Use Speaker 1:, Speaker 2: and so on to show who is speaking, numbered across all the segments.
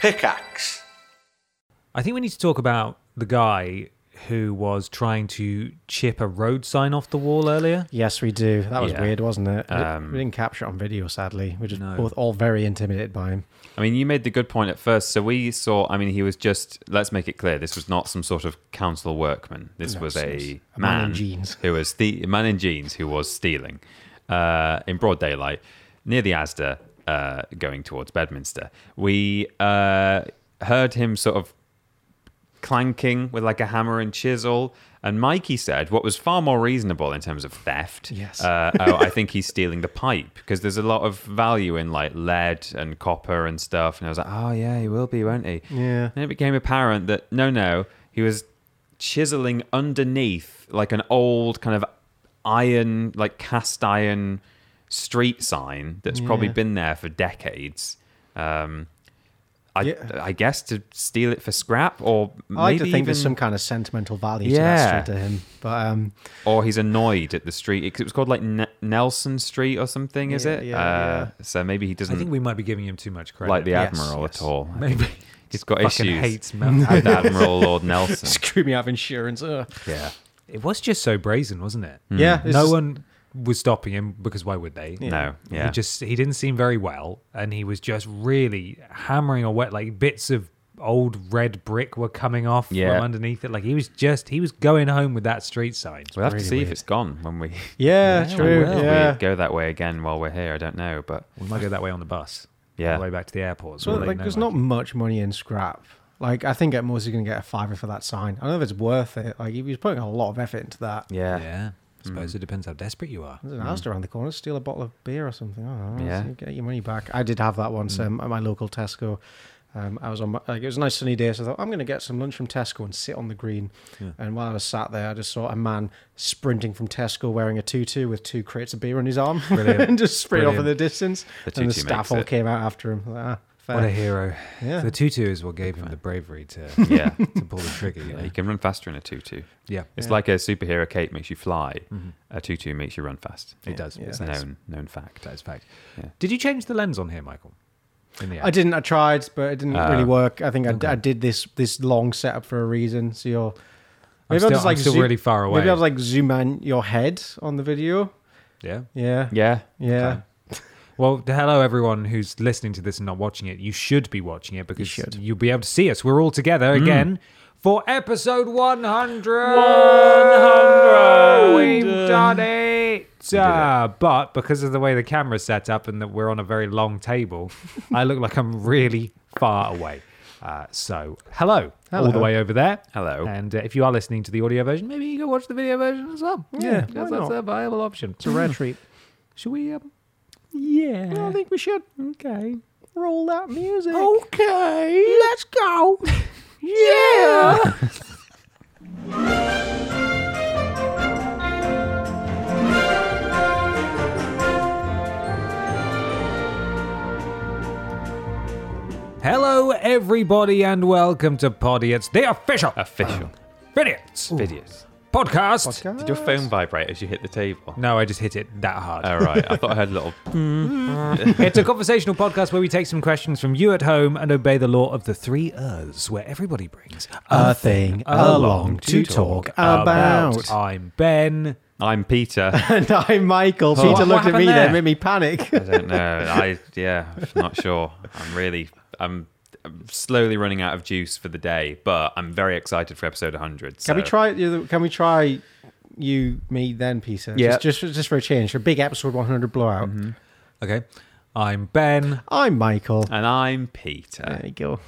Speaker 1: Pickaxe.
Speaker 2: I think we need to talk about the guy who was trying to chip a road sign off the wall earlier.
Speaker 3: Yes, we do. That was
Speaker 4: Yeah.
Speaker 3: weird, wasn't it? We-
Speaker 4: Um,
Speaker 3: we didn't capture it on video, sadly. We're just
Speaker 2: No.
Speaker 3: both all very intimidated by him.
Speaker 4: I mean, you made the good point at first. So we saw. I mean, he was just. Let's make it clear. This was not some sort of council workman. This
Speaker 3: No,
Speaker 4: was
Speaker 3: it's- it's
Speaker 4: a
Speaker 3: a
Speaker 4: man,
Speaker 3: man in jeans.
Speaker 4: who was the man in jeans who was stealing uh, in broad daylight near the ASDA, uh, going towards Bedminster. We uh, heard him sort of clanking with like a hammer and chisel. And Mikey said what was far more reasonable in terms of theft.
Speaker 3: Yes.
Speaker 4: Uh, oh, I think he's stealing the pipe because there's a lot of value in like lead and copper and stuff. And I was like, oh, yeah, he will be, won't he?
Speaker 3: Yeah.
Speaker 4: Then it became apparent that no, no, he was chiseling underneath like an old kind of iron, like cast iron street sign that's probably
Speaker 3: Yeah.
Speaker 4: been there for decades. Um, I,
Speaker 3: Yeah.
Speaker 4: I guess to steal it for scrap or
Speaker 3: I
Speaker 4: maybe
Speaker 3: like to think
Speaker 4: even,
Speaker 3: there's some kind of sentimental value
Speaker 4: Yeah.
Speaker 3: to that street to him. But um,
Speaker 4: or he's annoyed at the street because it was called like N- Nelson Street or something, is
Speaker 3: Yeah,
Speaker 4: it?
Speaker 3: yeah,
Speaker 4: uh, So maybe he doesn't
Speaker 2: I think we might be giving him too much credit.
Speaker 4: like the
Speaker 3: Yes,
Speaker 4: admiral at
Speaker 3: yes.
Speaker 4: all. I
Speaker 2: Maybe.
Speaker 4: think he's got
Speaker 2: Fucking
Speaker 4: issues.
Speaker 2: hates Mel.
Speaker 4: with Admiral Lord Nelson.
Speaker 3: screw me out of insurance. ugh.
Speaker 4: Yeah.
Speaker 2: It was just so brazen, wasn't it?
Speaker 4: Hmm.
Speaker 3: Yeah, it's
Speaker 2: No
Speaker 3: just-
Speaker 2: one was stopping him because why would they?
Speaker 4: No. Yeah.
Speaker 2: He just he didn't seem very well, and he was just really hammering away. Like bits of old red brick were coming off
Speaker 4: Yeah.
Speaker 2: from underneath it. Like he was just he was going home with that street sign.
Speaker 4: we'll have to
Speaker 3: really
Speaker 4: see if
Speaker 3: weird.
Speaker 4: it's gone when we
Speaker 3: Yeah,
Speaker 2: Yeah,
Speaker 3: true.
Speaker 2: well,
Speaker 3: yeah.
Speaker 4: we go that way again while we're here. I don't know, but
Speaker 2: We might go that way on the bus.
Speaker 4: Yeah.
Speaker 2: on the way back to the airport.
Speaker 3: So
Speaker 2: we'll let you
Speaker 3: like,
Speaker 2: know,
Speaker 3: there's
Speaker 2: Mike.
Speaker 3: not much money in scrap. Like, I think at most you're gonna get a fiver for that sign. I don't know if it's worth it. Like, he was putting a lot of effort into that.
Speaker 4: yeah. Hmm. yeah.
Speaker 2: Yeah, I suppose it depends how desperate you are.
Speaker 3: There's an house around the corner. Steal a bottle of beer or something. I don't know.
Speaker 4: Yeah.
Speaker 3: Yeah. get your money back. I did have that once
Speaker 2: Hmm.
Speaker 3: um, at my local Tesco. Um, I was on. My, like, it was a nice sunny day, so I thought I'm going to get some lunch from Tesco and sit on the green. And while I was sat there, I just saw a man sprinting from Tesco wearing a tutu with two crates of beer on his arm,
Speaker 2: Brilliant.
Speaker 3: and just straight off in
Speaker 2: Brilliant.
Speaker 3: the distance.
Speaker 4: The
Speaker 3: and the
Speaker 4: tutu makes
Speaker 3: staff all
Speaker 4: it.
Speaker 3: came out after him. Like, ah, fair.
Speaker 2: What a hero!
Speaker 3: Yeah.
Speaker 2: The tutu is what gave him the bravery to to pull the trigger. You know?
Speaker 4: You can run faster in a tutu.
Speaker 2: Yeah,
Speaker 4: It's like a superhero cape makes you fly. A tutu makes you run fast.
Speaker 2: it does.
Speaker 3: yeah.
Speaker 2: It's
Speaker 4: It's
Speaker 2: a
Speaker 4: a
Speaker 2: known,
Speaker 4: known known fact.
Speaker 2: that is fact.
Speaker 4: Yeah.
Speaker 2: Did you change the lens on here, Michael? In the
Speaker 3: I
Speaker 2: app?
Speaker 3: didn't. I tried, but it didn't really
Speaker 4: Uh,
Speaker 3: work. I think I d I I, did this this long setup for a reason. So you're
Speaker 2: I'm
Speaker 3: I'll
Speaker 2: still, I'm still really far away.
Speaker 3: Maybe I was like zoom in your head on the video.
Speaker 2: yeah.
Speaker 3: Yeah,
Speaker 4: Yeah.
Speaker 3: yeah.
Speaker 2: Okay. Well, to- hello everyone who's listening to this and not watching it. You should be watching it because
Speaker 3: should. Mm.
Speaker 2: will be able to see us. We're all together again for episode 100. 100. Oh, We've done it. Uh, but because of the way the camera's set up and that we're on a very long table, I look like I'm really far away. Uh, so, hello, all the
Speaker 3: Hello.
Speaker 2: way over there.
Speaker 4: Hello.
Speaker 2: And uh, if you are listening to the audio version, maybe you go watch the video version as well.
Speaker 3: Yeah,
Speaker 2: because
Speaker 3: why
Speaker 2: that's
Speaker 3: not?
Speaker 2: a viable option.
Speaker 3: It's a rare treat.
Speaker 2: Should we? Um, yeah.
Speaker 3: I think we should
Speaker 2: okay.
Speaker 3: roll that music.
Speaker 2: Okay. Let's go. yeah. Hello, everybody, and welcome to Poddy. It's the official
Speaker 4: Official.
Speaker 2: Idiots
Speaker 4: Videos.
Speaker 2: podcast.
Speaker 4: Did your phone vibrate as you hit the table?
Speaker 2: No, I just hit it that hard.
Speaker 4: All right. I thought I heard a little.
Speaker 2: It's a conversational podcast where we take some questions from you at home and obey the law of the three uhs, where everybody brings
Speaker 3: A thing along to talk about.
Speaker 2: I'm Ben.
Speaker 4: I'm Peter.
Speaker 3: And I'm Michael.
Speaker 2: what-
Speaker 3: Peter
Speaker 2: what
Speaker 3: looked at
Speaker 2: happened
Speaker 3: me
Speaker 2: there?
Speaker 3: Oh. there, made me panic.
Speaker 4: I don't know. I yeah, I'm not sure. I'm really I'm, I'm slowly running out of juice for the day, but I'm very excited for episode 100.
Speaker 3: Can we
Speaker 4: so-
Speaker 3: try? Can we try? You, me, then Peter.
Speaker 4: Yeah.
Speaker 3: Just, just, just for a change, for a big episode 100 blowout.
Speaker 2: Okay. I'm Ben.
Speaker 3: I'm Michael.
Speaker 4: And I'm Peter.
Speaker 3: There you go.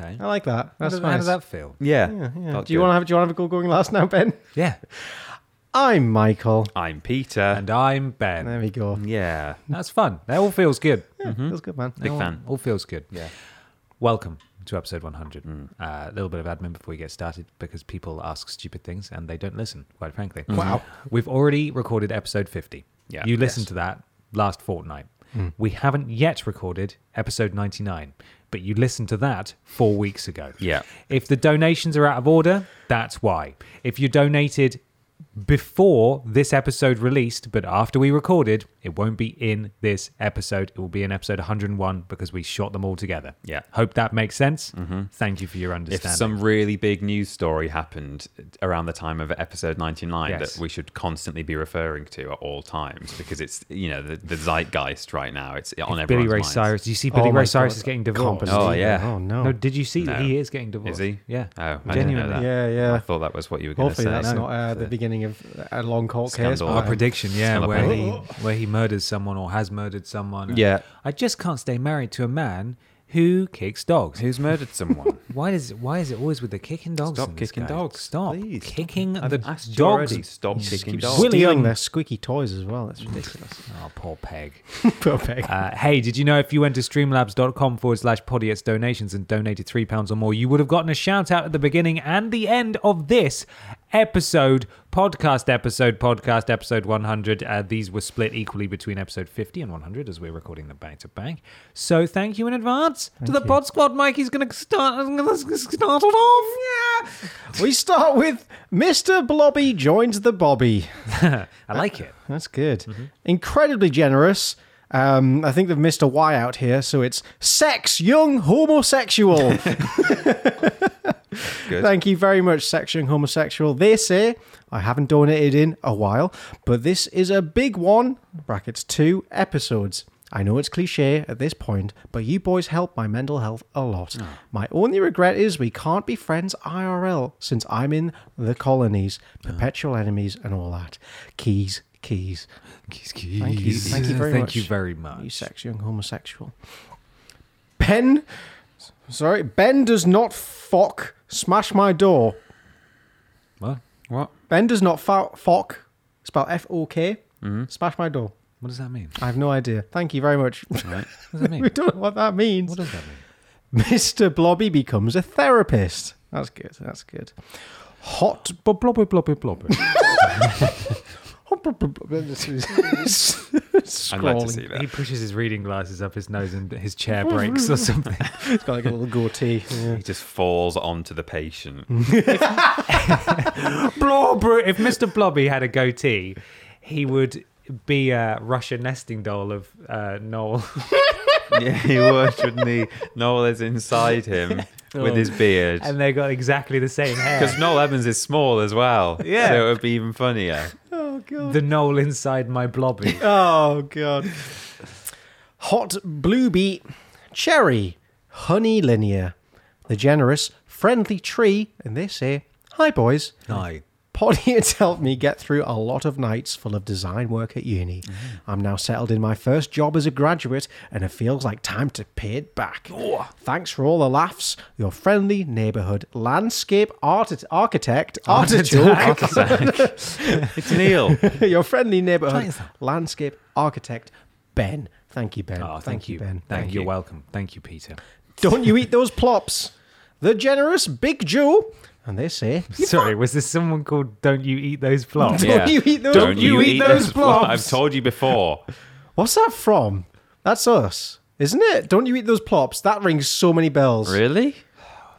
Speaker 2: Okay.
Speaker 3: I like that.
Speaker 2: How
Speaker 3: That's
Speaker 2: does,
Speaker 3: nice.
Speaker 2: how does that feel?
Speaker 4: Yeah.
Speaker 3: Yeah.
Speaker 4: felt
Speaker 3: Do you
Speaker 4: good.
Speaker 3: want to have? Do you want to have a go going last now, Ben?
Speaker 2: Yeah.
Speaker 3: I'm Michael.
Speaker 4: I'm Peter.
Speaker 2: And I'm Ben.
Speaker 3: There we go.
Speaker 4: Yeah.
Speaker 2: That's fun. That all feels good.
Speaker 3: Yeah, That's good, man.
Speaker 4: Big
Speaker 2: all,
Speaker 4: fan.
Speaker 2: All feels good. Yeah. Welcome to episode 100. Uh, A little bit of admin before we get started because people ask stupid things and they don't listen, quite frankly.
Speaker 3: Wow.
Speaker 2: We've already recorded episode 50.
Speaker 4: Yeah.
Speaker 2: You listened to that last fortnight.
Speaker 3: Mm.
Speaker 2: We haven't yet recorded episode 99, but you listened to that four weeks ago.
Speaker 4: Yeah.
Speaker 2: If the donations are out of order, that's why. If you donated before this episode released, but after we recorded, it won't be in this episode. It will be in episode 101 because we shot them all together.
Speaker 4: Yeah. Mm-hmm.
Speaker 2: Hope that makes sense. Thank you for your
Speaker 4: If
Speaker 2: understanding.
Speaker 4: some really big news story happened around the time of episode 99
Speaker 2: Yes.
Speaker 4: that we should constantly be referring to at all times because it's, you know, the, the zeitgeist right now. It's on everyone's
Speaker 2: Billy Ray
Speaker 4: minds.
Speaker 2: Cyrus. Do you see Billy
Speaker 3: Oh my
Speaker 2: Ray Cyrus
Speaker 3: God,
Speaker 2: is getting
Speaker 3: I can't
Speaker 2: divorced?
Speaker 3: believe
Speaker 4: Oh,
Speaker 3: it.
Speaker 4: yeah.
Speaker 3: Oh no.
Speaker 2: No, did you see that
Speaker 4: No.
Speaker 2: he is getting divorced?
Speaker 4: Is he?
Speaker 2: Yeah.
Speaker 4: Oh, I
Speaker 2: Genuinely.
Speaker 4: didn't know that.
Speaker 3: Yeah, yeah.
Speaker 4: I thought that was what you were going to say.
Speaker 3: Hopefully that's
Speaker 2: no.
Speaker 3: not uh, the beginning of a long Uh, court case.
Speaker 4: Scandal.
Speaker 3: but
Speaker 2: Our
Speaker 4: Um,
Speaker 2: prediction, yeah,
Speaker 4: Scallop
Speaker 2: where
Speaker 4: Island.
Speaker 2: he where he murders someone or has murdered someone.
Speaker 4: Yeah.
Speaker 2: I just can't stay married to a man who kicks dogs.
Speaker 4: Who's murdered someone?
Speaker 2: Why does why is it always with the kicking dogs?
Speaker 4: Stop
Speaker 2: in this
Speaker 4: kicking
Speaker 2: guy?
Speaker 4: dogs,
Speaker 2: Stop
Speaker 4: please.
Speaker 2: kicking
Speaker 4: I've
Speaker 2: the
Speaker 4: asked you already,
Speaker 2: dogs.
Speaker 4: Stop
Speaker 2: You just
Speaker 4: kicking
Speaker 2: keep
Speaker 4: dogs.
Speaker 2: stealing
Speaker 3: Stealing
Speaker 2: them.
Speaker 3: their squeaky toys as well. That's ridiculous.
Speaker 2: Oh, poor Peg.
Speaker 3: Poor Peg.
Speaker 2: Uh, hey, did you know if you went to streamlabs.com forward slash poddy its donations and donated three pounds or more, you would have gotten a shout out at the beginning and the end of this episode, podcast episode, podcast episode 100. Uh, these were split equally between episode 50 and 100 as we're recording them back to back. So thank you in advance to the pod squad. Mikey's going to start, start it off. Yeah.
Speaker 3: we start with Mr. Blobby joins the Bobby.
Speaker 2: I like it.
Speaker 3: That's good. Incredibly generous. Um, I think they've missed a Y out here, so it's sex young homosexual.
Speaker 4: Good.
Speaker 3: Thank you very much, Sex Young Homosexual. They say, I haven't donated in a while, but this is a big one, brackets two episodes. I know it's cliche at this point, but you boys help my mental health a lot. My only regret is we can't be friends IRL since I'm in the colonies, perpetual enemies, and all that. Keys, keys. Thank you. Thank you very
Speaker 2: Thank
Speaker 3: much.
Speaker 2: you very much.
Speaker 3: You sex young homosexual. Ben, sorry, Ben does not fuck smash my door.
Speaker 2: What?
Speaker 4: What?
Speaker 3: Ben does not fo- fuck, spell F O K, smash my door.
Speaker 2: What does that mean?
Speaker 3: I have no idea. Thank you very much.
Speaker 4: Right.
Speaker 2: What does that
Speaker 3: we
Speaker 2: mean?
Speaker 3: don't know what that means.
Speaker 2: what does that mean?
Speaker 3: Mr. Blobby becomes a therapist. That's good. That's good. Hot
Speaker 2: But blobby blobby blobby.
Speaker 4: I'd like to
Speaker 3: Scrawling.
Speaker 4: see
Speaker 2: He
Speaker 4: that.
Speaker 2: pushes his reading glasses up his nose and his chair breaks or something.
Speaker 3: He's got like a little goatee. Yeah.
Speaker 4: He just falls onto the patient.
Speaker 2: Blobber. If Mr. Blobby had a goatee, he would be a Russian nesting doll of uh, Noel.
Speaker 4: yeah, he would, wouldn't he? Noel is inside him with his beard.
Speaker 2: And they got exactly the same hair.
Speaker 4: Because Noel Evans is small as well.
Speaker 2: Yeah.
Speaker 4: So it would be even funnier.
Speaker 3: Oh god.
Speaker 2: The Noel inside my Blobby.
Speaker 3: Oh god. Hot bluebeet, cherry, honey linear, the generous, friendly tree, and they say, "Hi boys,
Speaker 2: Hi.
Speaker 3: Potty has helped me get through a lot of nights full of design work at uni. I'm now settled in my first job as a graduate, and it feels like time to pay it back. Thanks for all the laughs. Your friendly neighbourhood landscape art- architect, artichoke.
Speaker 4: It's Neil.
Speaker 3: your friendly neighbourhood
Speaker 2: Thanks.
Speaker 3: landscape architect, Ben. Thank you, Ben.
Speaker 2: Oh, thank, you,
Speaker 3: Ben.
Speaker 2: Thank, you. You're welcome. Thank you, Peter.
Speaker 3: Don't you eat those plops. The generous Big Joe. And they say,
Speaker 2: Sorry, was this someone called Don't You Eat Those Flops?
Speaker 3: Don't you eat those-
Speaker 4: Don't you, eat, those blobs.
Speaker 2: blobs.
Speaker 4: I've told you before.
Speaker 3: What's that from? That's us, isn't it? Don't you eat those plops? That rings so many bells.
Speaker 4: Really?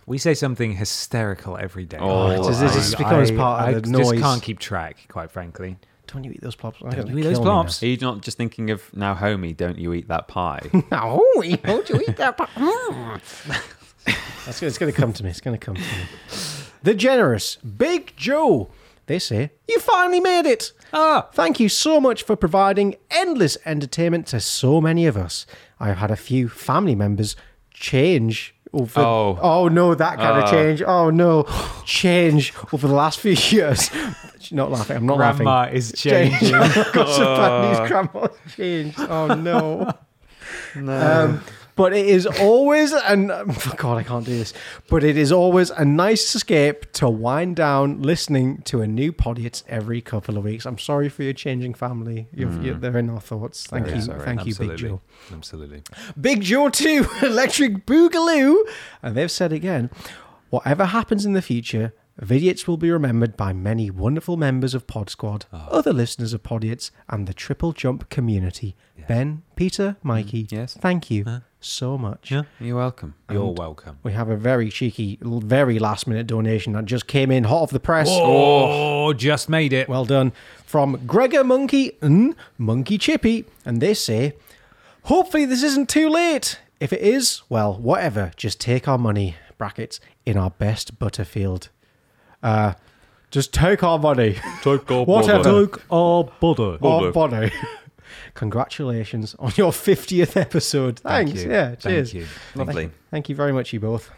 Speaker 2: We say something hysterical every day.
Speaker 4: Oh, it is-
Speaker 3: it just becomes
Speaker 2: I-
Speaker 3: part of
Speaker 2: I
Speaker 3: the
Speaker 2: just
Speaker 3: noise.
Speaker 2: can't keep track, quite frankly.
Speaker 3: Don't you eat those plops?
Speaker 2: Don't you eat those plops?
Speaker 4: Are you not just thinking of now, homie, don't you eat that pie?
Speaker 3: No, don't you eat that? That's, it's going to come to me. It's going to come to me. The generous Big Joe. They say you finally made it.
Speaker 2: Ah,
Speaker 3: Thank you so much for providing endless entertainment to so many of us. I've had a few family members change over.
Speaker 4: Oh.
Speaker 3: no, that kind of
Speaker 4: Oh.
Speaker 3: change. Oh no, change over the last few years. not laughing. I'm not laughing.
Speaker 2: grandma is changing.
Speaker 3: I've got some bad news. Grandma's changed. Oh no. Um, but it is always and God, I can't do this. But it is always a nice escape to wind down listening to a new podcast every couple of weeks. I'm sorry for your changing family. You're, you're, they're in our thoughts. Thank
Speaker 4: Very
Speaker 3: you,
Speaker 4: sorry.
Speaker 3: thank you, Big
Speaker 2: Absolutely.
Speaker 3: Joe.
Speaker 2: Absolutely.
Speaker 3: Big Jaw 2, Electric Boogaloo. And they've said again, whatever happens in the future, Vidiots will be remembered by many wonderful members of Pod Squad, other listeners of Podiots, and the Triple Jump community. Ben, Peter, Mikey,
Speaker 4: yes.
Speaker 3: thank you so much.
Speaker 4: You're welcome.
Speaker 2: You're welcome.
Speaker 3: We have a very cheeky, l- very last minute donation that just came in hot off the press.
Speaker 2: Oh, just made it.
Speaker 3: Well done. From Gregor Monkey and Monkey Chippy. And they say, Hopefully this isn't too late. If it is, well, whatever. Just take our money, brackets, in our best Butterfield. Uh, just take our money.
Speaker 4: Take our
Speaker 3: Whatever.
Speaker 4: brother.
Speaker 2: oh, bother.
Speaker 4: Bono.
Speaker 3: Or Bono. Congratulations on your 50th episode. Thanks.
Speaker 2: you.
Speaker 3: Yeah,
Speaker 2: Thank
Speaker 3: cheers.
Speaker 2: you.
Speaker 4: Lovely.
Speaker 3: Thank you very much, you both.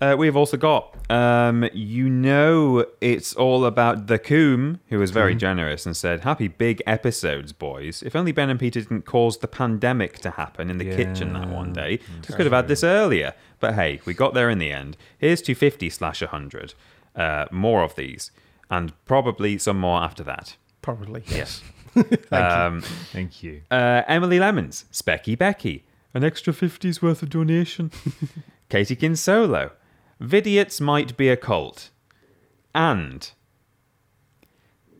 Speaker 4: Uh, we've also got, um, you know, it's all about the Coom, who was very generous and said, "Happy big episodes, boys! If only Ben and Peter didn't cause the pandemic to happen in the kitchen that one day, we could have had this earlier. But hey, we got there in the end. Here's 250 slash 100. Uh, more of these, and probably some more after that."
Speaker 3: Probably.
Speaker 4: Yes.
Speaker 2: Thank you.
Speaker 4: Uh, Emily Lemons, Specky Becky, an extra 50's worth of donation. Katie Kinsolo, Vidiots might be a cult. And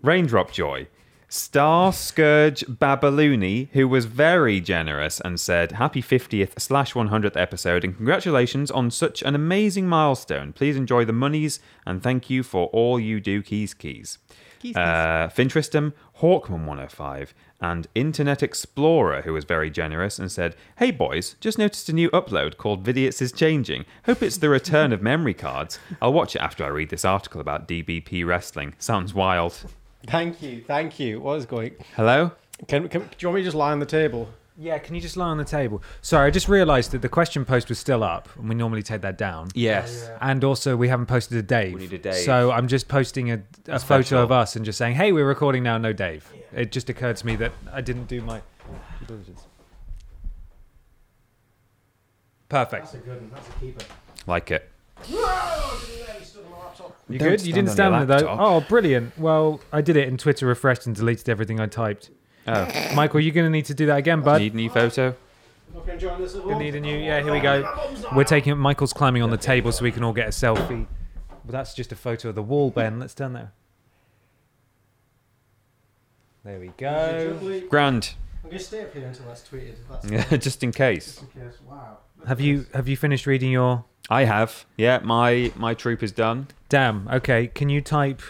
Speaker 4: Raindrop Joy, Star Scourge Babaloony, who was very generous and said, Happy 50th slash 100th episode and congratulations on such an amazing milestone. Please enjoy the monies and thank you for all you do, Keys Keys.
Speaker 3: Keys,
Speaker 4: Uh, Fintristam, Hawkman105, and Internet Explorer, who was very generous and said, Hey boys, just noticed a new upload called Vidiots is Changing. Hope it's the return of memory cards. I'll watch it after I read this article about DBP wrestling. Sounds wild.
Speaker 3: Thank you. Thank you. What is going
Speaker 4: Hello?
Speaker 3: Can, can, do you want me to just lie on the table?
Speaker 2: Yeah, can you just lie on the table? Sorry, I just realised that the question post was still up, and we normally take that down.
Speaker 4: Yes.
Speaker 2: And also, we haven't posted a Dave.
Speaker 4: We need a Dave.
Speaker 2: So I'm just posting a, a photo of us and just saying, "Hey, we're recording now, no Dave." It just occurred to me that I didn't do my due diligence. Perfect.
Speaker 3: good one. That's a keeper.
Speaker 4: Like it.
Speaker 2: You
Speaker 4: Don't
Speaker 2: good? You didn't
Speaker 4: stand
Speaker 2: stand
Speaker 4: on
Speaker 2: there
Speaker 4: your
Speaker 2: though. Oh, brilliant. Well, I did it, and Twitter refreshed and deleted everything I typed.
Speaker 4: Oh.
Speaker 2: Michael, you're going to need to do that again, bud.
Speaker 4: Need a new photo?
Speaker 2: We need a new. Yeah, here we go. We're taking. Michael's climbing on the table so we can all get a selfie. Well, that's just a photo of the wall, Ben. Let's turn there. There we go.
Speaker 4: Grand.
Speaker 3: I'm going to stay up here until that's tweeted. That's
Speaker 4: just in case.
Speaker 3: Wow.
Speaker 2: Have you have you finished reading your?
Speaker 4: I have. Yeah, my my troop is done.
Speaker 2: Damn. Okay. Can you type?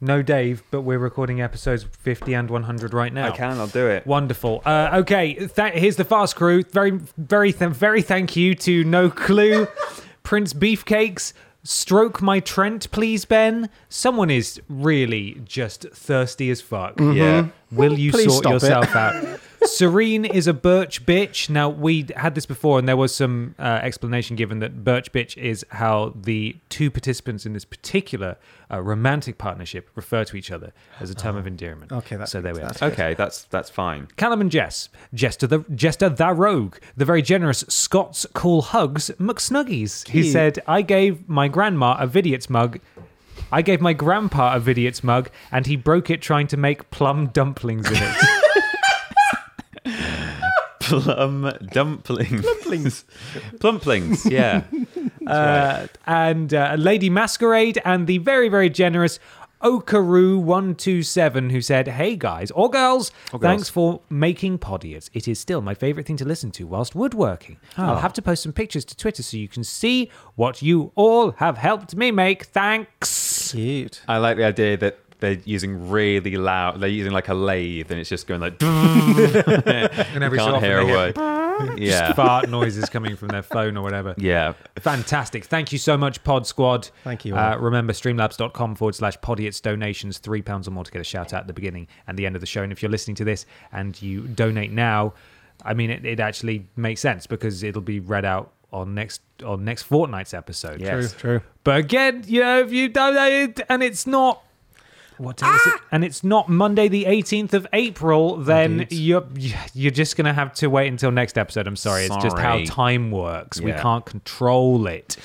Speaker 2: No, Dave. But we're recording episodes 50 and 100 right now.
Speaker 4: I can, I'll do it.
Speaker 2: Wonderful. Uh, okay, th- here's the fast crew. Very, very, th- very thank you to No Clue, Prince Beefcakes, Stroke My Trent, please, Ben. Someone is really just thirsty as fuck.
Speaker 4: Yeah.
Speaker 2: Will you
Speaker 3: Mm-hmm. Please
Speaker 2: sort
Speaker 3: stop it.
Speaker 2: yourself out? Serene is a birch bitch. Now we had this before, and there was some uh, explanation given that birch bitch is how the two participants in this particular uh, romantic partnership refer to each other as a term of endearment.
Speaker 3: Oh, Okay, that's
Speaker 2: so there
Speaker 3: good.
Speaker 2: we are.
Speaker 3: That's
Speaker 4: Okay, that's that's fine.
Speaker 2: Callum and Jess, Jester the Jester the Rogue, the very generous Scots call hugs McSnuggies. He
Speaker 3: Cute.
Speaker 2: said, "I gave my grandma a Vidiot's mug. I gave my grandpa a Vidiot's mug, and he broke it trying to make plum dumplings in it."
Speaker 4: Plum dumplings. Plumplings. Plumplings, yeah.
Speaker 2: uh, and uh, Lady Masquerade, and the very very generous. Okaru one two seven who said, "Hey guys or girls, thanks for making podiots. It is still my favorite thing to listen to whilst woodworking. I'll have to post some pictures to Twitter so you can see what you all have helped me make. Thanks."
Speaker 3: Cute.
Speaker 4: I like the idea that they're using really loud. They're using like a lathe, and it's just going like.
Speaker 2: And
Speaker 4: you can't hear a word. Yeah,
Speaker 2: fart noises coming from their phone or whatever.
Speaker 4: yeah.
Speaker 2: Fantastic. Thank you so much, Pod Squad.
Speaker 3: Thank you all.
Speaker 2: Uh, remember, streamlabs.com forward slash podiots donations, three pounds or more to get a shout out at the beginning and the end of the show. And if you're listening to this and you donate now, I mean, it, it actually makes sense because it'll be read out on next on next fortnight's episode.
Speaker 4: Yes.
Speaker 3: True, true.
Speaker 2: But again, you know, if you donated and it's not. What day is it?
Speaker 4: Ah!
Speaker 2: And it's not Monday the 18th of April, then
Speaker 3: Indeed.
Speaker 2: you're you're just going to have to wait until next episode. I'm sorry. It's just how
Speaker 4: Sorry.
Speaker 2: time works. We
Speaker 4: Yeah.
Speaker 2: can't control it.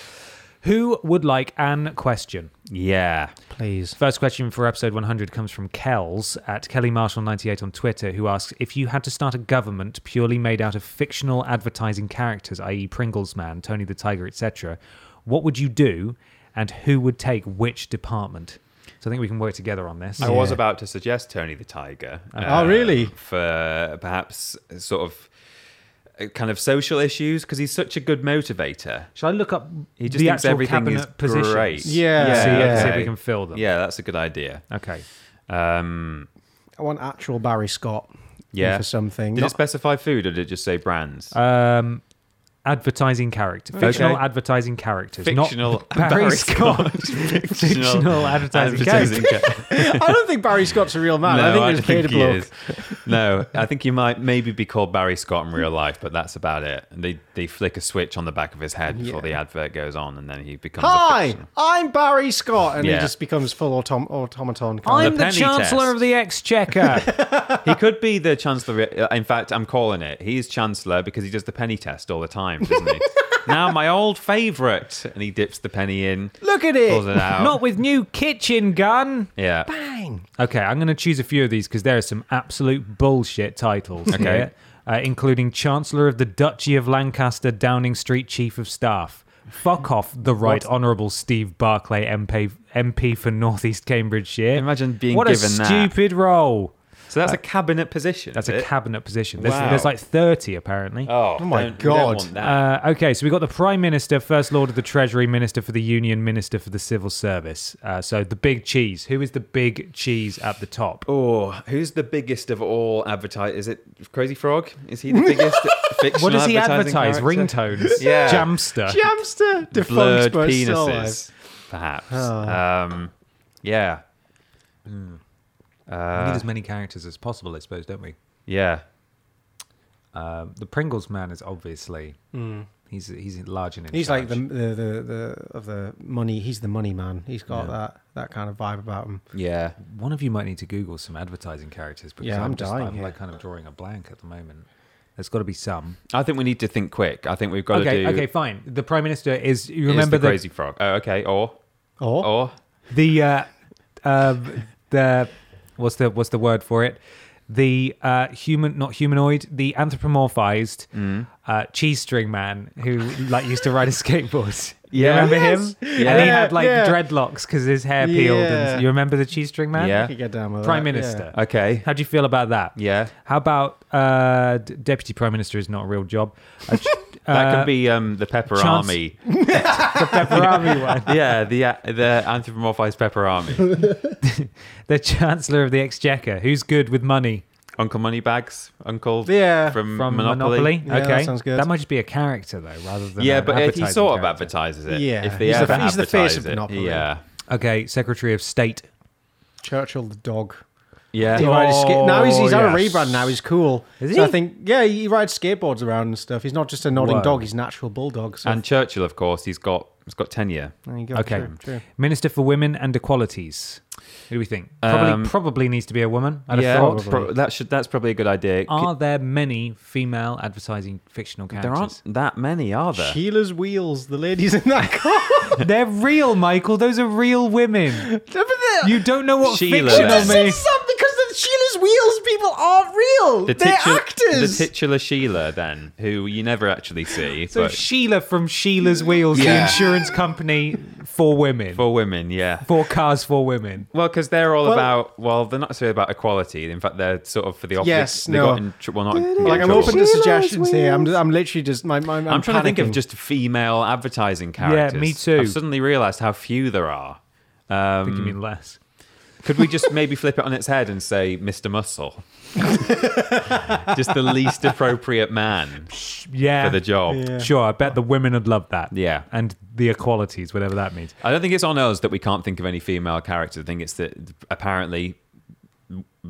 Speaker 2: Who would like an question?
Speaker 4: Yeah.
Speaker 3: Please.
Speaker 2: First question for episode 100 comes from Kells at Kelly Marshall 98 on Twitter, who asks if you had to start a government purely made out of fictional advertising characters, i.e., Pringles Man, Tony the Tiger, etc., what would you do, and who would take which department? So I think we can work together on this.
Speaker 4: I was about to suggest Tony the Tiger.
Speaker 3: Oh, really?
Speaker 4: For perhaps sort of uh, kind of social issues because he's such a good motivator.
Speaker 2: Shall I look up
Speaker 4: He just
Speaker 2: the
Speaker 4: thinks
Speaker 2: actual
Speaker 4: everything
Speaker 2: cabinet
Speaker 4: is
Speaker 2: positions?
Speaker 4: great.
Speaker 3: Yeah,
Speaker 2: See,
Speaker 3: yeah.
Speaker 2: see if we can fill them.
Speaker 4: Yeah, that's a good idea.
Speaker 2: Okay.
Speaker 4: Um,
Speaker 3: I want actual Barry Scott.
Speaker 4: yeah.
Speaker 3: For something.
Speaker 4: Did
Speaker 3: Not-
Speaker 4: it specify food or did it just say brands?
Speaker 2: Um, advertising character,
Speaker 4: Okay.
Speaker 2: fictional advertising characters,
Speaker 4: fictional
Speaker 2: not Barry, Scott.
Speaker 4: fictional,
Speaker 2: fictional advertising, character.
Speaker 4: character.
Speaker 3: I don't think Barry Scott's a real man. I think he's paid a
Speaker 4: he
Speaker 3: bloke.
Speaker 4: is. No, I think he might maybe be called Barry Scott in real life, but that's about it. And they they flick a switch on the back of his head before the advert goes on, and then he becomes. a
Speaker 3: Hi,
Speaker 4: fictional-
Speaker 3: I'm Barry Scott, and
Speaker 4: Yeah.
Speaker 3: he just becomes full autom- automaton.
Speaker 2: I'm the,
Speaker 4: penny
Speaker 2: Chancellor
Speaker 4: test.
Speaker 2: of the Exchequer.
Speaker 4: he could be the Chancellor. uh, In fact, I'm calling it. He is Chancellor because he does the penny test all the time, doesn't he? now my old favourite, and he dips the penny in,
Speaker 3: Look at
Speaker 4: pulls
Speaker 3: it.
Speaker 4: it out.
Speaker 2: not with new kitchen gun.
Speaker 4: yeah.
Speaker 3: Bang.
Speaker 2: Okay, I'm going to choose a few of these because there are some absolute bullshit titles.
Speaker 4: Okay.
Speaker 2: here, uh, including Chancellor of the Duchy of Lancaster, Downing Street Chief of Staff. Fuck off, the Right Honourable Steve Barclay, MP, MP for North East Cambridgeshire.
Speaker 4: Imagine being
Speaker 2: what
Speaker 4: given
Speaker 2: a
Speaker 4: that.
Speaker 2: stupid role.
Speaker 4: So that's a cabinet position.
Speaker 2: That's
Speaker 4: is
Speaker 2: a
Speaker 4: it?
Speaker 2: cabinet position. There's,
Speaker 4: Wow.
Speaker 2: there's like 30 apparently.
Speaker 4: Oh,
Speaker 3: Oh my
Speaker 4: don't- we don't
Speaker 3: God.
Speaker 4: want that.
Speaker 2: Uh, okay, so we got the Prime Minister, First Lord of the Treasury, Minister for the Union, Minister for the Civil Service. Uh, so the big cheese. Who is the big cheese at the top?
Speaker 4: Oh, who's the biggest of all advertise? Is it Crazy Frog? Is he the biggest fictional?
Speaker 2: What does he
Speaker 4: advertising
Speaker 2: advertise?
Speaker 4: character?
Speaker 2: Ringtones?
Speaker 4: Yeah.
Speaker 2: Jamster?
Speaker 3: Jamster, defunct
Speaker 4: Blurred
Speaker 3: but
Speaker 4: penises,
Speaker 3: still alive. Oh.
Speaker 4: perhaps. Um, yeah,
Speaker 2: Hmm.
Speaker 3: Uh,
Speaker 4: Uh,
Speaker 2: we need as many characters as possible, I suppose, don't we?
Speaker 4: yeah.
Speaker 2: Um, the Pringles man is obviously...
Speaker 3: Hmm.
Speaker 2: He's, he's large and in
Speaker 3: He's like the,
Speaker 2: charge.
Speaker 3: the the the of the money. He's the money man. He's got that that kind of vibe about him.
Speaker 4: Yeah,
Speaker 2: One of you might need to Google some advertising characters because
Speaker 3: Yeah,
Speaker 2: I'm,
Speaker 3: I'm
Speaker 2: just
Speaker 3: dying
Speaker 2: I'm
Speaker 3: here.
Speaker 2: like kind of drawing a blank at the moment. There's got to be some.
Speaker 4: I think we need to think quick. I think we've got to
Speaker 2: okay,
Speaker 4: do.
Speaker 2: okay, fine. The Prime Minister is... You
Speaker 4: is
Speaker 2: remember
Speaker 4: the
Speaker 2: the,
Speaker 4: Crazy Frog? Oh, okay. Or
Speaker 3: Or
Speaker 2: Oh,
Speaker 4: or
Speaker 2: the uh, um, the what's the what's the word for it? The uh, human, not humanoid, the anthropomorphized uh, cheese string man who like used to ride a skateboard.
Speaker 4: Yeah.
Speaker 2: you remember
Speaker 3: Yes.
Speaker 2: him? and he
Speaker 3: Yeah,
Speaker 2: had like
Speaker 3: yeah.
Speaker 2: dreadlocks because his hair peeled.
Speaker 3: Yeah.
Speaker 2: And you remember the cheese string man?
Speaker 4: Yeah.
Speaker 3: I could get down with
Speaker 2: Prime
Speaker 3: that,
Speaker 2: Minister.
Speaker 4: okay.
Speaker 2: How do you feel about that?
Speaker 4: Yeah,
Speaker 2: How about uh, d- Deputy Prime Minister is not a real job. Uh, ch-
Speaker 4: that
Speaker 2: uh,
Speaker 4: could be um, the Pepper
Speaker 2: Chance-
Speaker 4: Army.
Speaker 2: the Pepper Army one.
Speaker 4: yeah, the uh, the anthropomorphized Pepper Army.
Speaker 2: The Chancellor of the Exchequer, who's good with money.
Speaker 4: Uncle Moneybags. Uncle.
Speaker 3: Yeah.
Speaker 4: From,
Speaker 2: from
Speaker 4: Monopoly.
Speaker 2: Monopoly.
Speaker 3: Yeah,
Speaker 2: okay,
Speaker 3: that sounds good.
Speaker 2: That might just be a character though, rather than
Speaker 4: Yeah,
Speaker 2: an
Speaker 4: but if he
Speaker 2: advertising
Speaker 4: sort of
Speaker 2: character.
Speaker 4: advertises it.
Speaker 3: Yeah.
Speaker 4: if they
Speaker 3: He's
Speaker 4: ever
Speaker 3: the- he's the face
Speaker 4: advertise
Speaker 3: of
Speaker 4: it,
Speaker 3: Monopoly.
Speaker 4: Yeah,
Speaker 2: Okay, Secretary of State.
Speaker 3: Yeah. Churchill the dog.
Speaker 4: yeah.
Speaker 3: He rides
Speaker 2: Oh,
Speaker 3: ska- now he's he's on a
Speaker 2: yes.
Speaker 3: rebrand. Now he's cool.
Speaker 2: Is
Speaker 3: So I
Speaker 2: he?
Speaker 3: think yeah, he rides skateboards around and stuff. He's not just a nodding
Speaker 2: Whoa.
Speaker 3: dog. He's an actual bulldog. So
Speaker 4: And Churchill, of course, he's got he's got tenure.
Speaker 3: there you go.
Speaker 2: Okay,
Speaker 3: True, true.
Speaker 2: Minister for Women and Equalities. Who do we think? Probably,
Speaker 4: Um,
Speaker 2: probably needs to be a woman. I'd have
Speaker 4: yeah,
Speaker 2: thought.
Speaker 4: pro- that should that's probably a good idea. C-
Speaker 2: Are there many female advertising fictional
Speaker 4: there aren't
Speaker 2: characters?
Speaker 4: that many, are there?
Speaker 3: Sheila's wheels. The ladies in that car.
Speaker 2: They're real, Michael. Those are real women. You don't know what
Speaker 4: Sheila.
Speaker 2: fictional
Speaker 4: This
Speaker 2: means.
Speaker 3: because the Sheila's wheels people aren't real.
Speaker 4: titu- the titular Sheila, then, who you never actually see,
Speaker 2: So
Speaker 4: but
Speaker 2: Sheila from Sheila's Wheels, the
Speaker 4: Yeah.
Speaker 2: insurance company for women, for,
Speaker 4: for women, yeah.
Speaker 2: cars for women.
Speaker 4: Well, because they're all
Speaker 3: Well-
Speaker 4: about well, they're not so about equality. In fact, they're sort of for the opposite.
Speaker 3: Yes,
Speaker 4: they
Speaker 3: no.
Speaker 4: got in tr- well, not in- in
Speaker 3: like I'm
Speaker 4: trouble.
Speaker 3: open to suggestions here. I'm, I'm literally just my, my I'm,
Speaker 4: I'm, trying to think of
Speaker 3: panicking.
Speaker 4: just female advertising characters.
Speaker 2: me too.
Speaker 4: I've suddenly realised how few there are.
Speaker 2: I think you
Speaker 4: Um,
Speaker 2: mean less.
Speaker 4: Could we just maybe flip it on its head and say Mr. Muscle? just the least appropriate man
Speaker 2: Yeah.
Speaker 4: for the job.
Speaker 3: Yeah.
Speaker 2: Sure, I bet the women would love that.
Speaker 4: Yeah.
Speaker 2: And the equalities, whatever that means.
Speaker 4: I don't think it's on us that we can't think of any female characters. I think it's that apparently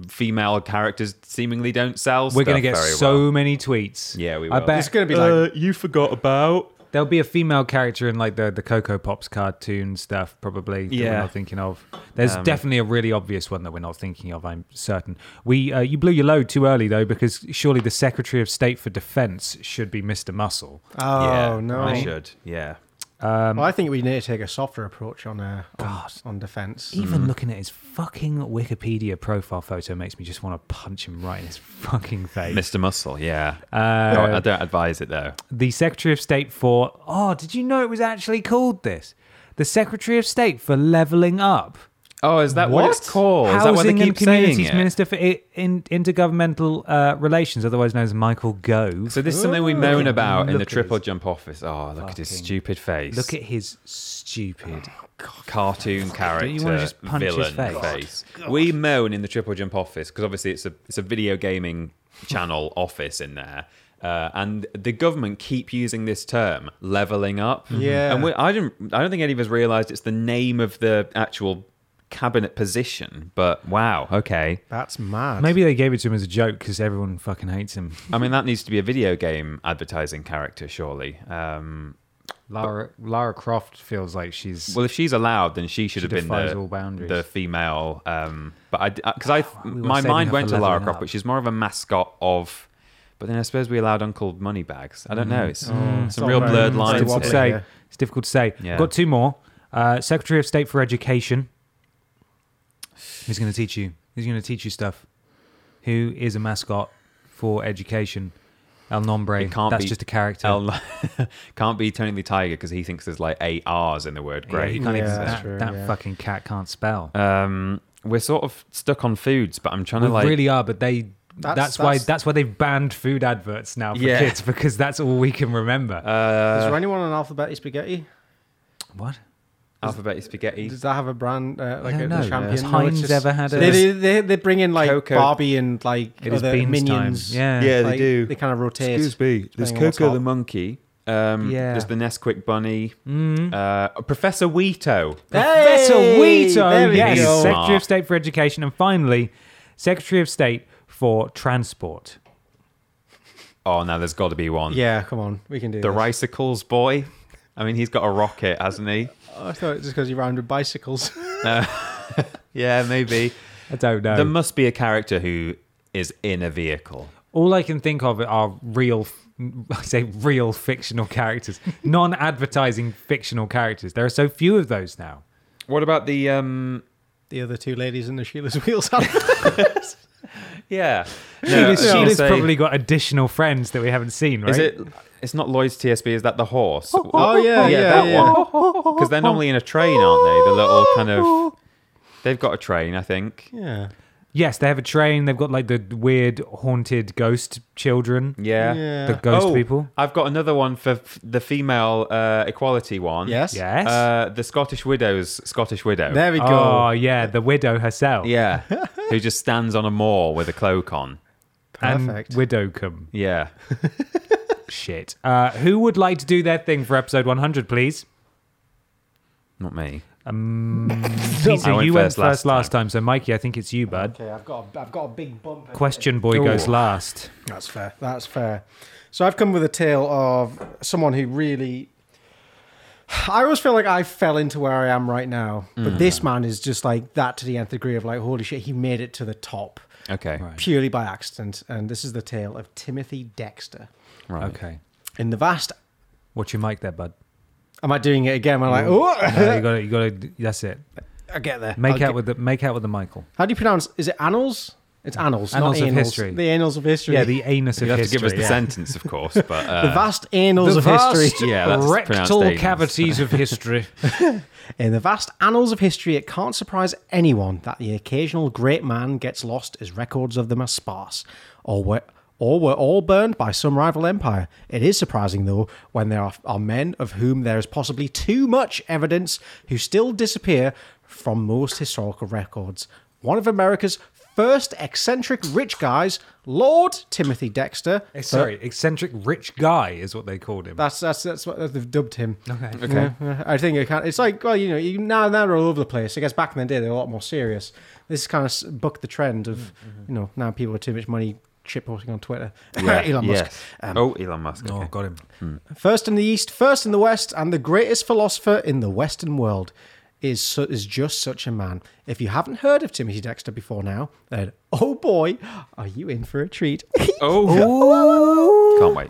Speaker 4: female characters seemingly don't sell.
Speaker 2: We're going to
Speaker 4: stuff
Speaker 2: get
Speaker 4: very
Speaker 2: so
Speaker 4: well.
Speaker 2: many tweets.
Speaker 4: Yeah, we
Speaker 2: I
Speaker 4: will.
Speaker 2: bet uh,
Speaker 3: It's gonna be like
Speaker 4: Uh, you forgot about.
Speaker 2: there'll be a female character in like the, the Coco Pops cartoon stuff, probably, that we're
Speaker 4: Yeah. Um,
Speaker 2: not thinking of. There's definitely a really obvious one that we're not thinking of, I'm certain. We uh, You blew your load too early, though, because surely the Secretary of State for Defense should be Mr. Muscle.
Speaker 3: Oh
Speaker 4: yeah,
Speaker 3: no!
Speaker 4: I should. Yeah.
Speaker 3: Well, I think we need to take a softer approach on uh, on, on defense.
Speaker 2: Even
Speaker 4: Mm.
Speaker 2: looking at his fucking Wikipedia profile photo makes me just want to punch him right in his fucking face.
Speaker 4: Mr. Muscle, yeah. No,
Speaker 2: Uh,
Speaker 4: I don't advise it though.
Speaker 2: the Secretary of State for, oh, did you know it was actually called this? The Secretary of State for Leveling Up.
Speaker 4: Oh, is that what, it's called? Is that why they
Speaker 2: Housing and
Speaker 4: keep saying
Speaker 2: Communities
Speaker 4: it?
Speaker 2: Minister for I- in, Intergovernmental uh, Relations, otherwise known as Michael Gove.
Speaker 4: So this is something we moan about in
Speaker 2: Look
Speaker 4: the
Speaker 2: at
Speaker 4: triple
Speaker 2: his
Speaker 4: jump office. Oh, look at his
Speaker 2: fucking-
Speaker 4: stupid face.
Speaker 2: Look at his stupid.
Speaker 4: Oh, cartoon character
Speaker 2: you wanna just punch his
Speaker 4: villain
Speaker 2: face? Oh,
Speaker 4: face. We moan in the Triple Jump office because obviously it's a it's a video gaming channel office in there. Uh, and the government keep using this term, leveling up.
Speaker 2: Mm-hmm.
Speaker 3: Yeah.
Speaker 4: and we, I don't, I don't think any of us realised it's the name of the actual cabinet position. But wow, okay.
Speaker 3: That's mad.
Speaker 2: Maybe they gave it to him as a joke because everyone fucking hates him.
Speaker 4: I mean, that needs to be a video game advertising character, surely. Um,
Speaker 2: Lara Lara Croft feels like she's
Speaker 4: Well, if she's allowed, then she should
Speaker 2: She
Speaker 4: have been
Speaker 2: defies
Speaker 4: the,
Speaker 2: all boundaries.
Speaker 4: the female. Um, but I, because I,
Speaker 2: were
Speaker 4: my
Speaker 2: saving
Speaker 4: mind
Speaker 2: her
Speaker 4: went
Speaker 2: for
Speaker 4: to Lara
Speaker 2: leveling
Speaker 4: Croft,
Speaker 2: up.
Speaker 4: which is more of a mascot of. But then I suppose we allowed Uncle Moneybags. I don't know. Mm. It's
Speaker 3: It's
Speaker 4: some
Speaker 3: all
Speaker 4: real
Speaker 3: very-
Speaker 4: blurred
Speaker 3: it's
Speaker 2: Um, it's
Speaker 4: lines.
Speaker 2: difficult
Speaker 3: wobbly,
Speaker 2: to
Speaker 4: here.
Speaker 2: say.
Speaker 3: yeah.
Speaker 2: It's difficult to say.
Speaker 4: Yeah.
Speaker 2: I've got two more. Uh, Secretary of State for Education. Who's going to teach you? Who's going to teach you stuff? Who is a mascot for education? El Nombre.
Speaker 4: It can't
Speaker 2: That's
Speaker 4: be
Speaker 2: just a character.
Speaker 4: El- can't be Tony the Tiger because he thinks there's like eight R's in the word
Speaker 2: Yeah,
Speaker 4: great.
Speaker 2: you can't even-
Speaker 3: Yeah, that's
Speaker 2: that
Speaker 3: true,
Speaker 2: that
Speaker 3: yeah.
Speaker 2: fucking cat can't spell.
Speaker 4: Um, we're sort of stuck on foods, but I'm trying to
Speaker 2: we
Speaker 4: like.
Speaker 2: really are, but they. That's,
Speaker 3: That's-
Speaker 2: why.
Speaker 3: that's-
Speaker 2: That's why they've banned food adverts now for
Speaker 4: Yeah.
Speaker 2: kids because that's all we can remember.
Speaker 3: Is
Speaker 4: uh,
Speaker 3: there anyone on Alphabet Spaghetti?
Speaker 2: what?
Speaker 4: alphabet spaghetti.
Speaker 3: Does that have a brand uh, like
Speaker 2: I
Speaker 3: a
Speaker 2: don't know.
Speaker 3: champion?
Speaker 2: Has
Speaker 3: No,
Speaker 2: Heinz
Speaker 3: it's just-
Speaker 2: ever had a-
Speaker 3: They, they, they, they bring in like
Speaker 4: Coco-
Speaker 3: Barbie and like
Speaker 2: It is
Speaker 3: other
Speaker 2: beans
Speaker 3: Oh, minions.
Speaker 2: time. Yeah. Yeah.
Speaker 3: Like, They kind of rotate.
Speaker 4: Excuse me. There's
Speaker 3: depending on what's
Speaker 4: Coco the
Speaker 3: hot.
Speaker 4: monkey. Um,
Speaker 2: Yeah.
Speaker 4: There's the Nesquik bunny.
Speaker 2: Mm.
Speaker 4: Uh, Professor Weeto.
Speaker 2: Professor
Speaker 3: Hey, there
Speaker 2: Weeto,
Speaker 3: we
Speaker 2: yes,
Speaker 3: go.
Speaker 2: Secretary of State for Education, and finally, Secretary of State for Transport.
Speaker 4: Oh, now there's got to be one.
Speaker 3: Yeah, come on, we can do
Speaker 4: The
Speaker 3: this.
Speaker 4: Ricicles boy. I mean, he's got a rocket, hasn't he?
Speaker 3: Oh, I thought it was because you ran with bicycles.
Speaker 4: Yeah, maybe.
Speaker 2: I don't know.
Speaker 4: There must be a character who is in a vehicle.
Speaker 2: All I can think of are real, I say real fictional characters, non-advertising fictional characters. There are so few of those now.
Speaker 4: What about the um?
Speaker 3: the other two ladies in the Sheila's wheels.
Speaker 4: Yeah,
Speaker 2: Sheila-
Speaker 4: I was gonna
Speaker 2: Sheila's
Speaker 4: say,
Speaker 2: probably got additional friends that we haven't seen, right?
Speaker 4: Is it? It's not Lloyd's TSB. Is that the horse?
Speaker 3: oh yeah, yeah,
Speaker 4: yeah,
Speaker 3: yeah.
Speaker 4: that one. Because they're normally in a train, aren't they? The little kind of. They've got a train, I think.
Speaker 3: Yeah.
Speaker 2: Yes, they have a train. They've got like the weird haunted ghost children,
Speaker 4: Yeah.
Speaker 3: Yeah.
Speaker 2: the ghost
Speaker 4: oh,
Speaker 2: people.
Speaker 4: I've got another one for f- the female uh, equality one.
Speaker 3: Yes.
Speaker 2: Yes.
Speaker 4: Uh, the Scottish widow's Scottish widow.
Speaker 3: There we go.
Speaker 2: oh yeah, the widow herself.
Speaker 4: Yeah. Who just stands on a moor with a cloak on.
Speaker 2: and
Speaker 3: Perfect.
Speaker 2: Widowcombe.
Speaker 4: Yeah.
Speaker 2: Shit. Uh, who would like to do their thing for episode 100, please?
Speaker 4: Not me.
Speaker 2: Peter,
Speaker 4: I went
Speaker 2: you went
Speaker 4: first last
Speaker 2: first last time. so Mikey, I think it's you, bud.
Speaker 3: okay, I've got a, I've got a big bump.
Speaker 2: Question boy goes
Speaker 4: Ooh.
Speaker 2: last.
Speaker 3: That's fair. That's fair. So I've come with a tale of someone who really. I always feel like I fell into where I am right now, but
Speaker 2: Mm.
Speaker 3: this man is just like that to the nth degree of like, holy shit, he made it to the top
Speaker 4: Okay.
Speaker 2: Right.
Speaker 3: purely by accident. And this is the tale of Timothy Dexter
Speaker 4: Right.
Speaker 2: Okay.
Speaker 3: in the vast.
Speaker 2: Watch your mic there, bud.
Speaker 3: Am I doing it again? I'm like, oh,
Speaker 2: No, you got to You got to. That's it.
Speaker 3: I get there.
Speaker 2: Mm. Make
Speaker 3: I'll
Speaker 2: out
Speaker 3: get-
Speaker 2: with the. Make out with the Michael.
Speaker 3: How do you pronounce? Is it annals? It's annals,
Speaker 2: Annals
Speaker 3: not
Speaker 2: of
Speaker 3: annals.
Speaker 2: history.
Speaker 3: The annals of history.
Speaker 2: Yeah, the anus of
Speaker 4: You have to
Speaker 2: history.
Speaker 4: give us the
Speaker 2: yeah.
Speaker 4: sentence, of course, but uh,
Speaker 3: The vast annals
Speaker 2: The
Speaker 3: of history.
Speaker 2: vast
Speaker 4: Yeah, that's pronounced
Speaker 2: rectal
Speaker 4: anus.
Speaker 2: cavities of history.
Speaker 3: In the vast annals of history, it can't surprise anyone that the occasional great man gets lost as records of them are sparse, or were, or were all burned by some rival empire. It is surprising, though, when there are, are men of whom there is possibly too much evidence who still disappear from most historical records. One of America's first eccentric rich guys, Lord Timothy Dexter.
Speaker 2: Eh, Sorry, eccentric rich guy is what they called him.
Speaker 3: That's that's that's what they've dubbed him.
Speaker 2: Okay.
Speaker 4: Okay.
Speaker 3: Yeah, I think it can, it's like well, you know, you, now now they're all over the place. I guess back in the day they were a lot more serious. This kind of bucked the trend of you know now people with too much money shitposting on Twitter. Elon Musk.
Speaker 4: yes. oh, Elon Musk.
Speaker 2: Oh,
Speaker 4: Okay.
Speaker 2: got him.
Speaker 3: First in the East, first in the West, and the greatest philosopher in the Western world is su- is just such a man. If you haven't heard of Timothy Dexter before now, then oh boy, are you in for a treat.
Speaker 4: Oh, can't wait.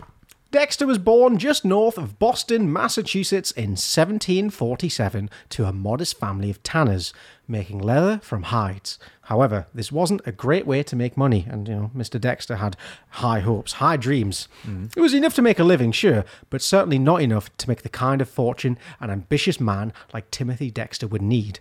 Speaker 3: Dexter was born just north of Boston, Massachusetts in 1747 to a modest family of tanners making leather from hides. However, this wasn't a great way to make money, and you know, Mr. Dexter had high hopes, high dreams. It was enough to make a living, sure, but certainly not enough to make the kind of fortune an ambitious man like Timothy Dexter would need.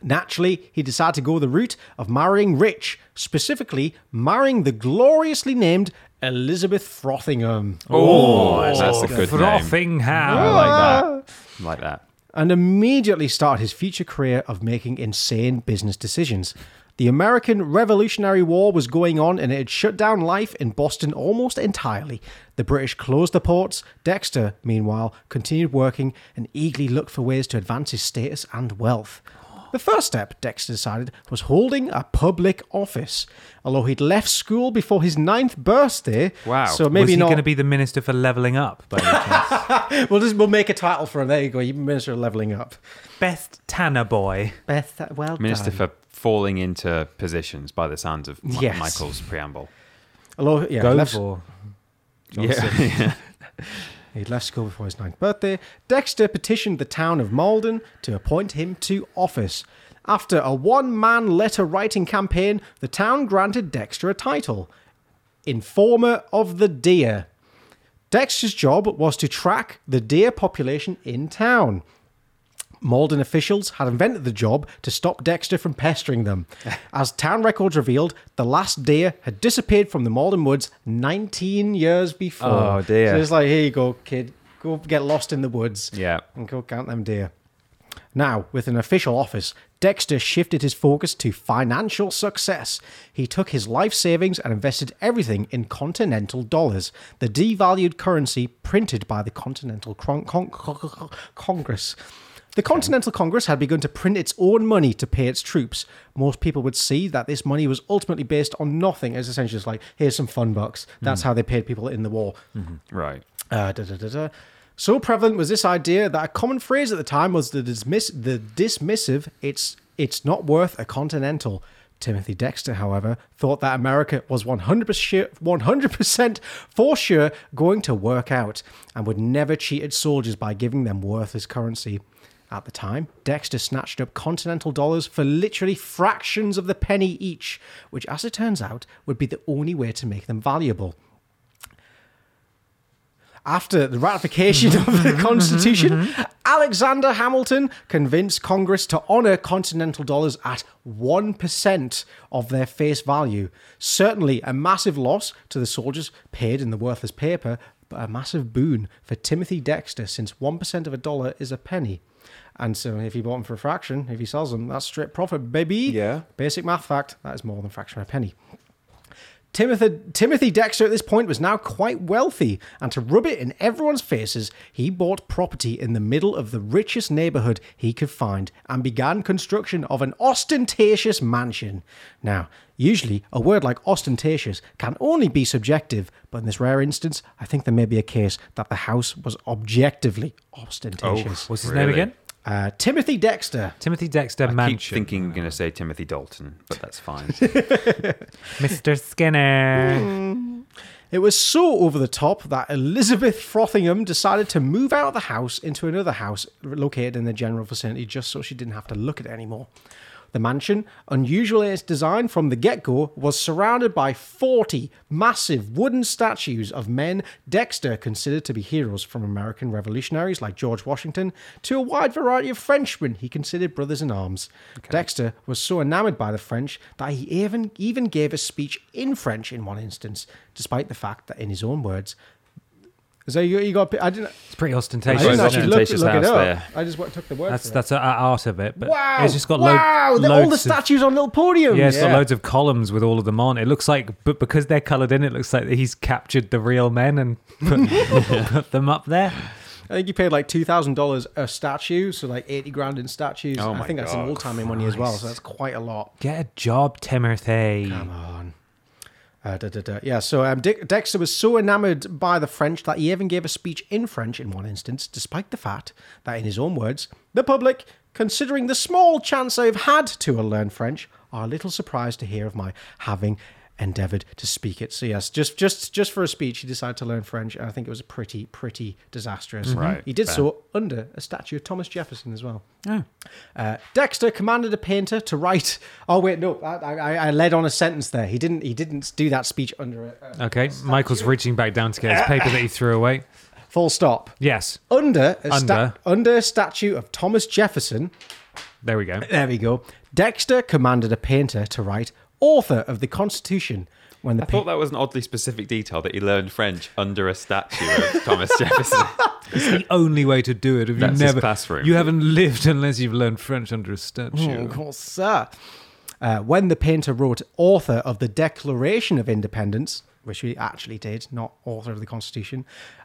Speaker 3: Naturally, he decided to go the route of marrying rich, specifically marrying the gloriously named Elizabeth Frothingham.
Speaker 4: Oh, that's a good name. I
Speaker 2: Frothingham.
Speaker 4: like that. I like that.
Speaker 3: and immediately started his future career of making insane business decisions. The American Revolutionary War was going on and it had shut down life in Boston almost entirely. The British closed the ports. Dexter, meanwhile, continued working and eagerly looked for ways to advance his status and wealth. The first step, Dexter decided, was holding a public office. Although he'd left school before his ninth birthday,
Speaker 4: Wow.
Speaker 3: so
Speaker 2: Was
Speaker 3: maybe
Speaker 2: he
Speaker 3: not.
Speaker 2: going to be the minister for leveling up? By any chance?
Speaker 3: we'll just we'll make a title for him. There you go. You minister of leveling up.
Speaker 2: Best Tanner boy.
Speaker 3: Beth, well
Speaker 4: Minister for falling into positions by the sounds of Mi-
Speaker 3: Yes.
Speaker 4: Michael's preamble.
Speaker 3: Although, yeah,
Speaker 2: Go
Speaker 3: left,
Speaker 2: for.
Speaker 4: Yeah.
Speaker 3: he'd left school before his ninth birthday. Dexter petitioned the town of Malden to appoint him to office. After a one man letter writing campaign, the town granted Dexter a title Informer of the Deer. Dexter's job was to track the deer population in town. Malden officials had invented the job to stop Dexter from pestering them. As town records revealed, the last deer had disappeared from the Malden woods 19 years before.
Speaker 4: Oh, dear.
Speaker 3: So it's like, here you go, kid. Go get lost in the woods
Speaker 4: yeah.
Speaker 3: and go count them deer. Now, with an official office, Dexter shifted his focus to financial success. He took his life savings and invested everything in continental dollars, the devalued currency printed by the Continental Cron- Con- Con- Congress. The Continental Congress had begun to print its own money to pay its troops. Most people would see that this money was ultimately based on nothing, as essentially just like, here's some fun bucks. That's how they paid people in the war.
Speaker 4: Right.
Speaker 3: Uh, da, da, da, da. So prevalent was this idea that a common phrase at the time was the dismiss the dismissive. It's it's not worth a continental. Timothy Dexter, however, thought that America was 100% for sure going to work out and would never cheat its soldiers by giving them worthless currency. At the time, Dexter snatched up continental dollars for literally fractions of the penny each, which, as it turns out, would be the only way to make them valuable after the ratification of the Constitution, Alexander Hamilton convinced Congress to honour continental dollars at 1% of their face value. Certainly a massive loss to the soldiers paid in the worthless paper, but a massive boon for Timothy Dexter since 1% of a dollar is a penny. And so if he bought them for a fraction, if he sells them, that's straight profit, baby.
Speaker 4: Yeah.
Speaker 3: Basic math fact that is more than a fraction of a penny. Timothy, Timothy Dexter at this point was now quite wealthy, and to rub it in everyone's faces, he bought property in the middle of the richest neighborhood he could find and began construction of an ostentatious mansion. Now, usually a word like ostentatious can only be subjective, but in this rare instance, I think there may be a case that the house was objectively ostentatious.
Speaker 2: What's his name
Speaker 4: Really?
Speaker 2: again?
Speaker 3: Uh, Timothy Dexter.
Speaker 2: Timothy Dexter
Speaker 4: I
Speaker 2: Mansion.
Speaker 4: keep thinking you're going to say Timothy Dalton, but that's fine.
Speaker 2: Mr. Skinner.
Speaker 3: It was so over the top that Elizabeth Frothingham decided to move out of the house into another house located in the general vicinity just so she didn't have to look at it anymore. The mansion, unusual in its design from the get go, was surrounded by 40 massive wooden statues of men Dexter considered to be heroes from American revolutionaries like George Washington to a wide variety of Frenchmen he considered brothers in arms. Dexter was so enamored by the French that he even, even gave a speech in French in one instance, despite the fact that, in his own words, so you, you got? I didn't.
Speaker 2: It's pretty
Speaker 3: I
Speaker 2: ostentatious.
Speaker 3: didn't
Speaker 4: Well,
Speaker 2: isn't
Speaker 3: actually
Speaker 2: it?
Speaker 3: look, look
Speaker 4: ostentatious
Speaker 3: it up.
Speaker 4: house there.
Speaker 3: I just wa- took the word.
Speaker 2: That's
Speaker 3: for it.
Speaker 2: that's uh, out of it, but
Speaker 3: Wow!
Speaker 2: it's just got lo-
Speaker 3: wow! they're all the
Speaker 2: loads of-
Speaker 3: statues on little podiums.
Speaker 2: Yeah, it's got
Speaker 3: Yeah.
Speaker 2: loads of columns with all of them on. It looks like, but because they're coloured in, it looks like he's captured the real men and put, put them up there.
Speaker 3: I think you paid like two thousand dollars a statue, so like eighty grand in statues.
Speaker 4: Oh
Speaker 3: I
Speaker 4: my
Speaker 3: think that's an
Speaker 4: God,
Speaker 3: all-time in money as well, so that's quite a lot.
Speaker 2: Get a job, Timothy.
Speaker 3: Come on. Uh, da, da, da. Yeah, so um, Dick, Dexter was so enamored by the French that he even gave a speech in French in one instance, despite the fact that, in his own words, the public, considering the small chance I've had to learn French, are a little surprised to hear of my having endeavored to speak it. So yes, just just just for a speech, he decided to learn French, and I think it was pretty pretty disastrous.
Speaker 4: Mm-hmm. Right,
Speaker 3: He did
Speaker 4: fair.
Speaker 3: so under a statue of Thomas Jefferson as well. Uh, Dexter commanded a painter to write. Oh wait, no, I, I, I led on a sentence there. He didn't. He didn't do that speech under a uh, a
Speaker 2: Okay, Michael's reaching back down to get his paper that he threw away.
Speaker 3: full stop.
Speaker 2: Yes.
Speaker 3: Under a sta-
Speaker 2: Under.
Speaker 3: under a statue of Thomas Jefferson,
Speaker 2: There we go.
Speaker 3: There we go. Dexter commanded a painter to write author of the Constitution when the
Speaker 4: I thought that was an oddly specific detail that he learned French under a statue of Thomas Jefferson.
Speaker 2: It's the only way to do it. If
Speaker 4: That's
Speaker 2: you
Speaker 4: his
Speaker 2: never,
Speaker 4: classroom.
Speaker 2: you haven't lived unless you've learned French under a statue.
Speaker 3: Oh, of course, sir. Uh, when the painter wrote author of the Declaration of Independence, which he actually did, not author of the Constitution,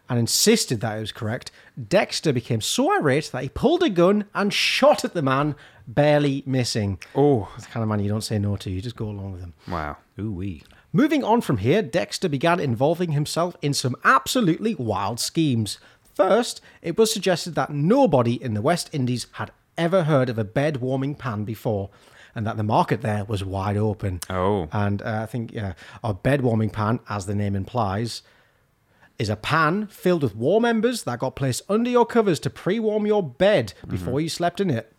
Speaker 3: and insisted that it was correct, Dexter became so irate that he pulled a gun and shot at the man, barely missing.
Speaker 4: Oh.
Speaker 3: It's the kind of man you don't say no to, you just go along with him.
Speaker 4: Wow.
Speaker 2: Ooh wee.
Speaker 3: Moving on from here, Dexter began involving himself in some absolutely wild schemes. First, it was suggested that nobody in the West Indies had ever heard of a bed warming pan before, and that the market there was wide open.
Speaker 4: Oh.
Speaker 3: And uh, I think, yeah, a bed warming pan, as the name implies, is a pan filled with warm embers that got placed under your covers to pre warm your bed before you slept in it.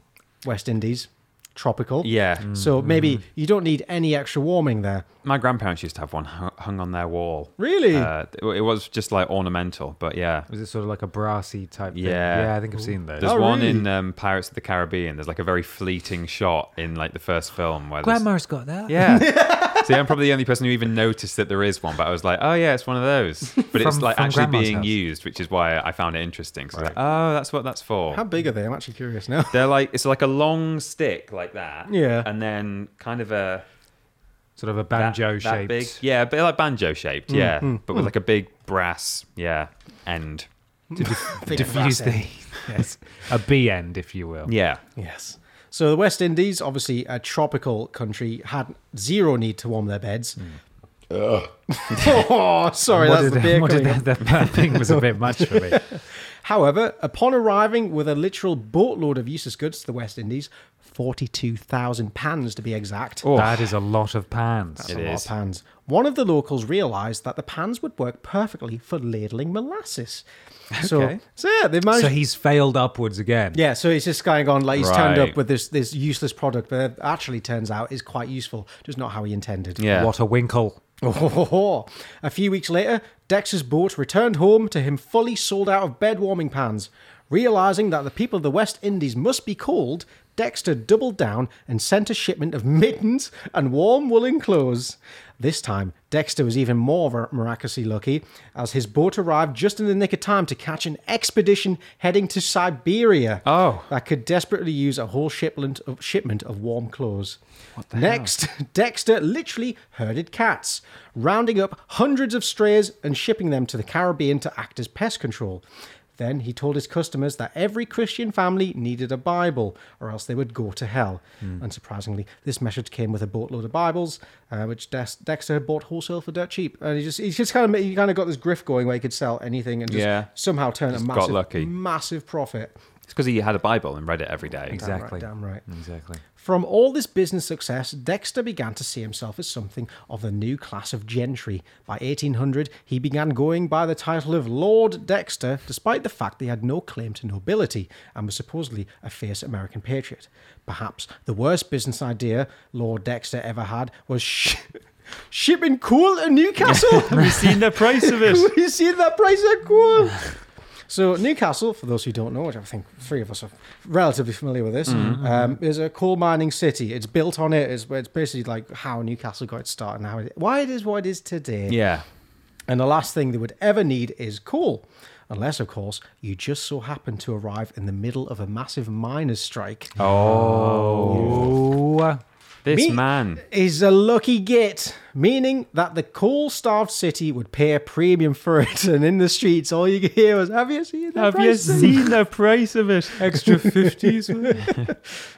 Speaker 3: West Indies, tropical.
Speaker 4: Yeah.
Speaker 3: So maybe you don't need any extra warming there.
Speaker 4: My grandparents used to have one hu- hung on their wall.
Speaker 3: Really?
Speaker 4: Uh, it it was just like ornamental, but yeah.
Speaker 2: Was it sort of like a brassy type? thing?
Speaker 4: Yeah.
Speaker 2: Yeah, I think I've seen those.
Speaker 4: There's
Speaker 3: Oh,
Speaker 4: one in
Speaker 3: really?
Speaker 4: um, Pirates of the Caribbean. There's like a very fleeting shot in like the first film where there's-
Speaker 2: Grandma's got that.
Speaker 4: Yeah. See, I'm probably the only person who even noticed that there is one, but I was like, oh yeah, it's one of those. But it's
Speaker 2: From-
Speaker 4: like
Speaker 2: from
Speaker 4: actually
Speaker 2: grandma's
Speaker 4: being
Speaker 2: house.
Speaker 4: used, which is why I found it interesting. So I was like, oh, that's what that's for.
Speaker 3: How big are they? I'm actually curious now.
Speaker 4: They're like it's like a long stick like that.
Speaker 3: Yeah.
Speaker 4: And then kind of a
Speaker 2: Sort of a
Speaker 4: that-
Speaker 2: banjo
Speaker 4: that
Speaker 2: shaped.
Speaker 4: big- yeah, a bit like banjo shaped. Yeah. but with like a big brass. Yeah. End.
Speaker 2: Diffuse the yes, a B end, if you will.
Speaker 4: Yeah.
Speaker 3: Yes. So the West Indies, obviously a tropical country, had zero need to warm their beds. oh, sorry,
Speaker 2: What
Speaker 3: that's
Speaker 2: did-
Speaker 3: the beer
Speaker 2: what did
Speaker 3: coming out.
Speaker 2: that, that burping was a bit much for me.
Speaker 3: However, upon arriving with a literal boatload of useless goods to the West Indies, 42,000 pans to be exact.
Speaker 2: Oh. That is a lot of pans.
Speaker 3: That's
Speaker 4: It
Speaker 3: a lot
Speaker 4: is.
Speaker 3: of pans. One of the locals realised that the pans would work perfectly for ladling molasses. So,
Speaker 2: Okay.
Speaker 3: so yeah, they've managed
Speaker 2: So he's failed upwards again.
Speaker 3: Yeah, so it's this guy gone like he's turned
Speaker 4: Right.
Speaker 3: up with this this useless product that actually turns out is quite useful, just not how he intended.
Speaker 4: Yeah.
Speaker 2: What a winkle.
Speaker 3: Oh, ho, ho, ho. A few weeks later, Dex's boat returned home to him fully sold out of bed warming pans. Realizing that the people of the West Indies must be cold, Dexter doubled down and sent a shipment of mittens and warm woolen clothes. This time, Dexter was even more mir- miraculously lucky, as his boat arrived just in the nick of time to catch an expedition heading to Siberia
Speaker 4: Oh.
Speaker 3: that could desperately use a whole shipment of, shipment of warm clothes. Next, Dexter literally herded cats, rounding up hundreds of strays and shipping them to the Caribbean to act as pest control. Then he told his customers that every Christian family needed a Bible, or else they would go to hell.
Speaker 4: Hmm.
Speaker 3: Unsurprisingly, this message came with a boatload of Bibles, uh, which Dex- Dexter had bought wholesale for dirt cheap. And he just, he just kind of, he kind of got this grift going where he could sell anything and just
Speaker 4: Yeah.
Speaker 3: somehow turn a
Speaker 4: got
Speaker 3: massive,
Speaker 4: lucky.
Speaker 3: massive profit.
Speaker 4: It's because he had a Bible and read it every day.
Speaker 2: Exactly.
Speaker 3: Damn right, damn right.
Speaker 2: Exactly.
Speaker 3: From all this business success, Dexter began to see himself as something of the new class of gentry. By 1800, he began going by the title of Lord Dexter, despite the fact that he had no claim to nobility and was supposedly a fierce American patriot. Perhaps the worst business idea Lord Dexter ever had was sh- shipping coal to Newcastle.
Speaker 4: We've seen the price of it.
Speaker 3: you see that price of coal? So Newcastle, for those who don't know, which I think three of us are relatively familiar with this, um, is a coal mining city. It's built on it. It's, it's basically like how Newcastle got its start and how it, why it is what it is today.
Speaker 4: Yeah.
Speaker 3: And the last thing they would ever need is coal, unless, of course, you just so happen to arrive in the middle of a massive miners' strike.
Speaker 2: Oh.
Speaker 4: This
Speaker 3: Me-
Speaker 4: man.
Speaker 3: Is a lucky git, meaning that the coal starved city would pay a premium for it, and in the streets, all you could hear was, Have you seen the price of
Speaker 4: seen the price of it?
Speaker 2: Extra 50s.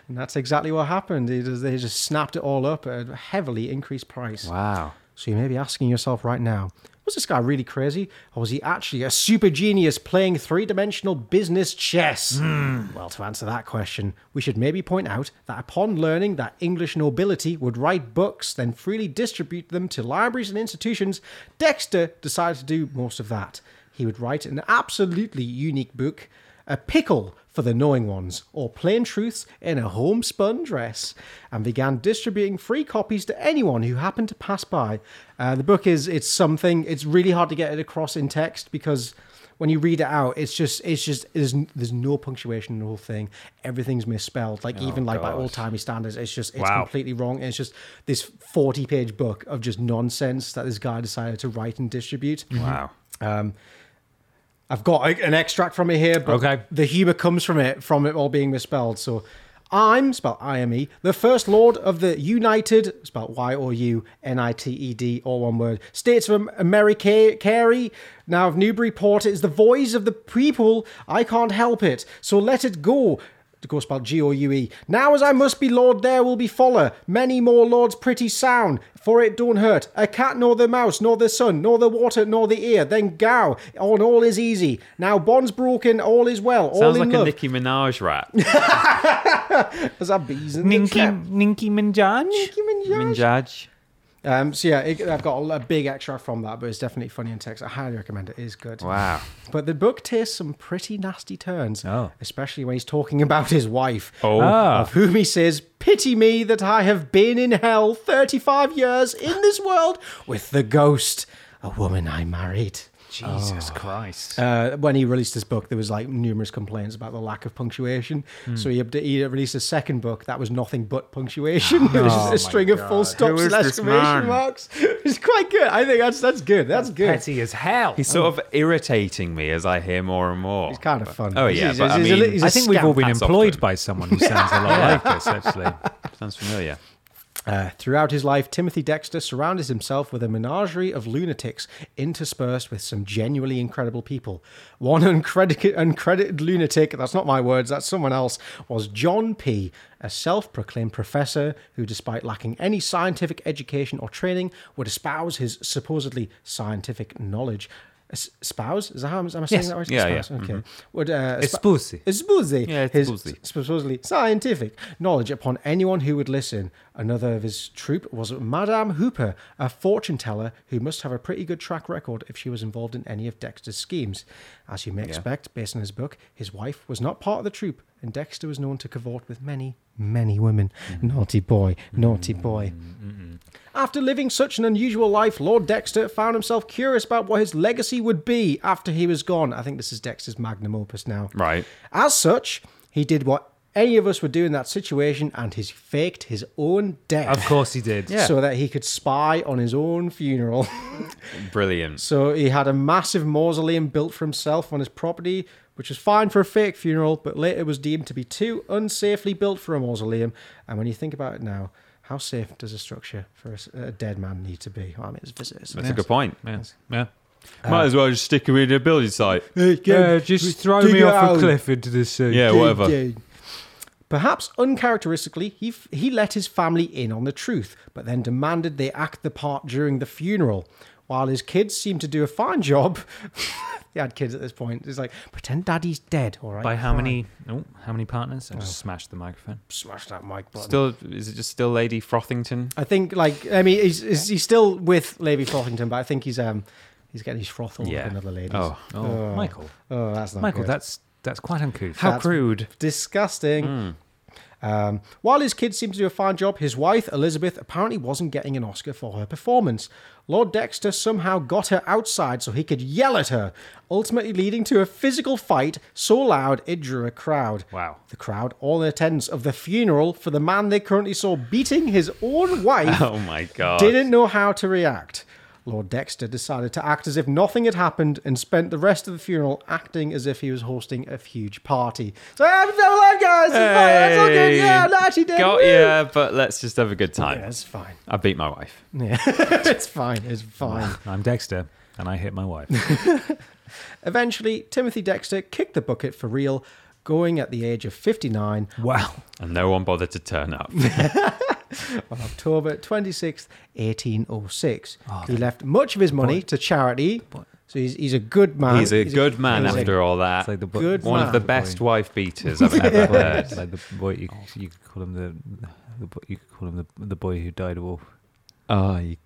Speaker 3: And that's exactly what happened. They just, they just snapped it all up at a heavily increased price.
Speaker 4: Wow.
Speaker 3: So you may be asking yourself right now, was this guy really crazy? Or was he actually a super genius playing three dimensional business chess? Well, to answer that question, we should maybe point out that upon learning that English nobility would write books, then freely distribute them to libraries and institutions, Dexter decided to do most of that. He would write an absolutely unique book, A Pickle for the Knowing Ones, or Plain Truths in a Homespun Dress, and began distributing free copies to anyone who happened to pass by. Uh, the book is, it's something, it's really hard to get it across in text because when you read it out, it's just it's just there's there's no punctuation in the whole thing. Everything's misspelled. Like even like by
Speaker 4: God.
Speaker 3: old timey standards, it's just it's
Speaker 4: Oh, Wow.
Speaker 3: completely wrong. It's just this forty page book of just nonsense that this guy decided to write and distribute.
Speaker 4: Wow.
Speaker 3: I've got like, an extract from it here, but
Speaker 2: Okay.
Speaker 3: the humor comes from it from it all being misspelled. So I'm spelled I M E, the first lord of the United spelled Y O U N I T E D, all one word. States of America Carey, now of Newburyport, it is the voice of the people. I can't help it. So let it go. Of course, spelled G O U E. Now, as I must be lord, there will be follower. Many more lords pretty sound, for it don't hurt. A cat nor the mouse, nor the sun, nor the water, nor the ear. Then gow, on all is easy. Now, bonds broken, all is well. all
Speaker 4: Sounds
Speaker 3: in
Speaker 4: like
Speaker 3: love.
Speaker 4: a Nicki Minaj rap.
Speaker 3: There's a bees in the
Speaker 2: Ninky
Speaker 3: trap.
Speaker 2: Ninky Minjan.
Speaker 3: Nicki Minaj.
Speaker 4: Minaj.
Speaker 3: Um, so yeah, it, I've got a, a big extract from that, but it's definitely funny in text. I highly recommend it. It is good.
Speaker 4: Wow.
Speaker 3: But the book takes some pretty nasty turns,
Speaker 2: Oh.
Speaker 3: especially when he's talking about his wife,
Speaker 4: Oh.
Speaker 2: Ah,
Speaker 3: of whom he says, "Pity me that I have been in hell thirty-five years in this world with the ghost, a woman I married."
Speaker 2: Jesus Christ.
Speaker 3: Uh, when he released his book, there was like numerous complaints about the lack of punctuation.
Speaker 4: Hmm.
Speaker 3: So he, upda- he released a second book that was nothing but punctuation. it was just a string of full stops
Speaker 4: Oh Who
Speaker 3: and
Speaker 4: is this man?
Speaker 3: exclamation marks. It's quite good. I think that's that's good. That's good.
Speaker 2: Petty as hell.
Speaker 4: He's sort of irritating me as I hear more and more.
Speaker 3: It's kind of fun.
Speaker 4: Oh, yeah,
Speaker 3: He's-
Speaker 4: but I
Speaker 3: he's a
Speaker 4: mean-
Speaker 3: li- he's a
Speaker 2: I think we've
Speaker 3: scamp.
Speaker 2: all been
Speaker 4: Hats off to
Speaker 2: employed
Speaker 4: him.
Speaker 2: by someone who sounds a lot like this, actually.
Speaker 4: Sounds familiar.
Speaker 3: Uh, throughout his life, Timothy Dexter surrounded himself with a menagerie of lunatics, interspersed with some genuinely incredible people. One uncredited, uncredited lunatic, that's not my words, that's someone else, was John P., a self proclaimed professor who, despite lacking any scientific education or training, would espouse his supposedly scientific knowledge. Es- Espouse? Is that how I'm, am I saying
Speaker 2: Yes.
Speaker 3: that right?
Speaker 4: Yeah, yeah. Mm-hmm.
Speaker 3: Espouse, Okay. Would, uh, esp-
Speaker 2: Espousey.
Speaker 3: Espousey.
Speaker 4: Yeah,
Speaker 3: His
Speaker 4: espousey.
Speaker 3: supposedly scientific knowledge upon anyone who would listen. Another of his troupe was Madame Hooper, a fortune teller who must have a pretty good track record if she was involved in any of Dexter's schemes. As you may expect, based on his book, his wife was not part of the troupe, and Dexter was known to cavort with many, many women. Naughty boy, naughty boy. After living such an unusual life, Lord Dexter found himself curious about what his legacy would be after he was gone. I think this is Dexter's magnum opus now.
Speaker 4: Right.
Speaker 3: As such, he did what any of us would do in that situation and he faked his own death.
Speaker 2: Of course he did.
Speaker 3: So that he could spy on his own funeral.
Speaker 4: Brilliant.
Speaker 3: so he had a massive mausoleum built for himself on his property, which was fine for a fake funeral, but later was deemed to be too unsafely built for a mausoleum. And when you think about it now, how safe does a structure for a s- a, dead man need to be? I mean, it's visitors.
Speaker 4: That's a good point. Uh,
Speaker 2: Yeah. yeah.
Speaker 4: Might as well just stick him in a building site.
Speaker 2: Yeah, just throw me off a cliff into the sea.
Speaker 4: Yeah, whatever.
Speaker 3: Ding, ding. Perhaps uncharacteristically, he, f- he let his family in on the truth, but then demanded they act the part during the funeral. While his kids seemed to do a fine job, they had kids at this point. It's like, pretend daddy's dead, all right? Oh.
Speaker 2: By how
Speaker 3: Fine.
Speaker 2: many? Oh, how many partners? I just smashed the microphone.
Speaker 3: Smash that mic button.
Speaker 4: Still, is it just still Lady Frothington?
Speaker 3: I think, like, I mean, he's, he's he's still with Lady Frothington, but I think he's um he's getting his froth on
Speaker 4: Yeah.
Speaker 3: with another lady.
Speaker 4: Oh.
Speaker 2: Oh, Michael,
Speaker 3: oh, that's not
Speaker 2: Michael,
Speaker 3: good.
Speaker 2: that's that's quite uncouth.
Speaker 3: How That's-
Speaker 2: crude!
Speaker 3: disgusting. Um, while his kids seem to do a fine job, his wife, Elizabeth, apparently wasn't getting an Oscar for her performance. Lord Dexter somehow got her outside so he could yell at her, ultimately leading to a physical fight so loud it drew a crowd.
Speaker 2: Wow.
Speaker 3: The crowd, all in attendance of the funeral for the man they currently saw beating his own wife,
Speaker 4: Oh my god.
Speaker 3: didn't know how to react. Lord Dexter decided to act as if nothing had happened and spent the rest of the funeral acting as if he was hosting a huge party. So I'm still alive, guys. It's fine. That's all good.
Speaker 4: Hey.
Speaker 3: Yeah, I'm not actually dead.
Speaker 4: Got
Speaker 3: Woo.
Speaker 4: yeah, but let's just have a good time.
Speaker 3: Yeah, it's fine.
Speaker 4: I beat my wife.
Speaker 3: Yeah, it's fine. It's fine.
Speaker 2: I'm Dexter, and I hit my wife.
Speaker 3: Eventually, Timothy Dexter kicked the bucket for real, going at the age of 59
Speaker 2: wow,
Speaker 4: And no one bothered to turn up.
Speaker 3: on October 26th, 1806.
Speaker 4: Oh,
Speaker 3: he left much of his money to charity. So he's, he's a good man.
Speaker 4: He's a good man
Speaker 3: he's a
Speaker 4: after all that.
Speaker 2: it's like the bo-
Speaker 3: Good
Speaker 4: Uh, one of the
Speaker 3: man.
Speaker 4: best wife beaters I've ever
Speaker 2: Like,
Speaker 4: heard.
Speaker 2: the boy, you, you could call him the, the boy- you could call him the, the boy who died a wolf.
Speaker 4: Oh, you,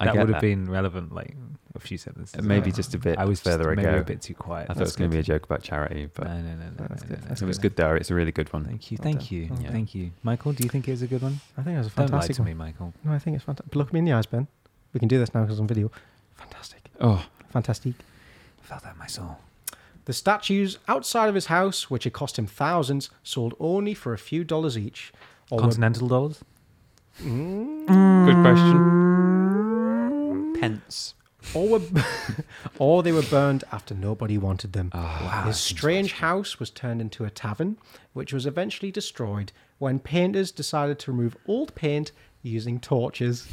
Speaker 4: I
Speaker 2: that
Speaker 4: get
Speaker 2: would
Speaker 4: that.
Speaker 2: have been relevant, like a few sentences.
Speaker 4: maybe
Speaker 2: ago.
Speaker 4: just a bit.
Speaker 2: I was
Speaker 4: further
Speaker 2: just maybe
Speaker 4: ago.
Speaker 2: a bit too quiet.
Speaker 4: I thought it was going to be a joke about charity, but
Speaker 2: No, no, no, no, no, no, no.
Speaker 4: it was good though. It's a really good one.
Speaker 2: Thank you, thank you,
Speaker 4: Yeah.
Speaker 2: thank you, Michael. Do you think it was a good one?
Speaker 3: I think that was a
Speaker 2: Don't lie
Speaker 3: fantastic
Speaker 2: to
Speaker 3: one.
Speaker 2: me, Michael.
Speaker 3: No, I think it's fantastic. Look me in the eyes, Ben. We can do this now because it's on video. Fantastic.
Speaker 4: Oh,
Speaker 3: Fantastic.
Speaker 2: I felt that in my soul.
Speaker 3: The statues outside of his house, which had cost him thousands, sold only for a few dollars each. Or were
Speaker 2: Continental dollars?
Speaker 4: Good question. Pence.
Speaker 3: or were or they were burned after nobody wanted them. His strange house was turned into a tavern, which was eventually destroyed when painters decided to remove old paint using torches.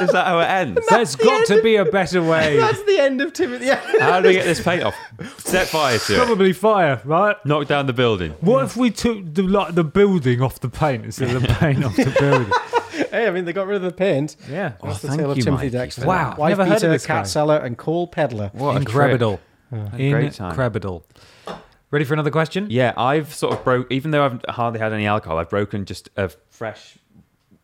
Speaker 4: Is that how it ends?
Speaker 2: There's got to be a better way.
Speaker 3: That's the end of Timothy.
Speaker 4: how do we get this paint off? Set fire to it.
Speaker 2: Probably fire, right?
Speaker 4: Knock down the building.
Speaker 2: What if we took the like the building off the paint instead of the paint off the building? Oh,
Speaker 3: hey, I mean they got rid of the paint.
Speaker 2: Yeah.
Speaker 3: That's the
Speaker 4: thank
Speaker 3: tale of
Speaker 4: you,
Speaker 3: Timothy
Speaker 4: Mikey,
Speaker 3: Dexter.
Speaker 4: for
Speaker 2: that. Wow,
Speaker 3: Wife
Speaker 2: never heard of
Speaker 3: beater,
Speaker 2: this guy.
Speaker 3: cat seller, and coal peddler.
Speaker 4: What
Speaker 2: Incredible.
Speaker 4: a great time.
Speaker 2: Incredible. Ready for another question?
Speaker 4: Yeah, I've sort of broke. Even though I've hardly had any alcohol, I've broken just a fresh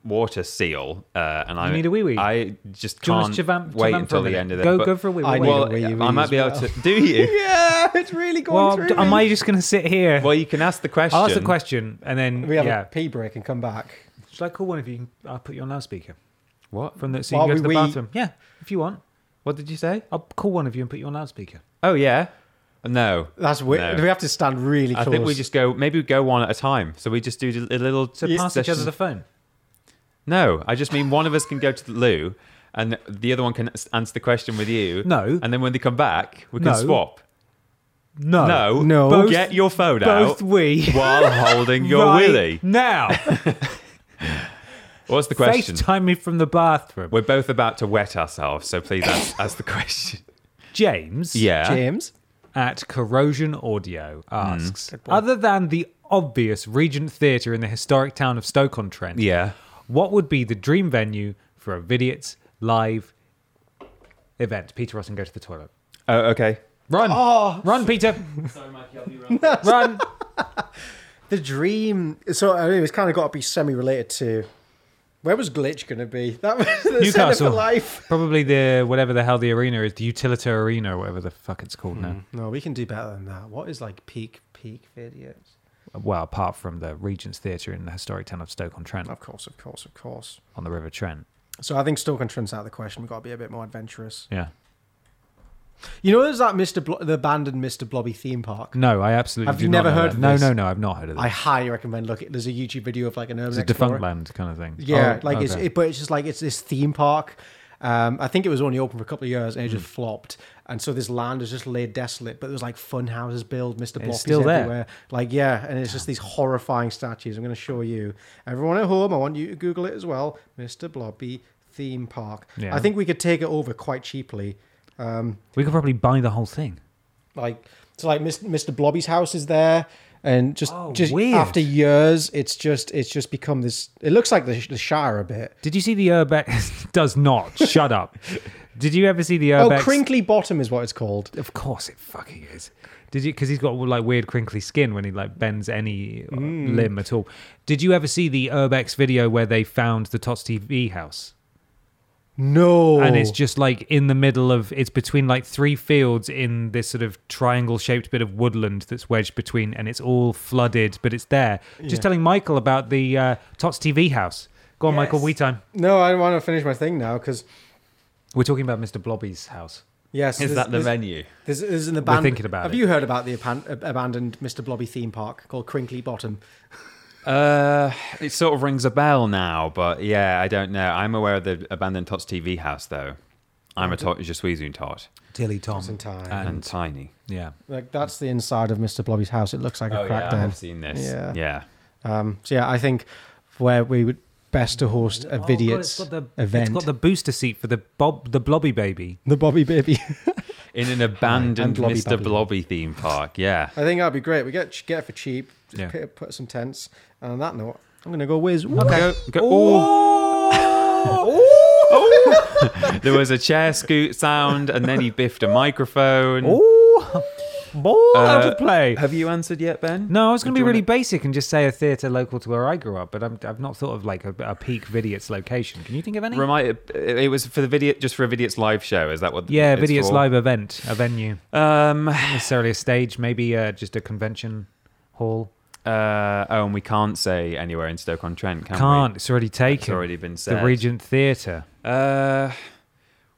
Speaker 4: water seal, uh, and I
Speaker 2: need a wee-wee?
Speaker 4: I just
Speaker 2: Do you want
Speaker 4: can't
Speaker 2: us to vamp- to
Speaker 4: wait
Speaker 2: vamp for a
Speaker 4: until the
Speaker 2: minute?
Speaker 4: end of it.
Speaker 2: Go-
Speaker 4: but-
Speaker 2: go for a wee-wee.
Speaker 4: I need
Speaker 3: Well,
Speaker 4: a wee-wee
Speaker 3: I
Speaker 4: I
Speaker 3: might
Speaker 4: might
Speaker 3: as
Speaker 4: be able
Speaker 3: well.
Speaker 4: to. Do you?
Speaker 3: Yeah, it's really going
Speaker 2: Well,
Speaker 3: through.
Speaker 2: d- am
Speaker 3: me.
Speaker 2: I just going to sit here?
Speaker 4: Well, you can ask the question.
Speaker 2: I'll ask the question and then
Speaker 3: We have
Speaker 2: yeah.
Speaker 3: a pee break and come back.
Speaker 2: Should I call one of you? I'll put you on loudspeaker
Speaker 4: What?
Speaker 2: from the so you
Speaker 3: While
Speaker 2: can go to the
Speaker 3: we-
Speaker 2: bathroom. Yeah, if you want,
Speaker 4: What did you say?
Speaker 2: I'll call one of you and put you on loudspeaker.
Speaker 4: Oh yeah. No.
Speaker 3: That's weird.
Speaker 4: No.
Speaker 3: We have to stand really
Speaker 4: I
Speaker 3: close.
Speaker 4: think we just go. Maybe we go one at a time. So we just do a little.
Speaker 2: So pass each other the phone.
Speaker 4: No, I just mean one of us can go to the loo, and the other one can s- answer the question with you.
Speaker 2: No.
Speaker 4: And then when they come back, we can
Speaker 2: No.
Speaker 4: swap.
Speaker 2: No,
Speaker 4: Oh, No.
Speaker 3: No.
Speaker 2: Both-
Speaker 4: Get your phone
Speaker 2: both
Speaker 4: out
Speaker 2: we
Speaker 4: while holding your
Speaker 2: right
Speaker 4: willy.
Speaker 2: now.
Speaker 4: What's the question?
Speaker 2: FaceTime me from the bathroom,
Speaker 4: We're both about to wet ourselves, so please ask, ask the question.
Speaker 2: James.
Speaker 4: Yeah.
Speaker 3: James.
Speaker 2: at Corrosion Audio asks Other than the obvious Regent Theatre in the historic town of Stoke on Trent,
Speaker 4: Yeah.
Speaker 2: what would be the dream venue for a Vidiot's live event? Peter Ross and go to the toilet.
Speaker 4: Oh, okay.
Speaker 2: Run!
Speaker 3: Oh.
Speaker 2: Run, Peter!
Speaker 4: Sorry, Mikey, I'll be wrong.
Speaker 2: Run!
Speaker 3: The dream. So I mean, it's kind of got to be semi-related to. Where was Glitch going to be? That was the centre
Speaker 2: Newcastle.
Speaker 3: for life.
Speaker 2: Probably the whatever the hell the arena is, the Utilita Arena or whatever the fuck it's called now.
Speaker 3: No, we can do better than that. What is like peak peak videos?
Speaker 2: Well, apart from the Regent's Theatre in the historic town of Stoke on Trent,
Speaker 3: Of course, of course, of course.
Speaker 2: on the River Trent.
Speaker 3: So I think Stoke and Trent's out of the question. We've got to be a bit more adventurous.
Speaker 2: Yeah.
Speaker 3: You know, there's that Mr. Blo- the abandoned Mr. Blobby theme park.
Speaker 2: No, I absolutely
Speaker 3: Have
Speaker 2: do
Speaker 3: you
Speaker 2: not
Speaker 3: never
Speaker 2: know
Speaker 3: heard
Speaker 2: that.
Speaker 3: of
Speaker 2: No,
Speaker 3: this?
Speaker 2: no, no, I've not heard of this.
Speaker 3: I highly recommend look it. There's a YouTube video of like an urban
Speaker 2: it's a
Speaker 3: explorer.
Speaker 2: Mm. defunct land kind of thing.
Speaker 3: Yeah,
Speaker 2: Oh,
Speaker 3: like it's
Speaker 2: okay.
Speaker 3: it, but it's just like it's this theme park. Um, I think it was only open for a couple of years and it
Speaker 2: Hmm.
Speaker 3: just flopped. And so this land is just laid desolate, but there's like fun houses built, Mr. Bloppies
Speaker 2: still there.
Speaker 3: everywhere. Like, yeah, and it's just these horrifying statues. I'm going to show you. Everyone at home, I want you to Google it as well. Mr. Blobby theme park.
Speaker 2: Yeah.
Speaker 3: I think we could take it over quite cheaply. Um,
Speaker 2: We could probably buy the whole thing.
Speaker 3: like so like Mis- Mr. Blobby's house is there and just
Speaker 2: Oh,
Speaker 3: just
Speaker 2: weird.
Speaker 3: after years it's just it's just become this it looks like the, the Shire a bit.
Speaker 2: Did you see the Urbex? Does not. Shut up. Did you ever see the
Speaker 3: Oh,
Speaker 2: Urbex?
Speaker 3: Crinkly Bottom is what it's called.
Speaker 2: Of course it fucking is. Did you? Because he's got like weird crinkly skin when he like bends any uh, limb at all. Did you ever see the Urbex video where they found the Tots TV house?
Speaker 3: No.
Speaker 2: And it's just like in the middle of it's between like three fields in this sort of triangle shaped bit of woodland that's wedged between, and it's all flooded, but it's there. Just telling Michael about the uh, Tots TV house. Go on, Michael.
Speaker 3: Yes.
Speaker 2: We time.
Speaker 3: No, I want to finish my thing now because
Speaker 2: We're talking about Mr. Blobby's house.
Speaker 3: yes,
Speaker 4: Is
Speaker 3: there's-
Speaker 4: that the
Speaker 3: there's,
Speaker 4: venue?
Speaker 3: there's, there's an abandoned.
Speaker 2: thinking about
Speaker 3: Have
Speaker 2: it.
Speaker 3: you heard about the aban- ab- abandoned Mr. Blobby theme park called Crinkly Bottom?
Speaker 4: Uh, it sort of rings a bell now, but yeah, I don't know. I'm aware of the abandoned Tots TV house, though. I'm a tot, je suis une tot,
Speaker 2: Tilly Tom.
Speaker 3: in time.
Speaker 4: and,
Speaker 2: And
Speaker 4: tiny.
Speaker 2: yeah.
Speaker 3: Like that's the inside of Mr. Blobby's house. It looks like a
Speaker 2: Oh,
Speaker 3: crackdown.
Speaker 4: I've seen this.
Speaker 3: Yeah.
Speaker 4: Oh, Yeah,
Speaker 3: um, so yeah, I think where we would best to host a video
Speaker 2: Oh, it's got the
Speaker 3: event.
Speaker 2: It's got the booster seat for the Bob the Blobby baby.
Speaker 3: the Bobby Baby.
Speaker 4: in an abandoned
Speaker 3: Blobby
Speaker 4: Mr.
Speaker 3: Babbly.
Speaker 4: Blobby theme park. Yeah,
Speaker 3: I think that'd be great. We get get it for cheap. Just
Speaker 2: Yeah.
Speaker 3: put, put some tents. And on that note, I'm gonna go whiz.
Speaker 4: Go, go, Ooh. there was a chair scoot sound, and then he biffed a microphone.
Speaker 2: Oh, ball out
Speaker 4: Uh,
Speaker 2: of play.
Speaker 4: Have you answered yet, Ben?
Speaker 2: No, I was going
Speaker 4: Do
Speaker 2: to be
Speaker 4: you
Speaker 2: really
Speaker 4: wanna-
Speaker 2: basic and just say a theatre local to where I grew up, but I'm, I've not thought of like a, a peak Vidiot's location. Can you think of any?
Speaker 4: Remind. It it was for the video, just for a Vidiot's live show. Is that what?
Speaker 2: yeah,
Speaker 4: it's
Speaker 2: Vidiot's
Speaker 4: for?
Speaker 2: live event, a venue,
Speaker 4: Um. Uh.
Speaker 2: not necessarily a stage, maybe uh, just a convention hall.
Speaker 4: Oh, and we can't say anywhere in Stoke on Trent, can we?
Speaker 2: Can't. It's already taken.
Speaker 4: It's already been
Speaker 2: the
Speaker 4: said.
Speaker 2: Regent Theatre.
Speaker 4: Uh.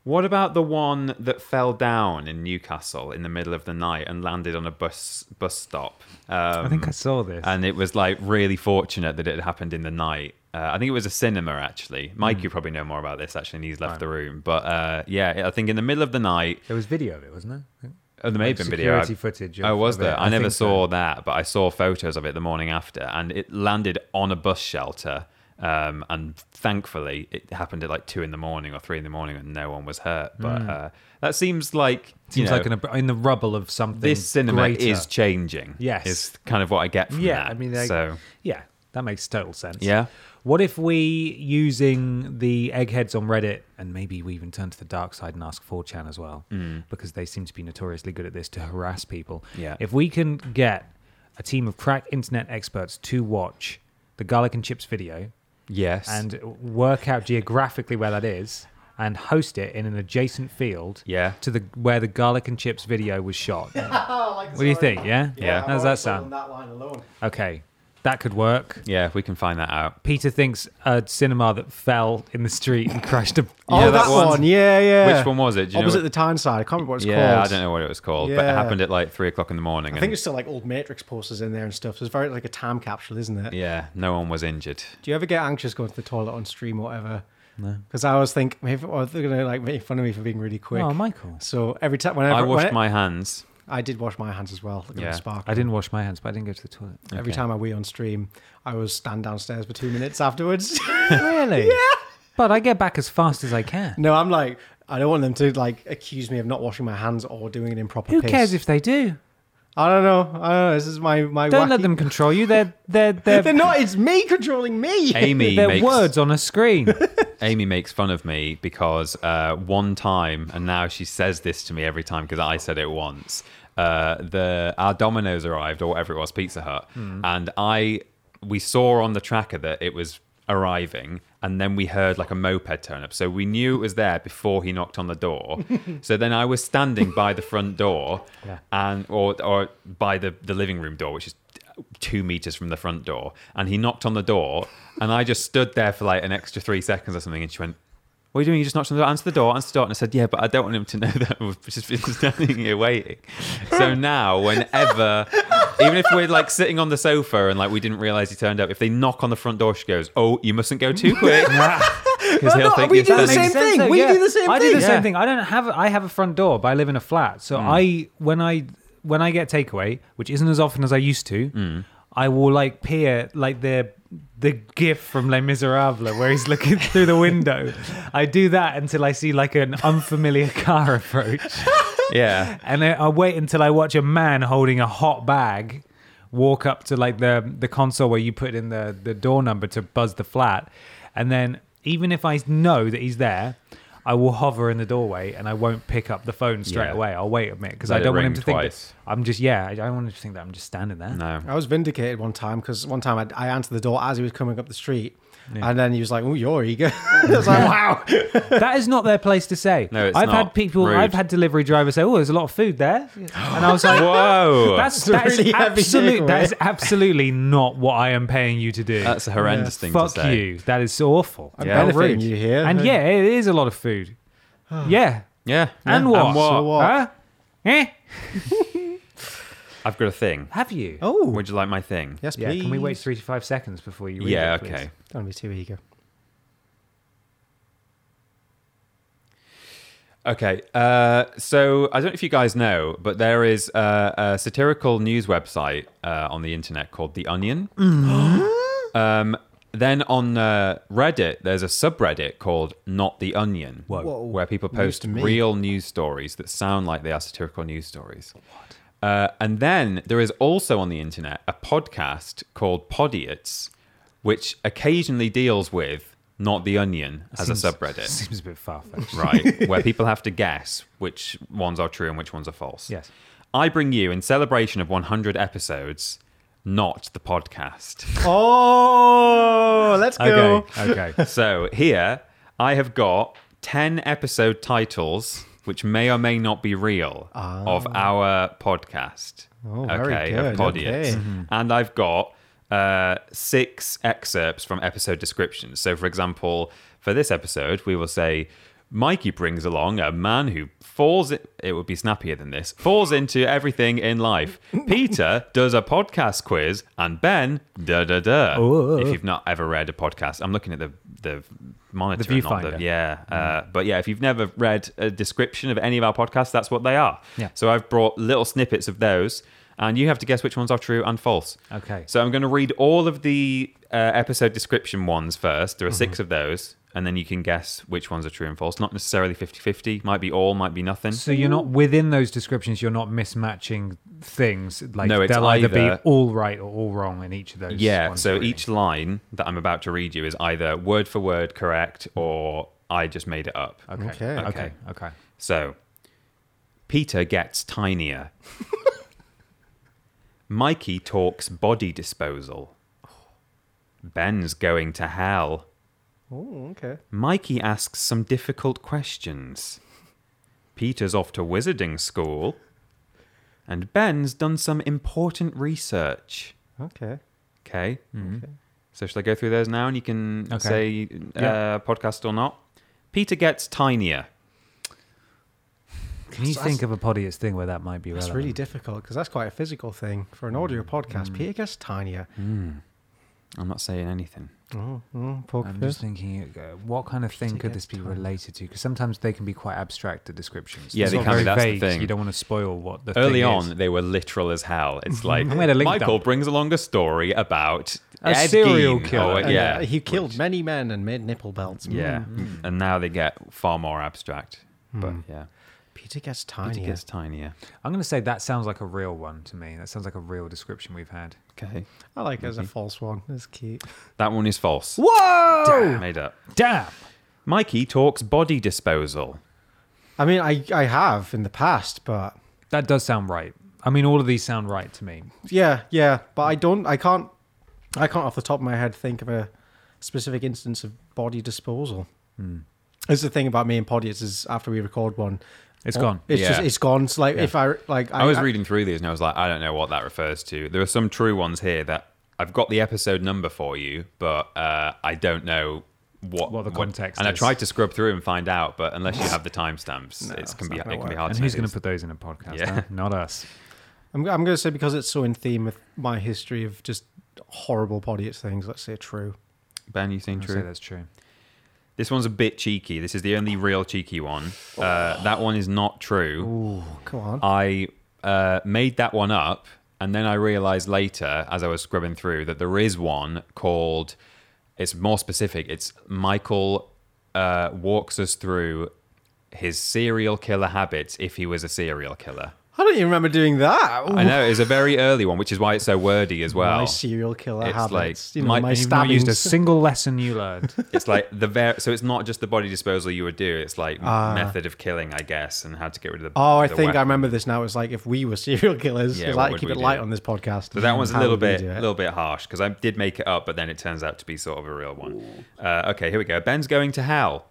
Speaker 4: What about the one that fell down in Newcastle in the middle of the night and landed on a bus bus stop? Um,
Speaker 2: I think I saw this.
Speaker 4: and it was like really fortunate that it happened in the night. Uh, I think it was a cinema actually. Mike,
Speaker 2: Hmm.
Speaker 4: you probably know more about this actually, and he's left the room. But uh, yeah, I think in the middle of the night,
Speaker 2: there was video of it, wasn't there?
Speaker 4: oh, there may have been video.
Speaker 2: security footage of-
Speaker 4: Oh, was
Speaker 2: of it.
Speaker 4: there? I,
Speaker 2: I
Speaker 4: never
Speaker 2: think so.
Speaker 4: saw that, but I saw photos of it the morning after, and it landed on a bus shelter. Um, and thankfully, it happened at like two in the morning or three in the morning, and no one was hurt. But uh, that seems like you
Speaker 2: Hmm. Seems
Speaker 4: know,
Speaker 2: like an, ab- in the rubble of something.
Speaker 4: this cinema
Speaker 2: greater.
Speaker 4: is changing.
Speaker 2: Yes.
Speaker 4: is kind of what I get from
Speaker 2: Yeah,
Speaker 4: that.
Speaker 2: I mean, like,
Speaker 4: so
Speaker 2: yeah, that makes total sense.
Speaker 4: Yeah.
Speaker 2: What if we using the eggheads on Reddit and maybe we even turn to the dark side and ask 4chan as well because they seem to be notoriously good at this to harass people.
Speaker 4: Mm. Yeah.
Speaker 2: If we can get a team of crack internet experts to watch the garlic and chips video
Speaker 4: yes,
Speaker 2: and work out geographically where that is and host it in an adjacent field
Speaker 4: Yeah.
Speaker 2: to the where the garlic and chips video was shot. What do you think? Yeah?
Speaker 4: Yeah.
Speaker 2: How does that sound?
Speaker 3: That line alone.
Speaker 2: Okay. That could work.
Speaker 4: yeah, we can find that out.
Speaker 2: Peter thinks a cinema that fell in the street and crashed a.
Speaker 3: Oh,
Speaker 4: Yeah,
Speaker 3: that,
Speaker 4: that one.
Speaker 3: one. Yeah, yeah.
Speaker 4: Which one was it? Do you know
Speaker 3: Opposite
Speaker 4: what-
Speaker 3: the Tyneside. I can't remember what it's
Speaker 4: yeah,
Speaker 3: called.
Speaker 4: I don't know what it was called, but it
Speaker 3: Yeah.
Speaker 4: happened at like three o'clock in the morning.
Speaker 3: I think it's still like old Matrix posters in there and stuff. So it's very like a time capsule, isn't it?
Speaker 4: yeah, no one was injured.
Speaker 3: Do you ever get anxious going to the toilet on stream or whatever? No. Because I always think maybe well, they're gonna like make fun of me for being really quick.
Speaker 2: Oh, Michael.
Speaker 3: So every time whenever
Speaker 4: I washed
Speaker 3: when-
Speaker 4: my hands.
Speaker 3: I did wash my hands as well. Look at
Speaker 4: Yeah.
Speaker 3: yeah. spark.
Speaker 2: I didn't wash my hands, but I didn't go to the toilet.
Speaker 3: Every time I wee on stream, I always stand downstairs for two minutes afterwards.
Speaker 2: Really? yeah. But I get back as fast as I can.
Speaker 3: no, I'm like, I don't want them to like accuse me of not washing my hands or doing an improper.
Speaker 2: Who
Speaker 3: piss.
Speaker 2: cares if they do?
Speaker 3: I don't know. I don't know. This is my my.
Speaker 2: Don't let
Speaker 3: wacky-
Speaker 2: them control you. They're they're they're,
Speaker 3: They're not. It's me controlling me.
Speaker 4: Amy
Speaker 2: they're
Speaker 4: makes
Speaker 2: words on a screen.
Speaker 4: Amy makes fun of me because uh, one time, and now she says this to me every time because I said it once. Uh, the our Domino's arrived or whatever it was, Pizza Hut, and I we saw on the tracker that it was arriving, and then we heard like a moped turn up, so we knew it was there before he knocked on the door. so then I was standing by the front door,
Speaker 2: Yeah.
Speaker 4: and or or by the the living room door, which is two meters from the front door, and he knocked on the door, and I just stood there for like an extra three seconds or something, and she went. What are you doing? You just knocked on the door, answer the door, answer the door. And I said, Yeah, but I don't want him to know that we've just been standing here waiting. So now, whenever, even if we're like sitting on the sofa and like we didn't realize he turned up, if they knock on the front door, she goes, Oh, you mustn't go too quick. Because he'll
Speaker 3: no,
Speaker 4: think
Speaker 3: we
Speaker 4: you're
Speaker 3: do the
Speaker 4: standing-
Speaker 3: same thing.
Speaker 2: though,
Speaker 3: We do the same
Speaker 2: I
Speaker 3: thing.
Speaker 2: do the
Speaker 3: Yeah.
Speaker 2: same thing. I don't have. I have a front door, but I live in a flat. So I when I when I get takeaway, which isn't as often as I used to, I will like peer like the the gif from Les Miserables where he's looking through the window. I do that until I see like an unfamiliar car approach,
Speaker 4: Yeah.
Speaker 2: and I, I wait until I watch a man holding a hot bag. Walk up to like the the console where you put in the the door number to buzz the flat, and then even if I know that he's there, I will hover in the doorway and I won't pick up the phone straight
Speaker 4: Yeah.
Speaker 2: away. I'll wait a minute because
Speaker 4: Let
Speaker 2: I
Speaker 4: it
Speaker 2: don't want
Speaker 4: ring
Speaker 2: him to
Speaker 4: twice.
Speaker 2: think that I'm just yeah. I I don't want him to think that I'm just standing there.
Speaker 4: No.
Speaker 3: I was vindicated one time because one time I, I answered the door as he was coming up the street, and then he was like, "Oh, you're eager." I was like, "Wow."
Speaker 2: That is not their place to say.
Speaker 4: No, it's
Speaker 2: I've
Speaker 4: not.
Speaker 2: had people.
Speaker 4: Rude.
Speaker 2: I've had delivery drivers say, "Oh, there's a lot of food there," and I was like,
Speaker 4: Whoa.
Speaker 2: Oh. "That's
Speaker 3: a
Speaker 2: that is
Speaker 3: really heavy
Speaker 2: absolute. That
Speaker 3: takeaway.
Speaker 2: is absolutely not what I am paying you to do."
Speaker 4: That's a horrendous thing
Speaker 2: Fuck
Speaker 4: to say.
Speaker 2: you. That is awful.
Speaker 3: I'm
Speaker 4: Yeah.
Speaker 3: benefiting
Speaker 2: Rude.
Speaker 3: you here,
Speaker 2: And yeah, it is a lot of food. yeah.
Speaker 4: Yeah.
Speaker 2: And what?
Speaker 3: So what?
Speaker 2: Huh? Eh?
Speaker 4: I've got a thing.
Speaker 2: Have you?
Speaker 3: Oh,
Speaker 4: Would you like my thing?
Speaker 3: yes,
Speaker 2: Yeah,
Speaker 3: please.
Speaker 2: can we wait three to five seconds before you read
Speaker 4: Yeah,
Speaker 2: it, please?
Speaker 4: okay.
Speaker 3: Don't be too eager.
Speaker 4: Okay, uh, so I don't know if you guys know, but there is uh, a satirical news website uh, on the internet called The Onion.
Speaker 2: Mm-hmm.
Speaker 4: um, then on uh, Reddit, there's a subreddit called Not The Onion,
Speaker 3: Whoa.
Speaker 4: where people
Speaker 3: News
Speaker 4: post
Speaker 3: to me.
Speaker 4: real news stories that sound like they are satirical news stories. Uh, and then there is also on the internet a podcast called Podiots, which occasionally deals with Not The Onion as a
Speaker 2: Seems-
Speaker 4: subreddit
Speaker 2: Seems a bit far fetched.
Speaker 4: right? where people have to guess which ones are true and which ones are false.
Speaker 2: Yes.
Speaker 4: I bring you, in celebration of 100 episodes, not the podcast.
Speaker 3: Oh, let's go.
Speaker 2: Okay. Okay.
Speaker 4: so here, I have got 10 episode titles, which may or may not be real, of our podcast.
Speaker 3: Ah. Oh, very
Speaker 4: of
Speaker 3: good.
Speaker 4: Podiots.
Speaker 3: Okay.
Speaker 2: Mm-hmm.
Speaker 4: And I've got uh, six excerpts from episode descriptions. So, for example, for this episode, we will say Mikey brings along a man who falls. i- It would be snappier than this. Falls into everything in life. Peter does a podcast quiz, and Ben da da
Speaker 2: Oh.
Speaker 4: da. If you've not ever read a podcast, I'm looking at the the monitor,
Speaker 2: The
Speaker 4: not the
Speaker 2: viewfinder.
Speaker 4: yeah. Uh, but yeah, if you've never read a description of any of our podcasts, that's what they are.
Speaker 2: Yeah.
Speaker 4: So I've brought little snippets of those, and you have to guess which ones are true and false.
Speaker 2: Okay.
Speaker 4: So I'm going to read all of the uh, episode description ones first. There are
Speaker 2: Mm-hmm.
Speaker 4: six of those, and then you can guess which ones are true and false. Not necessarily 50 50, might be all, might be nothing.
Speaker 2: So you're not within those descriptions. You're not mismatching things. Like
Speaker 4: No, it's
Speaker 2: they'll either,
Speaker 4: either-
Speaker 2: be all right or all wrong in each of those.
Speaker 4: yeah,
Speaker 2: ones
Speaker 4: so
Speaker 2: you're reading.
Speaker 4: each line that I'm about to read you is either word for word correct or I just made it up.
Speaker 2: Okay.
Speaker 3: Okay.
Speaker 2: Okay. Okay.
Speaker 4: Okay. So, Peter gets tinier. Mikey talks body disposal. Ben's going to hell.
Speaker 3: Oh, okay.
Speaker 4: Mikey asks some difficult questions. Peter's off to wizarding school. And Ben's done some important research.
Speaker 3: Okay.
Speaker 4: Okay. So, shall I go through those now and you can
Speaker 2: Okay.
Speaker 4: say uh, podcast or not? Peter gets tinier.
Speaker 2: Can you think of a podiest thing where that might be
Speaker 3: That's
Speaker 2: relevant?
Speaker 3: really difficult because that's quite a physical thing for an audio podcast. Peter gets tinier.
Speaker 4: I'm not saying anything.
Speaker 3: Oh, oh, poker
Speaker 2: I'm
Speaker 3: face.
Speaker 2: just thinking, uh, what kind of thing could this be related to? Because sometimes they can be quite abstract, the descriptions.
Speaker 4: Yeah,
Speaker 2: It's
Speaker 4: they
Speaker 2: all
Speaker 4: can be,
Speaker 2: very
Speaker 4: that's the
Speaker 2: vague,
Speaker 4: thing.
Speaker 2: You don't want to spoil what the
Speaker 4: Early
Speaker 2: thing
Speaker 4: on,
Speaker 2: is. Mhm.
Speaker 4: they were literal as hell. It's like
Speaker 2: I'm gonna link
Speaker 4: Michael
Speaker 2: them.
Speaker 4: brings along a story about
Speaker 2: A
Speaker 4: Ed
Speaker 2: serial
Speaker 4: Gein,
Speaker 2: killer.
Speaker 4: or-
Speaker 2: And,
Speaker 3: And,
Speaker 4: yeah,
Speaker 3: uh, he killed many men and made nipple belts.
Speaker 4: yeah.
Speaker 2: mm-hmm.
Speaker 4: And now they get far more abstract.
Speaker 2: Hmm.
Speaker 4: But yeah,
Speaker 3: Peter gets
Speaker 4: it
Speaker 3: tinier.
Speaker 4: gets tinier.
Speaker 2: I'm going to say that sounds like a real one to me. That sounds like a real description we've had.
Speaker 4: Okay,
Speaker 3: I like it as a false one. That's cute.
Speaker 4: that one is false.
Speaker 2: Whoa! Damn!
Speaker 4: Made up.
Speaker 2: Damn.
Speaker 4: Mikey talks body disposal.
Speaker 3: I mean, I, I have in the past, but
Speaker 2: That does sound right. I mean, all of these sound right to me.
Speaker 3: yeah, yeah. But I don't, I can't, I can't off the top of my head think of a specific instance of body disposal.
Speaker 4: Hmm.
Speaker 3: That's the thing about me and Podius is after we record one,
Speaker 2: It's
Speaker 3: oh,
Speaker 2: gone.
Speaker 3: It's
Speaker 4: Yeah.
Speaker 3: just it's gone. It's like if I like
Speaker 4: I was reading through these and I was like, I don't know what that refers to. There are some true ones here that I've got the episode number for you, but uh, I don't know what,
Speaker 2: What the context
Speaker 4: And I
Speaker 2: is.
Speaker 4: tried to scrub through and find out, but unless you have the timestamps, it's
Speaker 3: it's
Speaker 4: can be it
Speaker 3: not gonna
Speaker 4: can be
Speaker 3: work.
Speaker 4: hard
Speaker 2: And
Speaker 4: to.
Speaker 2: who's
Speaker 4: know
Speaker 2: going to
Speaker 4: these.
Speaker 2: put those in a podcast?
Speaker 4: Yeah.
Speaker 2: huh? Not us.
Speaker 3: I'm, I'm going to say because it's so in theme with my history of just horrible Podius things. Let's say true.
Speaker 4: Ben, you seen
Speaker 2: I'll say
Speaker 4: true?
Speaker 2: that's true.
Speaker 4: This one's a bit cheeky. This is the only real cheeky one. Uh, that one is not true.
Speaker 3: Oh, come on.
Speaker 4: I uh, made that one up, and then I realized later, as I was scrubbing through, that there is one called. It's more specific. It's Michael uh, walks us through his serial killer habits if he was a serial killer.
Speaker 3: I don't even remember doing that. Ooh.
Speaker 4: I know it's a very early one, which is why it's so wordy as well.
Speaker 3: my serial killer
Speaker 4: it's
Speaker 3: habits.
Speaker 4: like,
Speaker 3: you know,
Speaker 4: my-
Speaker 3: my,
Speaker 4: and
Speaker 2: You've not used a
Speaker 3: stabbings.
Speaker 2: single lesson you learned.
Speaker 4: It's like the ver- so it's not just the body disposal you would do. It's like method of killing, I guess, and how to get rid of the.
Speaker 3: Ah. Oh, I
Speaker 4: the
Speaker 3: think I
Speaker 4: weapon.
Speaker 3: remember this now. It's like if we were serial killers,
Speaker 4: Yeah,
Speaker 3: we
Speaker 4: what
Speaker 3: like
Speaker 4: would
Speaker 3: keep
Speaker 4: we
Speaker 3: it
Speaker 4: do?
Speaker 3: light on this podcast.
Speaker 4: So that one's a
Speaker 3: Hmm, How
Speaker 4: little
Speaker 3: would we
Speaker 4: bit,
Speaker 3: do it?
Speaker 4: a little bit harsh because I did make it up, but then it turns out to be sort of a real one. Uh, okay, here we go. Ben's going to hell.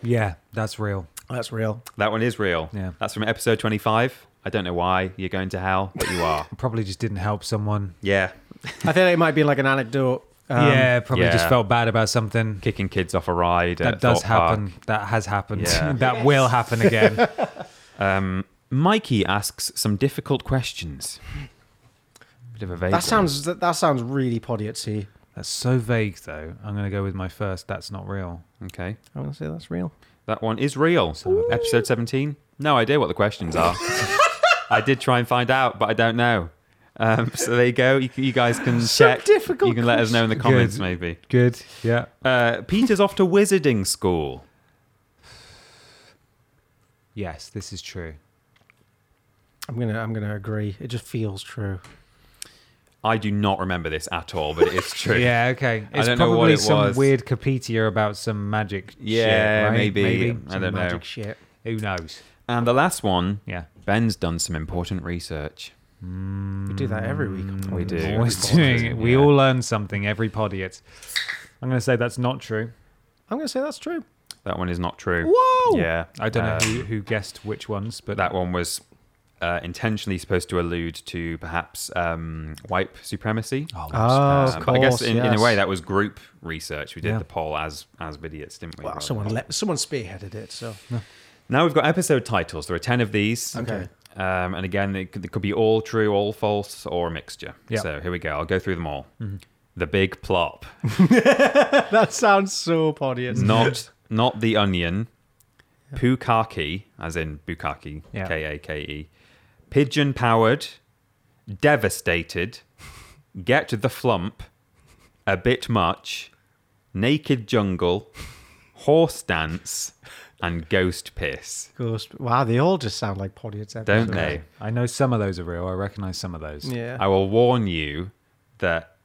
Speaker 2: yeah, that's real.
Speaker 3: That's real.
Speaker 4: That one is real.
Speaker 2: Yeah.
Speaker 4: that's from episode twenty-five. I don't know why you're going to hell, but you are.
Speaker 2: Probably just didn't help someone.
Speaker 4: yeah,
Speaker 3: I think it might be like an anecdote. Um,
Speaker 2: yeah, probably just
Speaker 4: yeah.
Speaker 2: felt bad about something.
Speaker 4: kicking kids off a ride.
Speaker 2: That
Speaker 4: at
Speaker 2: does
Speaker 4: Thorpe Park.
Speaker 2: happen. That has happened.
Speaker 4: Yeah.
Speaker 2: that will happen again.
Speaker 4: Mikey asks some difficult questions. Bit of a vague.
Speaker 3: That
Speaker 4: one.
Speaker 3: sounds that, that sounds really podiotsy.
Speaker 2: That's so vague, though. I'm going to go with my first. That's not real.
Speaker 4: okay.
Speaker 3: I'm gonna say that's real.
Speaker 4: That one is real. Episode 17. No idea what the questions are. I did try and find out, but I don't know. Um, so there you go. You, you guys can
Speaker 3: So
Speaker 4: check.
Speaker 3: difficult
Speaker 4: you can let us know in the
Speaker 2: question.
Speaker 4: comments,
Speaker 2: Good.
Speaker 4: maybe.
Speaker 2: Good. Yeah.
Speaker 4: Uh, Peter's off to wizarding school.
Speaker 2: Yes, this is true.
Speaker 3: I'm gonna I'm gonna agree. It just feels true.
Speaker 4: I do not remember this at all, but it is true.
Speaker 2: Yeah. Okay.
Speaker 4: I
Speaker 2: It's
Speaker 4: don't know
Speaker 2: probably
Speaker 4: what it
Speaker 2: some
Speaker 4: was.
Speaker 2: weird Capitia about some magic.
Speaker 4: Yeah,
Speaker 2: shit, right?
Speaker 4: maybe. I
Speaker 3: Some
Speaker 4: don't know.
Speaker 3: magic shit.
Speaker 2: Who knows?
Speaker 4: And the last one,
Speaker 2: Yeah.
Speaker 4: Ben's done some important research.
Speaker 3: We do that every week.
Speaker 4: Mm, We do.
Speaker 2: Always doing it. We
Speaker 4: Yeah.
Speaker 2: all learn something every podiat. I'm going to say that's not true.
Speaker 3: I'm gonna say that's true.
Speaker 4: That one is not true.
Speaker 3: Whoa!
Speaker 4: Yeah.
Speaker 2: I don't
Speaker 4: Uh,
Speaker 2: know who, who guessed which ones, but
Speaker 4: That one was uh, intentionally supposed to allude to perhaps um, white supremacy. Oh,
Speaker 3: Ah, of
Speaker 4: I guess
Speaker 3: course,
Speaker 4: in, in
Speaker 3: yes.
Speaker 4: a way that was group research. We did
Speaker 2: Yeah.
Speaker 4: the poll as as idiots, didn't we?
Speaker 3: Well,
Speaker 4: rather
Speaker 3: someone
Speaker 4: than-
Speaker 3: le- someone spearheaded it, so
Speaker 4: Now we've got episode titles. There are 10 of these.
Speaker 3: Okay.
Speaker 4: Um, and again, they could, they could be all true, all false, or a mixture.
Speaker 2: Yeah.
Speaker 4: So here we go. I'll go through them all.
Speaker 3: Mm-hmm.
Speaker 4: The Big Plop.
Speaker 3: that sounds so podious.
Speaker 4: Not not The Onion. Pukaki, as in Bukaki,
Speaker 2: Yeah.
Speaker 4: K A K E. Pigeon Powered. Devastated. Get the Flump. A Bit Much. Naked Jungle. Horse Dance. And Ghost Piss.
Speaker 3: Ghost. Wow, they all just sound like podiats.
Speaker 4: Don't they?
Speaker 2: I know some of those are real. I recognize some of those.
Speaker 3: Yeah.
Speaker 4: I will warn you that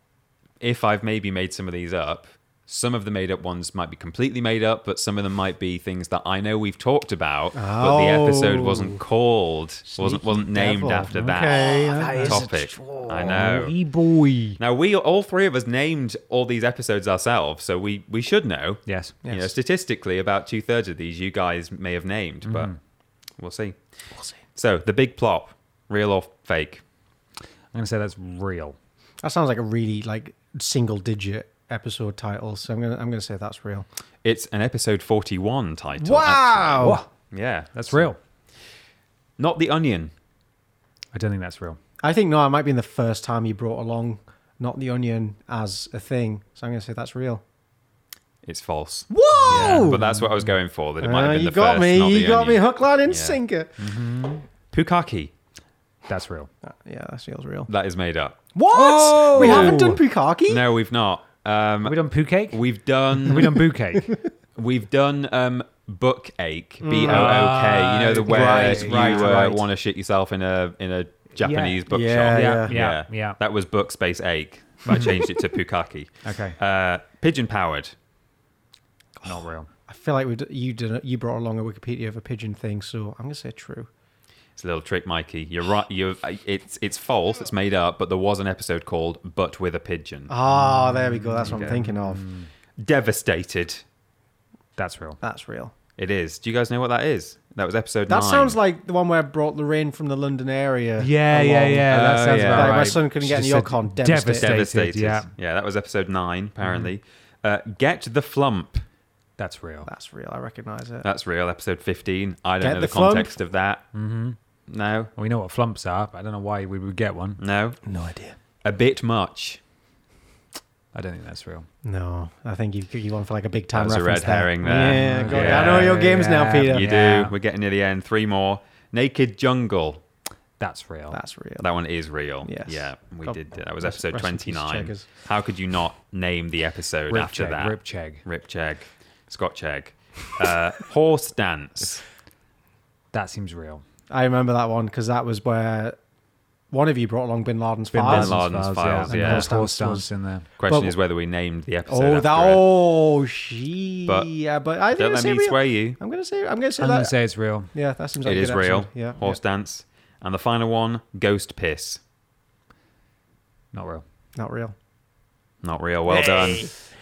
Speaker 4: if I've maybe made some of these up, some of the made up ones might be completely made up, but some of them might be things that I know we've talked about, but the episode wasn't called, wasn't wasn't named
Speaker 3: Oh. devil.
Speaker 4: after that
Speaker 3: Okay, Oh, that
Speaker 4: that
Speaker 3: is a
Speaker 4: topic.
Speaker 3: troll.
Speaker 4: I know.
Speaker 2: E boy.
Speaker 4: Now we all three of us named all these episodes ourselves, so we we should know.
Speaker 2: Yes.
Speaker 4: You know,
Speaker 3: Yes.
Speaker 4: statistically, about two thirds of these you guys may have named, but
Speaker 3: Mm.
Speaker 4: we'll see.
Speaker 3: We'll see.
Speaker 4: So the big plop, real or fake?
Speaker 2: I'm going to say that's real.
Speaker 3: That sounds like a really like single digit episode title. So I'm gonna I'm gonna say that's real.
Speaker 4: It's an episode 41 title.
Speaker 3: Wow.
Speaker 2: Whoa,
Speaker 4: actually. Yeah.
Speaker 2: that's real.
Speaker 4: Not The Onion.
Speaker 2: I don't think that's real.
Speaker 3: I think no, it might be the first time you brought along not the onion as a thing. So I'm gonna say that's real.
Speaker 4: It's false.
Speaker 3: Whoa!
Speaker 4: Yeah, but that's what I was going for, that it might
Speaker 3: Uh,
Speaker 4: have been
Speaker 3: you
Speaker 4: the
Speaker 3: got
Speaker 4: first,
Speaker 3: me.
Speaker 4: not The
Speaker 3: You got me
Speaker 4: Onion.
Speaker 3: hook, line, and
Speaker 4: Yeah. Mm.
Speaker 3: sinker.
Speaker 4: Pukaki.
Speaker 2: That's real.
Speaker 3: Uh, Yeah, that feels real.
Speaker 4: That is made up.
Speaker 3: What?
Speaker 2: Oh!
Speaker 3: We haven't done Pukaki?
Speaker 4: No, we've not. Um,
Speaker 2: Have we done poo cake? We-
Speaker 4: we've done
Speaker 2: have we done boo cake?
Speaker 4: we've done um, book ache. B O O K. You know the way
Speaker 3: Mm. Right,
Speaker 4: you
Speaker 3: right,
Speaker 4: uh,
Speaker 3: right.
Speaker 4: want to shit yourself in a in a Japanese bookshop.
Speaker 3: Yeah,
Speaker 2: yeah, yeah, yeah.
Speaker 4: That was book space ache. But I changed it to Pukaki.
Speaker 2: Okay.
Speaker 4: Uh, Pigeon powered.
Speaker 2: Not real.
Speaker 3: I feel like we d- you did you brought along a Wikipedia of a pigeon thing, so I'm gonna say true.
Speaker 4: It's a little trick, Mikey. You're right. You it's it's false. It's made up. But there was an episode called "But with a
Speaker 2: Mm.
Speaker 4: Pigeon."
Speaker 3: Ah, there we go. That's what I'm thinking of.
Speaker 4: Mm. Devastated.
Speaker 2: That's real.
Speaker 3: That's real.
Speaker 4: It is. Do you guys know what that is? That was episode.
Speaker 3: That
Speaker 4: nine.
Speaker 3: sounds like the one where I brought Lorraine from the London area.
Speaker 2: Yeah, yeah,
Speaker 3: along.
Speaker 2: yeah. That
Speaker 4: Oh,
Speaker 2: sounds
Speaker 4: yeah.
Speaker 2: about
Speaker 3: Like,
Speaker 2: right.
Speaker 3: My son couldn't
Speaker 2: She
Speaker 3: get
Speaker 2: just
Speaker 3: any
Speaker 2: said
Speaker 3: Ocon. Devastated.
Speaker 2: devastated.
Speaker 4: devastated.
Speaker 2: Yeah,
Speaker 4: yeah. That was episode nine. Apparently, uh, get the flump.
Speaker 2: that's real.
Speaker 3: That's real. I recognize it.
Speaker 4: That's real. Episode fifteen. I don't
Speaker 3: Get
Speaker 4: know the,
Speaker 3: the Flump?
Speaker 4: context of that. Mm-hmm. No,
Speaker 2: We know what flumps are, but I don't know why we would get one.
Speaker 4: no.
Speaker 3: no idea.
Speaker 4: A bit much.
Speaker 2: I don't think that's real.
Speaker 3: No, I think you you won for like a big time
Speaker 4: That was a
Speaker 3: reference
Speaker 4: red
Speaker 3: there.
Speaker 4: herring there.
Speaker 3: Yeah, got it.
Speaker 4: Yeah,
Speaker 3: I know your games now,
Speaker 2: yeah.
Speaker 3: Peter.
Speaker 4: You
Speaker 2: Yeah.
Speaker 4: do. We're getting near the end. Three more. Naked jungle.
Speaker 2: That's real.
Speaker 3: That's real.
Speaker 4: That one is real.
Speaker 3: Yes.
Speaker 4: Yeah, we
Speaker 3: God,
Speaker 4: did. That was
Speaker 3: rest-
Speaker 4: episode
Speaker 3: rest in peace,
Speaker 4: 29.
Speaker 3: Cheggers.
Speaker 4: How could you not name the episode
Speaker 2: Rip
Speaker 4: after
Speaker 2: Chegg,
Speaker 4: that?
Speaker 2: Rip Chegg.
Speaker 4: Rip Chegg. Scott Chegg. Uh, horse dance.
Speaker 2: That seems real.
Speaker 3: I remember that one because that was where one of you brought along Bin Laden's
Speaker 2: Bin
Speaker 3: files.
Speaker 4: Laden. Laden's files,
Speaker 2: And
Speaker 4: yeah.
Speaker 2: Horse
Speaker 3: Horse
Speaker 2: dance,
Speaker 3: dance
Speaker 2: was in there.
Speaker 4: Question
Speaker 3: But-
Speaker 4: is whether we named the episode.
Speaker 3: Oh, that.
Speaker 4: after it.
Speaker 3: Oh, she.
Speaker 4: But
Speaker 3: yeah, but I think
Speaker 4: Don't
Speaker 3: it's
Speaker 4: let me
Speaker 3: real.
Speaker 4: sway you.
Speaker 3: I'm gonna say. I'm gonna say
Speaker 2: I'm
Speaker 3: that.
Speaker 2: gonna say it's real.
Speaker 3: yeah, that seems like
Speaker 4: It
Speaker 3: a
Speaker 4: is
Speaker 3: good
Speaker 4: real.
Speaker 3: episode. Yeah,
Speaker 4: Horse dance. And the final one, ghost piss.
Speaker 2: Not real.
Speaker 3: yeah. not real.
Speaker 4: Not real. Well done.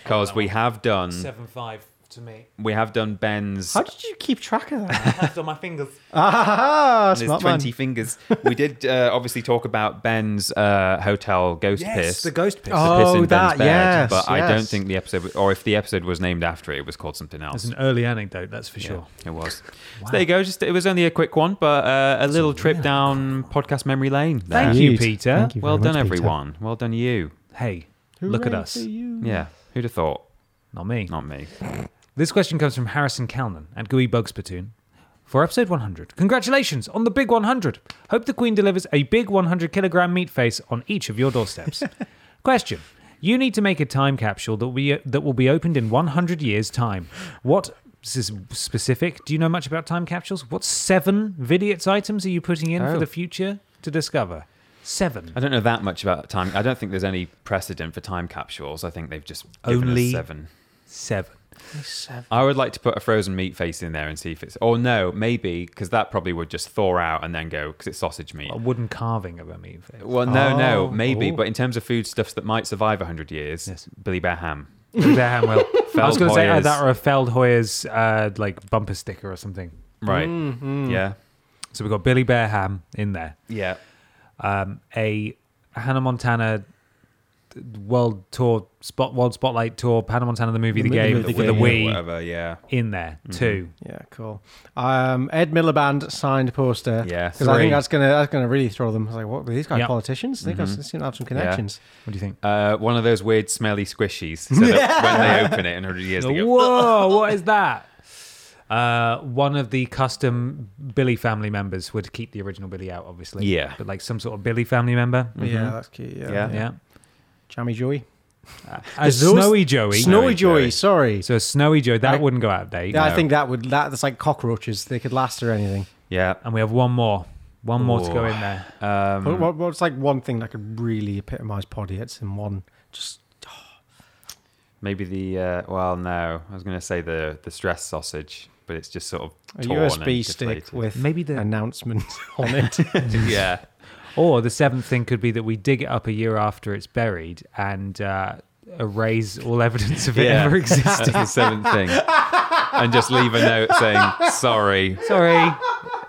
Speaker 4: Because we have done
Speaker 2: Seven five to me.
Speaker 4: we have done Ben's.
Speaker 3: How did you keep track of that?
Speaker 2: Left on my fingers.
Speaker 3: ah,
Speaker 4: There's
Speaker 3: smart
Speaker 4: 20
Speaker 3: man.
Speaker 4: fingers. We did uh, obviously talk about Ben's uh, hotel ghost piss.
Speaker 2: the ghost piss.
Speaker 3: Oh,
Speaker 4: the piss in Ben's
Speaker 3: that,
Speaker 4: bed,
Speaker 3: yes,
Speaker 4: but I don't
Speaker 3: yes.
Speaker 4: think the episode, or if the episode was named after it, it was called something else.
Speaker 2: That's an early anecdote, that's for sure.
Speaker 4: It was. So there you go. Just it was only a quick one, but uh, a little trip
Speaker 2: really
Speaker 4: down podcast memory lane. there.
Speaker 2: Thank you, Peter.
Speaker 3: Thank you very
Speaker 4: Well done,
Speaker 3: much, Peter.
Speaker 4: everyone. Well done, you.
Speaker 2: Hey, look at
Speaker 3: Hooray
Speaker 2: us.
Speaker 3: for you.
Speaker 4: Yeah. Who'd have thought?
Speaker 2: Not me.
Speaker 4: Not me.
Speaker 2: This question comes from Harrison Calnan at GUI Bugs Platoon for episode 100. Congratulations on the big 100. Hope the Queen delivers a big 100 kilogram meat face on each of your doorsteps. question. You need to make a time capsule that we that will be opened in 100 years' time. What s- specific? Do you know much about time capsules? What seven Vidiots items are you putting in
Speaker 4: Oh. Uh,
Speaker 2: for the future to discover? Seven.
Speaker 4: I don't know that much about time. I don't think there's any precedent for time capsules. I think they've just given
Speaker 2: Only-
Speaker 4: us seven.
Speaker 2: Seven.
Speaker 3: Seven.
Speaker 4: I would like to put a frozen meat face in there and see if it's. Or no, maybe because that probably would just thaw out and then go because it's sausage meat.
Speaker 2: A wooden carving of a meat face.
Speaker 4: Well, no, no,
Speaker 3: Oh.
Speaker 4: maybe.
Speaker 3: Ooh.
Speaker 4: But in terms of foodstuffs that might survive 100 years,
Speaker 2: Yes.
Speaker 4: Billy Bear Ham.
Speaker 2: Damn well. I was going to say either
Speaker 4: Feldhoyer's.
Speaker 2: that or a Feldhoyer's uh, like bumper sticker or something.
Speaker 4: Right. Yeah.
Speaker 2: So we've got Billy Bear Ham in there.
Speaker 4: Yeah.
Speaker 2: um, a Hannah Montana uh, World Tour Spot World Spotlight Tour, Hannah Montana the movie, the,
Speaker 3: The movie,
Speaker 2: game
Speaker 3: the
Speaker 2: with a
Speaker 3: game,
Speaker 2: Wii
Speaker 4: Whatever. Yeah.
Speaker 2: in there too.
Speaker 3: Yeah, cool. Um, Ed Miliband signed poster.
Speaker 4: Yeah,
Speaker 3: because I
Speaker 4: three.
Speaker 3: think that's gonna that's gonna really throw them. I was like, what? Are these guys
Speaker 2: Yep.
Speaker 3: politicians? They, guys,
Speaker 4: Mm-hmm.
Speaker 3: seem to have some connections.
Speaker 2: What do you think?
Speaker 4: Uh, one of those weird smelly squishies. So that when they open it in 100 years, they go,
Speaker 2: Whoa! what is that? Uh, one of the custom Billy family members would keep the original Billy out, obviously.
Speaker 4: Yeah.
Speaker 2: but like some sort of Billy family member.
Speaker 3: Yeah, that's cute. Yeah,
Speaker 4: Mm-hmm. Yeah.
Speaker 2: Yeah,
Speaker 3: Jammy Joey,
Speaker 2: a
Speaker 3: There's always-
Speaker 2: Snowy Joey.
Speaker 3: Snowy
Speaker 4: Snowy Joey.
Speaker 3: Joey. Sorry,
Speaker 2: so a Snowy Joey that
Speaker 3: I-
Speaker 2: wouldn't go out of date.
Speaker 3: yeah, I
Speaker 4: No.
Speaker 3: think that would that, that's like cockroaches. They could last or anything.
Speaker 4: yeah.
Speaker 2: And we have one more, one more to go
Speaker 4: Ooh.
Speaker 2: in there.
Speaker 4: Um,
Speaker 3: What, what, what's like one thing that could really epitomize potty? It's in one. Just
Speaker 4: Maybe the uh, well, no, I was going to say the the stress sausage, but it's just sort of
Speaker 3: a
Speaker 4: torn
Speaker 3: USB
Speaker 4: and
Speaker 3: stick
Speaker 4: deflated.
Speaker 3: with
Speaker 2: Maybe the-
Speaker 3: announcement on it.
Speaker 4: yeah,
Speaker 2: Or the seventh thing could be that we dig it up a year after it's buried and uh, erase all evidence of it
Speaker 4: yeah.
Speaker 2: ever existing.
Speaker 4: That's the seventh thing, and just leave a note saying sorry,
Speaker 2: Sorry,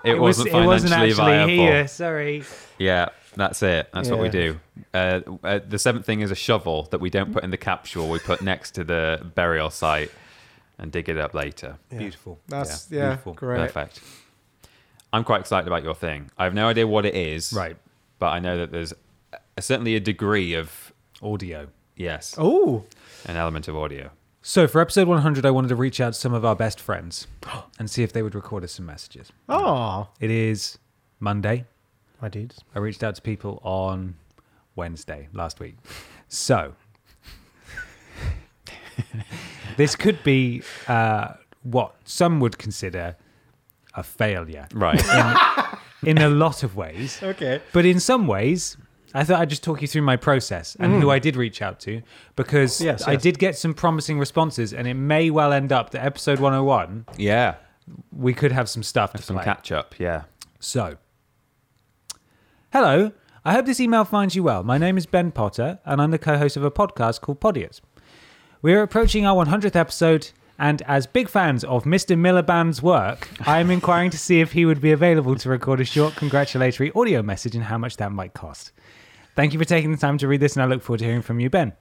Speaker 4: it,
Speaker 2: was-
Speaker 4: wasn't financially viable.
Speaker 2: here. Sorry.
Speaker 4: Yeah, that's it. That's what we
Speaker 3: Yeah.
Speaker 4: do. Uh, uh, the seventh thing is a shovel that we don't put in the capsule. We put next to the burial site and dig it up later.
Speaker 2: Beautiful.
Speaker 3: That's yeah, great.
Speaker 4: Perfect. I'm quite excited about your thing. I have no idea what it is,
Speaker 2: Right.
Speaker 4: But I know that there's a- certainly a degree of
Speaker 2: Audio.
Speaker 4: yes,
Speaker 3: Oh,
Speaker 4: an element of audio.
Speaker 2: So for episode 100, I wanted to reach out to some of our best friends and see if they would record us some messages.
Speaker 3: oh,
Speaker 2: It is Monday.
Speaker 3: my dudes.
Speaker 2: I reached out to people on Wednesday last week. So this could be uh, what some would consider a failure
Speaker 4: Right.
Speaker 2: in a lot of ways.
Speaker 3: Okay.
Speaker 2: But in some ways, I thought I'd just talk you through my process and who I did reach out to because
Speaker 3: Yes,
Speaker 2: I
Speaker 3: yes.
Speaker 2: did get some promising responses, and it may well end up that episode 101,
Speaker 4: yeah.
Speaker 2: we could have some stuff to
Speaker 4: Some
Speaker 2: play.
Speaker 4: catch up. Yeah.
Speaker 2: So, hello. I hope this email finds you well. My name is Ben Potter, and I'm the co host of a podcast called Podiot. We are approaching our 100th episode, and as big fans of Mr. Miliband's work, I am inquiring to see if he would be available to record a short congratulatory audio message and how much that might cost. Thank you for taking the time to read this, and I look forward to hearing from you, Ben.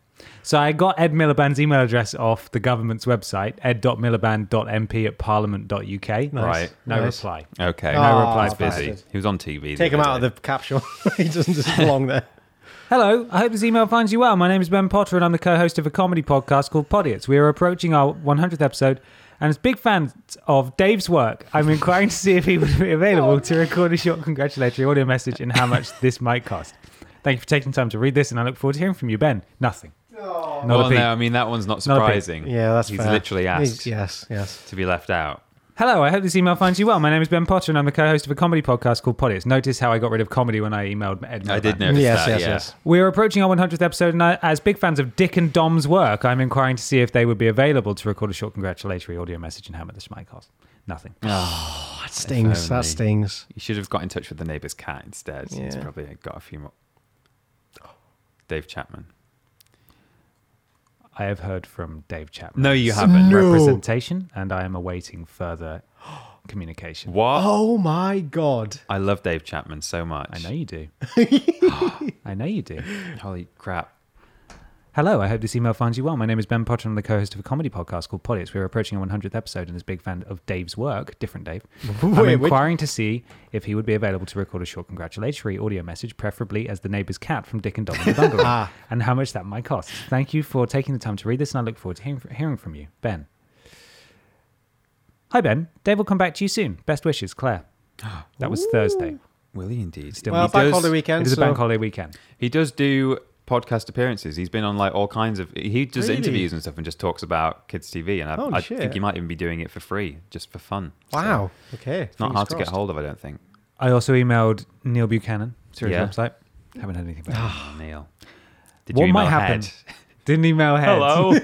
Speaker 2: So I got Ed Miliband's email address off the government's website, ed.miliband.mp at parliament.uk.
Speaker 4: Right.
Speaker 2: No
Speaker 3: Nice.
Speaker 2: reply.
Speaker 4: Okay.
Speaker 3: No
Speaker 2: reply.
Speaker 4: He's busy.
Speaker 3: Ah, bastard.
Speaker 4: He was on TV.
Speaker 3: Take
Speaker 4: the
Speaker 3: him
Speaker 4: other
Speaker 3: out of
Speaker 4: day.
Speaker 3: the capsule. he doesn't just belong there.
Speaker 2: Hello, I hope this email finds you well. My name is Ben Potter, and I'm the co host of a comedy podcast called Podiots. We are approaching our 100th episode, and as big fans of Dave's work, I'm inquiring to see if he would be available to record a short congratulatory audio message and how much this might cost. Thank you for taking time to read this, and I look forward to hearing from you, Ben. Nothing. Not a
Speaker 4: Well,
Speaker 2: peep.
Speaker 4: Oh, no, I mean that one's not
Speaker 2: Not a peep.
Speaker 4: surprising.
Speaker 3: Yeah, that's
Speaker 4: He's
Speaker 3: fair.
Speaker 4: literally asked
Speaker 3: He's- yes, yes.
Speaker 4: to be left out.
Speaker 2: Hello, I hope this email finds you well. My name is Ben Potter, and I'm the co host of a comedy podcast called Podiots. Notice how I got rid of comedy when I emailed Ed.
Speaker 4: I
Speaker 2: Miliband.
Speaker 4: did notice
Speaker 3: Yes,
Speaker 4: that.
Speaker 3: yes,
Speaker 4: yeah.
Speaker 3: yes.
Speaker 2: We are approaching our 100th episode, and I, as big fans of Dick and Dom's work, I'm inquiring to see if they would be available to record a short congratulatory audio message and how much this might cost. Nothing.
Speaker 3: That stings.
Speaker 4: only.
Speaker 3: That stings.
Speaker 4: You should have got in touch with the neighbour's cat instead. He's
Speaker 3: Yeah.
Speaker 4: probably got a few more. Dave Chapman.
Speaker 2: I have heard from Dave Chapman.
Speaker 4: No, you haven't.
Speaker 3: No.
Speaker 2: Representation, and I am awaiting further communication.
Speaker 4: What?
Speaker 3: Oh my god.
Speaker 4: I love Dave Chapman so much.
Speaker 2: I know you do. I know you do.
Speaker 4: Holy crap.
Speaker 2: Hello, I hope this email finds you well. My name is Ben Potter, and I'm the co-host of a comedy podcast called Polliots. We're approaching our 100th episode, and as a big fan of Dave's work, different Dave, I'm
Speaker 3: Wait, which-
Speaker 2: inquiring to see if he would be available to record a short congratulatory audio message, preferably as the neighbour's cat from Dick and Dom and the Bungalow,
Speaker 3: Ah.
Speaker 2: and how much that might cost. Thank you for taking the time to read this, and I look forward to hearing, hearing from you, Ben. Hi, Ben. Dave will come back to you soon. Best wishes, Claire. That was Thursday.
Speaker 4: Will he indeed?
Speaker 2: Still-
Speaker 3: Well,
Speaker 4: he,
Speaker 3: bank
Speaker 4: does,
Speaker 3: holiday
Speaker 2: It
Speaker 3: weekend.
Speaker 2: is a
Speaker 3: so-
Speaker 2: bank holiday weekend.
Speaker 4: he does do podcast appearances. He's been on like all kinds of. He does
Speaker 3: Really?
Speaker 4: interviews and stuff and just talks about kids' TV. And I,
Speaker 3: Oh,
Speaker 4: I
Speaker 3: shit.
Speaker 4: think he might even be doing it for free, just for fun. So
Speaker 3: Wow. Okay.
Speaker 4: it's not
Speaker 3: Fingers
Speaker 4: hard to get
Speaker 3: crossed.
Speaker 4: hold of, I don't think.
Speaker 2: I also emailed Neil Buchanan through
Speaker 4: Yeah.
Speaker 2: his website. Haven't heard anything back.
Speaker 4: Oh, Neil. Did
Speaker 2: What
Speaker 4: you
Speaker 2: might
Speaker 4: email
Speaker 2: happen?
Speaker 4: Head?
Speaker 2: Didn't email head.
Speaker 3: Oh!
Speaker 4: Hello.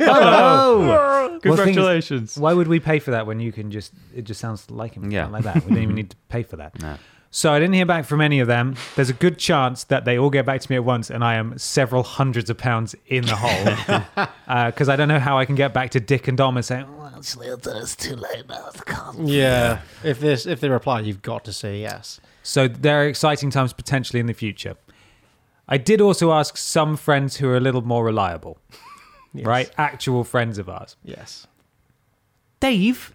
Speaker 2: Well, the thing is-
Speaker 4: Congratulations.
Speaker 2: Why would we pay for that when you can just? It just sounds like him.
Speaker 4: Yeah.
Speaker 2: like that. We don't even need to pay for that.
Speaker 4: No.
Speaker 2: So I didn't hear back from any of them. There's a good chance that they all get back to me at once, and I am several hundreds of pounds in the hole because I don't know how I can get back to Dick and Dom and say, "Well, actually, I thought it's too late now. I can't."
Speaker 3: Yeah. If this, if they reply, you've got to say yes.
Speaker 2: So there are exciting times potentially in the future. I did also ask some friends who are a little more reliable,
Speaker 3: Yes.
Speaker 2: right? Actual friends of ours.
Speaker 3: Yes.
Speaker 2: Dave,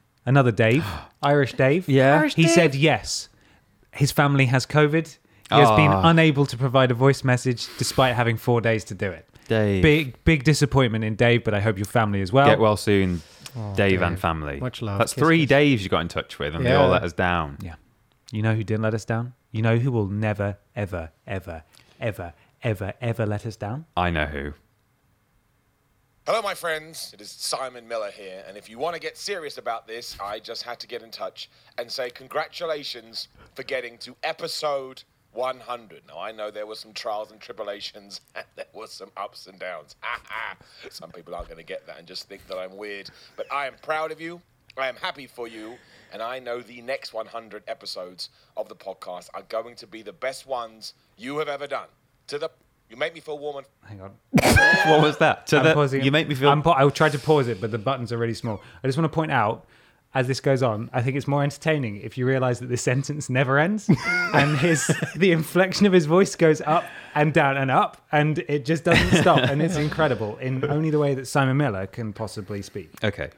Speaker 2: another Dave, Irish Dave.
Speaker 4: Yeah. Irish
Speaker 2: he
Speaker 4: Dave.
Speaker 2: said yes. His family has COVID. He has been
Speaker 4: Ah.
Speaker 2: unable to provide a voice message despite having four days to do it.
Speaker 4: Dave.
Speaker 2: Big, big disappointment in Dave, but I hope your family as well. oh,
Speaker 4: Get well soon, Dave, and
Speaker 3: Dave.
Speaker 4: family.
Speaker 3: Much love.
Speaker 4: That's
Speaker 3: Kiss,
Speaker 4: three
Speaker 3: kiss.
Speaker 4: Daves you got in touch with, and they all
Speaker 3: Yeah.
Speaker 4: let us down.
Speaker 2: Yeah. You know who didn't let us down? You know who will never, ever, ever, ever, ever, ever let us down?
Speaker 4: I know who.
Speaker 1: Hello, my friends. It is Simon Miller here, and if you want to get serious about this, I just had to get in touch and say congratulations for getting to episode 100. Now, I know there were some trials and tribulations, and there were some ups and downs. Ha, ha. some people aren't going to get that and just think that I'm weird, but I am proud of you. I am happy for you, and I know the next 100 episodes of the podcast are going to be the best ones you have ever done. To the you make me feel warm and
Speaker 2: Hang on.
Speaker 4: What was that? To
Speaker 2: I'm
Speaker 4: the-
Speaker 2: pausing
Speaker 4: you
Speaker 2: it.
Speaker 4: make me feel.
Speaker 2: I'm pa- I'll try to pause it, but the buttons are really small. I just want to point out, as this goes on, I think it's more entertaining if you realise that this sentence never ends, and his the inflection of his voice goes up and down and up, and it just doesn't stop, and it's incredible in only the way that Simon Miller can possibly speak.
Speaker 4: okay.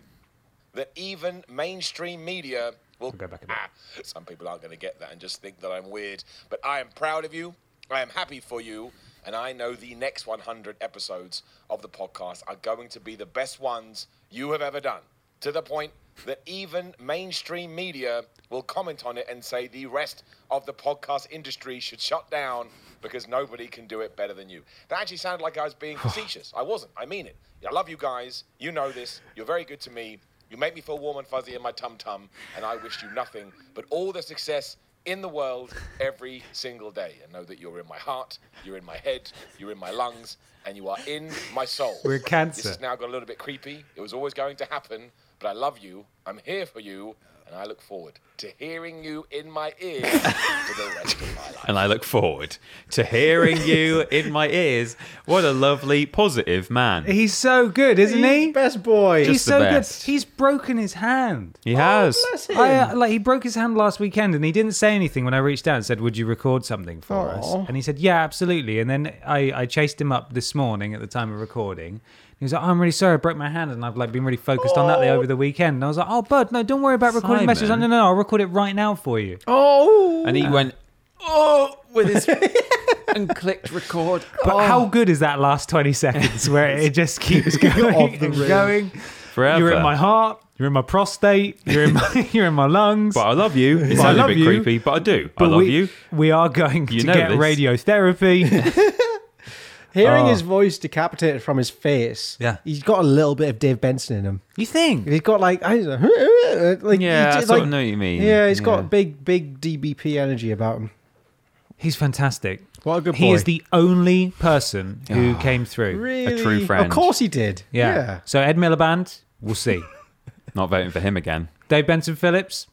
Speaker 1: that even mainstream media will
Speaker 2: go back a bit.
Speaker 1: Ah, some people aren't going to get that and just think that I'm weird. But I am proud of you. I am happy for you. And I know the next 100 episodes of the podcast are going to be the best ones you have ever done. To the point that even mainstream media will comment on it and say the rest of the podcast industry should shut down because nobody can do it better than you. That actually sounded like I was being facetious. I wasn't. I mean it. I love you guys. You know this. You're very good to me. You make me feel warm and fuzzy in my tum tum, and I wish you nothing but all the success in the world every single day. And know that you're in my heart, you're in my head, you're in my lungs, and you are in my soul.
Speaker 2: We're
Speaker 1: This
Speaker 2: cancer.
Speaker 1: has now got a little bit creepy. It was always going to happen, but I love you. I'm here for you, and I look forward to hearing you in my ears for the rest of my life.
Speaker 4: And I look forward to hearing you in my ears. What a lovely, positive man.
Speaker 2: He's so good, isn't he?
Speaker 3: Best boy.
Speaker 2: He's
Speaker 4: Just the
Speaker 2: so good.
Speaker 4: best.
Speaker 2: He's broken his hand.
Speaker 4: He has.
Speaker 3: Oh, Bless him.
Speaker 2: I, uh, like he broke his hand last weekend and he didn't say anything when I reached out and said, "Would you record something for
Speaker 3: Aw.
Speaker 2: us?" And he said, "Yeah, absolutely." And then I, I chased him up this morning at the time of recording. He was like, oh, "I'm really sorry, I broke my hand," and I've like been really focused on that over the weekend. And I was like, "Oh, bud, no, don't worry about recording
Speaker 4: Simon.
Speaker 2: messages. No, no, no, I'll record it right now for you."
Speaker 3: oh.
Speaker 4: And he went, oh, with his. and clicked record.
Speaker 2: But how good is that last twenty seconds where it just keeps going
Speaker 3: the
Speaker 2: and
Speaker 3: rim.
Speaker 2: going?
Speaker 4: Forever.
Speaker 2: You're in my heart. You're in my prostate. You're in my, you're in my lungs.
Speaker 4: But I love you. It
Speaker 2: But I
Speaker 4: sounded a
Speaker 2: love
Speaker 4: bit
Speaker 2: you.
Speaker 4: creepy, but I do.
Speaker 2: But
Speaker 4: I love
Speaker 2: we,
Speaker 4: you.
Speaker 2: We are going
Speaker 4: You
Speaker 2: to
Speaker 4: know
Speaker 2: get
Speaker 4: this.
Speaker 2: radiotherapy.
Speaker 3: Hearing
Speaker 4: oh.
Speaker 3: his voice decapitated from his face,
Speaker 2: Yeah.
Speaker 3: he's got a little bit of Dave Benson in him.
Speaker 2: you think?
Speaker 3: He's got like, I don't know, like
Speaker 4: Yeah,
Speaker 3: he
Speaker 4: I
Speaker 3: just,
Speaker 4: sort
Speaker 3: like-
Speaker 4: of know what you mean.
Speaker 3: Yeah, he's
Speaker 4: Yeah.
Speaker 3: got big, big DBP energy about him.
Speaker 2: He's fantastic.
Speaker 3: What a good
Speaker 2: He
Speaker 3: boy.
Speaker 2: is the only person who came through.
Speaker 3: Really,
Speaker 4: Ah. true friend.
Speaker 3: Of course he did.
Speaker 2: Yeah. So Ed Miliband, we'll see.
Speaker 4: Not voting for him again.
Speaker 2: Dave Benson Phillips,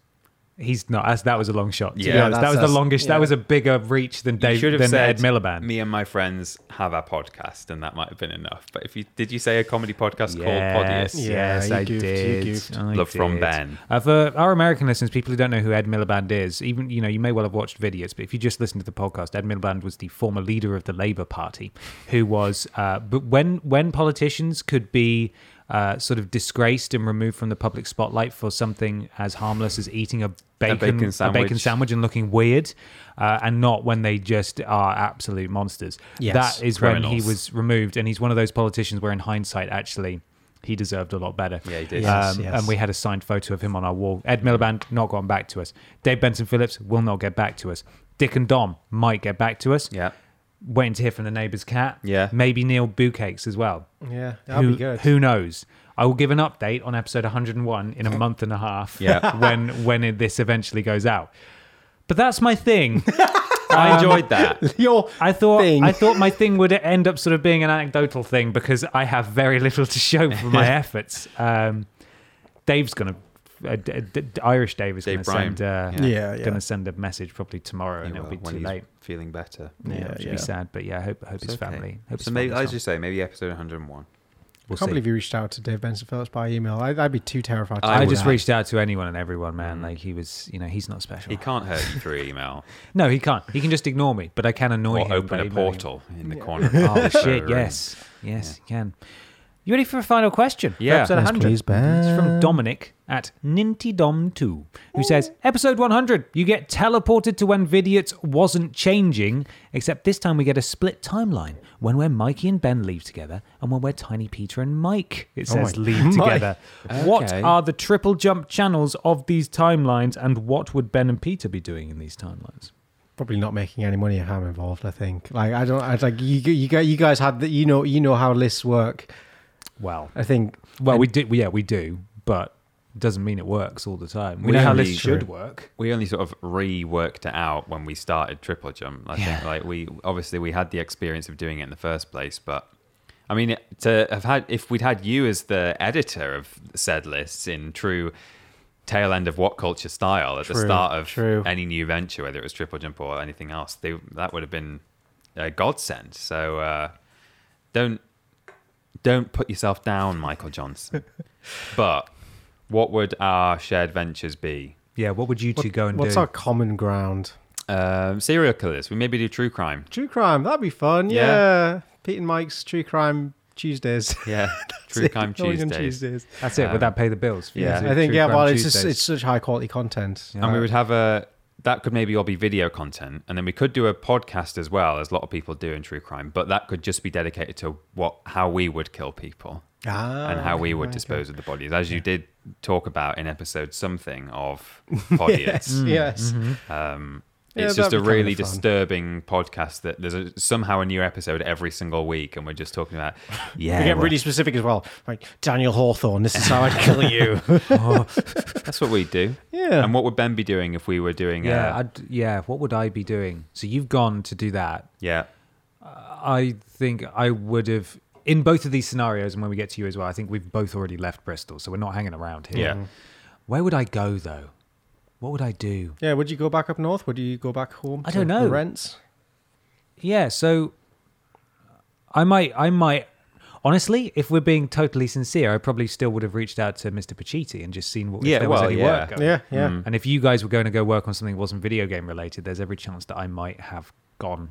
Speaker 2: he's not. As that was a long shot. To
Speaker 4: Yeah,
Speaker 2: be honest. that
Speaker 3: that's
Speaker 2: was the
Speaker 3: us.
Speaker 2: longest. That
Speaker 3: Yeah.
Speaker 2: was a bigger reach than Dave
Speaker 4: should have
Speaker 2: than
Speaker 4: said
Speaker 2: Ed Miliband.
Speaker 4: Me and my friends have our podcast, and that might have been enough. But if you did, you say a comedy podcast
Speaker 2: Yes,
Speaker 4: called Podius.
Speaker 3: Yeah,
Speaker 2: yes,
Speaker 3: you
Speaker 2: I
Speaker 3: goofed, you
Speaker 2: did.
Speaker 3: goofed.
Speaker 2: I
Speaker 4: Love from
Speaker 2: did.
Speaker 4: Ben.
Speaker 2: Uh, for our American listeners, people who don't know who Ed Miliband is, even you know, you may well have watched videos, but if you just listen to the podcast, Ed Miliband was the former leader of the Labour Party, who was, uh, but when when politicians could be. Uh, sort of disgraced and removed from the public spotlight for something as harmless as eating a bacon,
Speaker 4: bacon sandwich.
Speaker 2: sandwich and looking weird, uh, and not when they just are absolute monsters.
Speaker 3: Yes.
Speaker 2: that is when he
Speaker 4: Criminals.
Speaker 2: was removed, and he's one of those politicians where, in hindsight, actually, he deserved a lot better.
Speaker 4: Yeah, he did.
Speaker 3: Yes,
Speaker 2: um,
Speaker 3: yes.
Speaker 2: And we had a signed photo of him on our wall. Ed Miliband not gotten back to us. Dave Benson Phillips will not get back to us. Dick and Dom might get back to us.
Speaker 4: Yeah.
Speaker 2: Waiting to hear from the neighbour's cat.
Speaker 4: Yeah.
Speaker 2: Maybe Neil Bootcakes as well.
Speaker 3: Yeah, that'd
Speaker 2: Who,
Speaker 3: be good.
Speaker 2: who knows? I will give an update on episode 101 in a month and a half.
Speaker 4: Yeah.
Speaker 2: When when it, this eventually goes out. But that's my thing.
Speaker 4: I enjoyed that.
Speaker 3: Your
Speaker 2: I thought
Speaker 3: thing.
Speaker 2: I thought my thing would end up sort of being an anecdotal thing because I have very little to show for my efforts. Um, Dave's gonna uh, D- D- D- Irish Dave is
Speaker 4: Dave
Speaker 2: gonna
Speaker 4: Bryan.
Speaker 2: send uh,
Speaker 4: Yeah.
Speaker 3: Yeah, yeah.
Speaker 2: gonna send a message probably tomorrow and
Speaker 4: Yeah,
Speaker 2: it'll
Speaker 4: well,
Speaker 2: be
Speaker 4: when
Speaker 2: too
Speaker 4: he's
Speaker 2: late.
Speaker 4: Feeling better.
Speaker 2: Yeah,
Speaker 3: Yeah,
Speaker 2: which would
Speaker 3: yeah.
Speaker 2: be sad, but yeah, I hope I hope his family. Hope
Speaker 4: So
Speaker 2: his
Speaker 4: maybe,
Speaker 2: family's
Speaker 4: as you say, maybe episode 101.
Speaker 2: We'll
Speaker 3: I can't
Speaker 2: see.
Speaker 3: believe you reached out to Dave Benson Phillips by email. I, I'd be too terrified. To
Speaker 4: I Mm.
Speaker 2: I
Speaker 3: do
Speaker 2: just
Speaker 3: that.
Speaker 2: reached out to anyone and everyone, man. Like he was, you know, he's not special.
Speaker 4: He can't hurt you through email
Speaker 2: No, he can't. He can just ignore me, but I can annoy him.
Speaker 4: or open a
Speaker 2: by emailing him.
Speaker 4: portal in the corner. Oh
Speaker 2: Shit, yes. Yes, you can. You ready for a final question?
Speaker 4: Yeah.
Speaker 2: Episode
Speaker 4: Yes,
Speaker 2: 100.
Speaker 3: please, Ben.
Speaker 2: It's from Dominic at Nintidom2, who says, Episode 100, you get teleported to when Vidiot wasn't changing, except this time we get a split timeline when we're Mikey and Ben leave together and when we're Tiny Peter and Mike, it says,
Speaker 3: my-
Speaker 2: leave together. What
Speaker 4: Okay.
Speaker 2: are the triple jump channels of these timelines and what would Ben and Peter be doing in these timelines?
Speaker 3: probably not making any money if I'm involved. I think. Like I don't. I like you. You guys. You guys had. the- You know. You know how lists work.
Speaker 2: Well,
Speaker 3: I think.
Speaker 2: Well, we do. Yeah, we do, but it doesn't mean it works all the time. We
Speaker 4: We
Speaker 2: know how
Speaker 4: only-
Speaker 2: this should work.
Speaker 4: we only sort of reworked it out when we started triple jump. I think like we obviously we had the experience of doing it in the first place, but I mean it- to have had if we'd had you as the editor of said lists in true tail end of what culture style at the
Speaker 3: True,
Speaker 4: start of
Speaker 3: true.
Speaker 4: any new venture, whether it was triple jump or anything else, they, that would have been a godsend. So uh, don't don't put yourself down, Michael Johnson. but what would our shared ventures be?
Speaker 2: Yeah, what would you two go and
Speaker 3: What's
Speaker 2: do?
Speaker 3: our common ground?
Speaker 4: Um, serial killers. We maybe do true crime.
Speaker 3: True crime. That'd be fun.
Speaker 4: Yeah.
Speaker 3: Yeah. Pete and Mike's True Crime Tuesdays.
Speaker 4: Yeah, true crime
Speaker 3: Only on
Speaker 4: Tuesdays.
Speaker 2: That's it. would that pay the bills?
Speaker 4: yeah.
Speaker 2: Is it
Speaker 3: I think
Speaker 2: True
Speaker 3: yeah.
Speaker 2: Crime
Speaker 3: Well, it's just,
Speaker 2: Tuesdays?
Speaker 3: it's such high quality content.
Speaker 4: And we would have a that could maybe all be video content, and then we could do a podcast as well, as a lot of people do in true crime. But that could just be dedicated to what how we would kill people
Speaker 3: Ah,
Speaker 4: and how we
Speaker 3: okay,
Speaker 4: would
Speaker 3: okay.
Speaker 4: dispose of the bodies, as you did talk about in episode something of podcasts.
Speaker 3: Yes.
Speaker 4: Um,
Speaker 3: Yeah,
Speaker 4: it's just a
Speaker 3: that'd be kinda
Speaker 4: really
Speaker 3: fun.
Speaker 4: disturbing podcast that there's a, somehow a new episode every single week, and we're just talking about yeah,
Speaker 3: We get
Speaker 4: well,
Speaker 3: really specific as well. Like Daniel Hawthorne, this is how I'd kill you.
Speaker 4: Oh, that's what we do.
Speaker 3: Yeah.
Speaker 4: And what would Ben be doing if we were doing?
Speaker 2: yeah,
Speaker 4: Yeah,
Speaker 2: I'd, yeah. What would I be doing? So you've gone to do that.
Speaker 4: yeah.
Speaker 2: I think I would have in both of these scenarios, and when we get to you as well. I think we've both already left Bristol, so we're not hanging around here.
Speaker 4: Yeah. Mhm.
Speaker 2: Where would I go though? What would I do?
Speaker 3: yeah. Would you go back up north? Would you go back home?
Speaker 2: I
Speaker 3: to
Speaker 2: don't know.
Speaker 3: The rents.
Speaker 2: Yeah, so I might I might honestly, if we're being totally sincere, I probably still would have reached out to Mr. Pacitti and just seen what
Speaker 4: Yeah,
Speaker 2: if there was
Speaker 4: well,
Speaker 2: any
Speaker 4: yeah.
Speaker 2: work. Going.
Speaker 3: Yeah. Yeah.
Speaker 4: mm,
Speaker 2: And if you guys were going to go work on something that wasn't video game related, there's every chance that I might have gone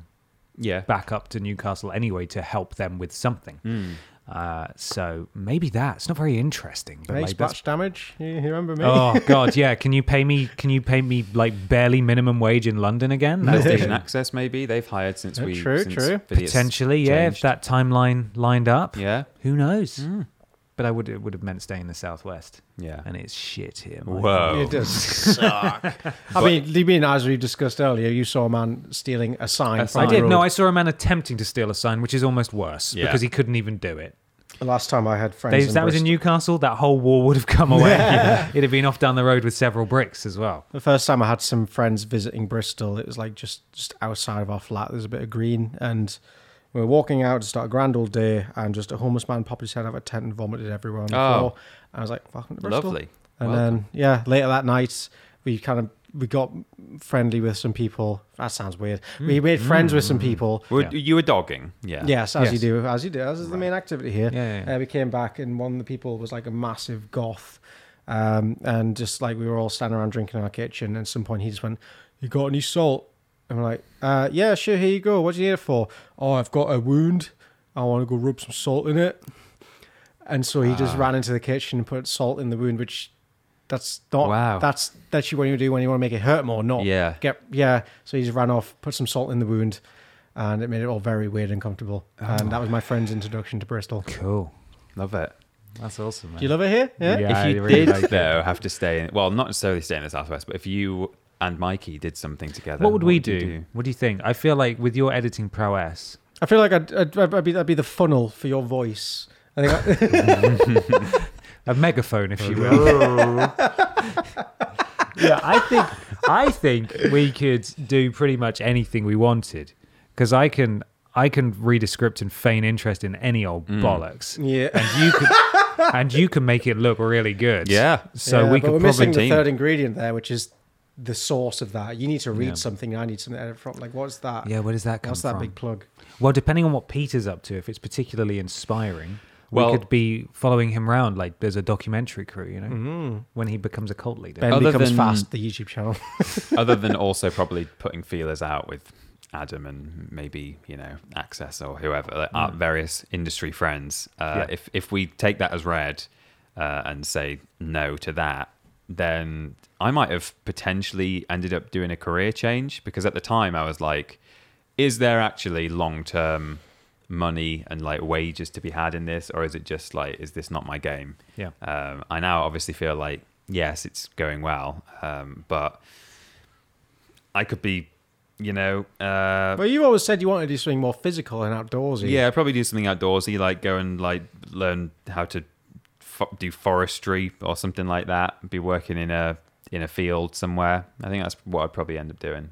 Speaker 4: Yeah.
Speaker 2: back up to Newcastle anyway to help them with something.
Speaker 4: Hmm.
Speaker 2: Uh, so maybe that. It's not very interesting. But
Speaker 3: Hey,
Speaker 2: like, that's-
Speaker 3: splash damage. You, you remember me?
Speaker 2: oh god, yeah. Can you pay me? Can you pay me like barely minimum wage in London again? That'd be-
Speaker 4: PlayStation Access, maybe they've hired since
Speaker 3: Yeah,
Speaker 4: we
Speaker 3: true,
Speaker 4: since
Speaker 3: true.
Speaker 4: Vidiot's
Speaker 2: potentially yeah if
Speaker 4: changed.
Speaker 2: that timeline lined up
Speaker 4: yeah
Speaker 2: who knows but i would it would have meant staying in the southwest
Speaker 4: Yeah.
Speaker 2: and it's shit here mate.
Speaker 4: whoa
Speaker 3: It does I mean, you mean as we discussed earlier, you saw a man stealing a sign.
Speaker 4: A
Speaker 3: from
Speaker 2: i
Speaker 4: sign.
Speaker 3: the
Speaker 2: did no i
Speaker 3: road.
Speaker 2: saw a man attempting to steal a sign which is almost worse
Speaker 4: Yeah.
Speaker 2: because he couldn't even do it
Speaker 3: The last time I had friends.
Speaker 2: they,
Speaker 3: in
Speaker 2: that was in
Speaker 3: Bristol-
Speaker 2: newcastle that whole wall would have come away it'd have been off down the road with several bricks as well
Speaker 3: The first time I had some friends visiting Bristol, it was like just just outside of our flat. There's a bit of green, and we were walking out to start a grand old day, and just a homeless man popped his head out of a tent and vomited everywhere on the
Speaker 4: Oh.
Speaker 3: floor. And I was like, "Welcome to Bristol."
Speaker 4: lovely
Speaker 3: And
Speaker 4: Welcome.
Speaker 3: then yeah, later that night we kind of we got friendly with some people. That sounds weird. We made friends with some people.
Speaker 4: Would- you were dogging yeah
Speaker 3: Yes, as
Speaker 2: Yes.
Speaker 3: you do, as you do, as is the main activity here.
Speaker 2: Yeah, yeah, yeah.
Speaker 3: Uh, we came back, and one of the people was like a massive goth, um, and just like we were all standing around drinking in our kitchen. And at some point, he just went, "You got any salt?" And we're like, uh, "Yeah, sure. Here you go. What do you need it for?" "Oh, I've got a wound. I want to go rub some salt in it." And so he just ran into the kitchen and put salt in the wound, which that's not
Speaker 4: Wow.
Speaker 3: that's that's what you do when you want to make it hurt more, not
Speaker 4: Yeah.
Speaker 3: get yeah. So he just ran off, put some salt in the wound, and it made it all very weird and comfortable. And that was my friend's introduction to Bristol. Do
Speaker 2: cool
Speaker 4: love it
Speaker 2: that's awesome man.
Speaker 3: you love it here? Yeah.
Speaker 2: Yeah. I
Speaker 4: if you
Speaker 2: really
Speaker 4: did
Speaker 2: like it.
Speaker 4: though have to stay in well not necessarily stay in the southwest but if you and Mikey did something together
Speaker 2: what would we
Speaker 4: you
Speaker 2: do? what do you think i feel like with your editing prowess
Speaker 3: I feel like I'd, I'd, I'd be that'd be the funnel for your voice. I think I,
Speaker 2: a megaphone, if you will. yeah, I think I think we could do pretty much anything we wanted because I can I can read a script and feign interest in any old
Speaker 4: Mm.
Speaker 2: bollocks,
Speaker 3: yeah.
Speaker 2: and you could and you can make it look really good.
Speaker 4: Yeah.
Speaker 2: so
Speaker 3: Yeah,
Speaker 2: we
Speaker 3: but we're
Speaker 2: could
Speaker 3: missing
Speaker 2: probably
Speaker 3: the
Speaker 4: team.
Speaker 3: third ingredient there, which is the source of that. You need to read something. I need something to edit from. Like, what's that?
Speaker 2: yeah. Where does that come
Speaker 3: What's that
Speaker 2: from?
Speaker 3: big plug?
Speaker 2: Well, depending on what Peter's up to, if it's particularly inspiring,
Speaker 4: Well-
Speaker 2: we could be following him around like there's a documentary crew, you know, when he becomes a cult leader.
Speaker 3: Ben
Speaker 4: Other
Speaker 3: becomes
Speaker 4: than-
Speaker 3: fast. The YouTube channel.
Speaker 4: Other than also probably putting feelers out with Adam and maybe you know Access or whoever, like, our various industry friends. Uh,
Speaker 2: Mm. Yeah.
Speaker 4: If if we take that as read uh, and say no to that, then I might have potentially ended up doing a career change because at the time I was like, is there actually long term money and like wages to be had in this, or is it just like is this not my game?
Speaker 2: Yeah.
Speaker 4: Um, I now obviously feel like yes, it's going well, um, but I could be, you know, uh,
Speaker 3: well, you always said you wanted to do something more physical and outdoorsy.
Speaker 4: yeah, probably do something outdoorsy, like go and like learn how to fo- do forestry or something like that. Be working in a in a field somewhere. I think that's what I'd probably end up doing.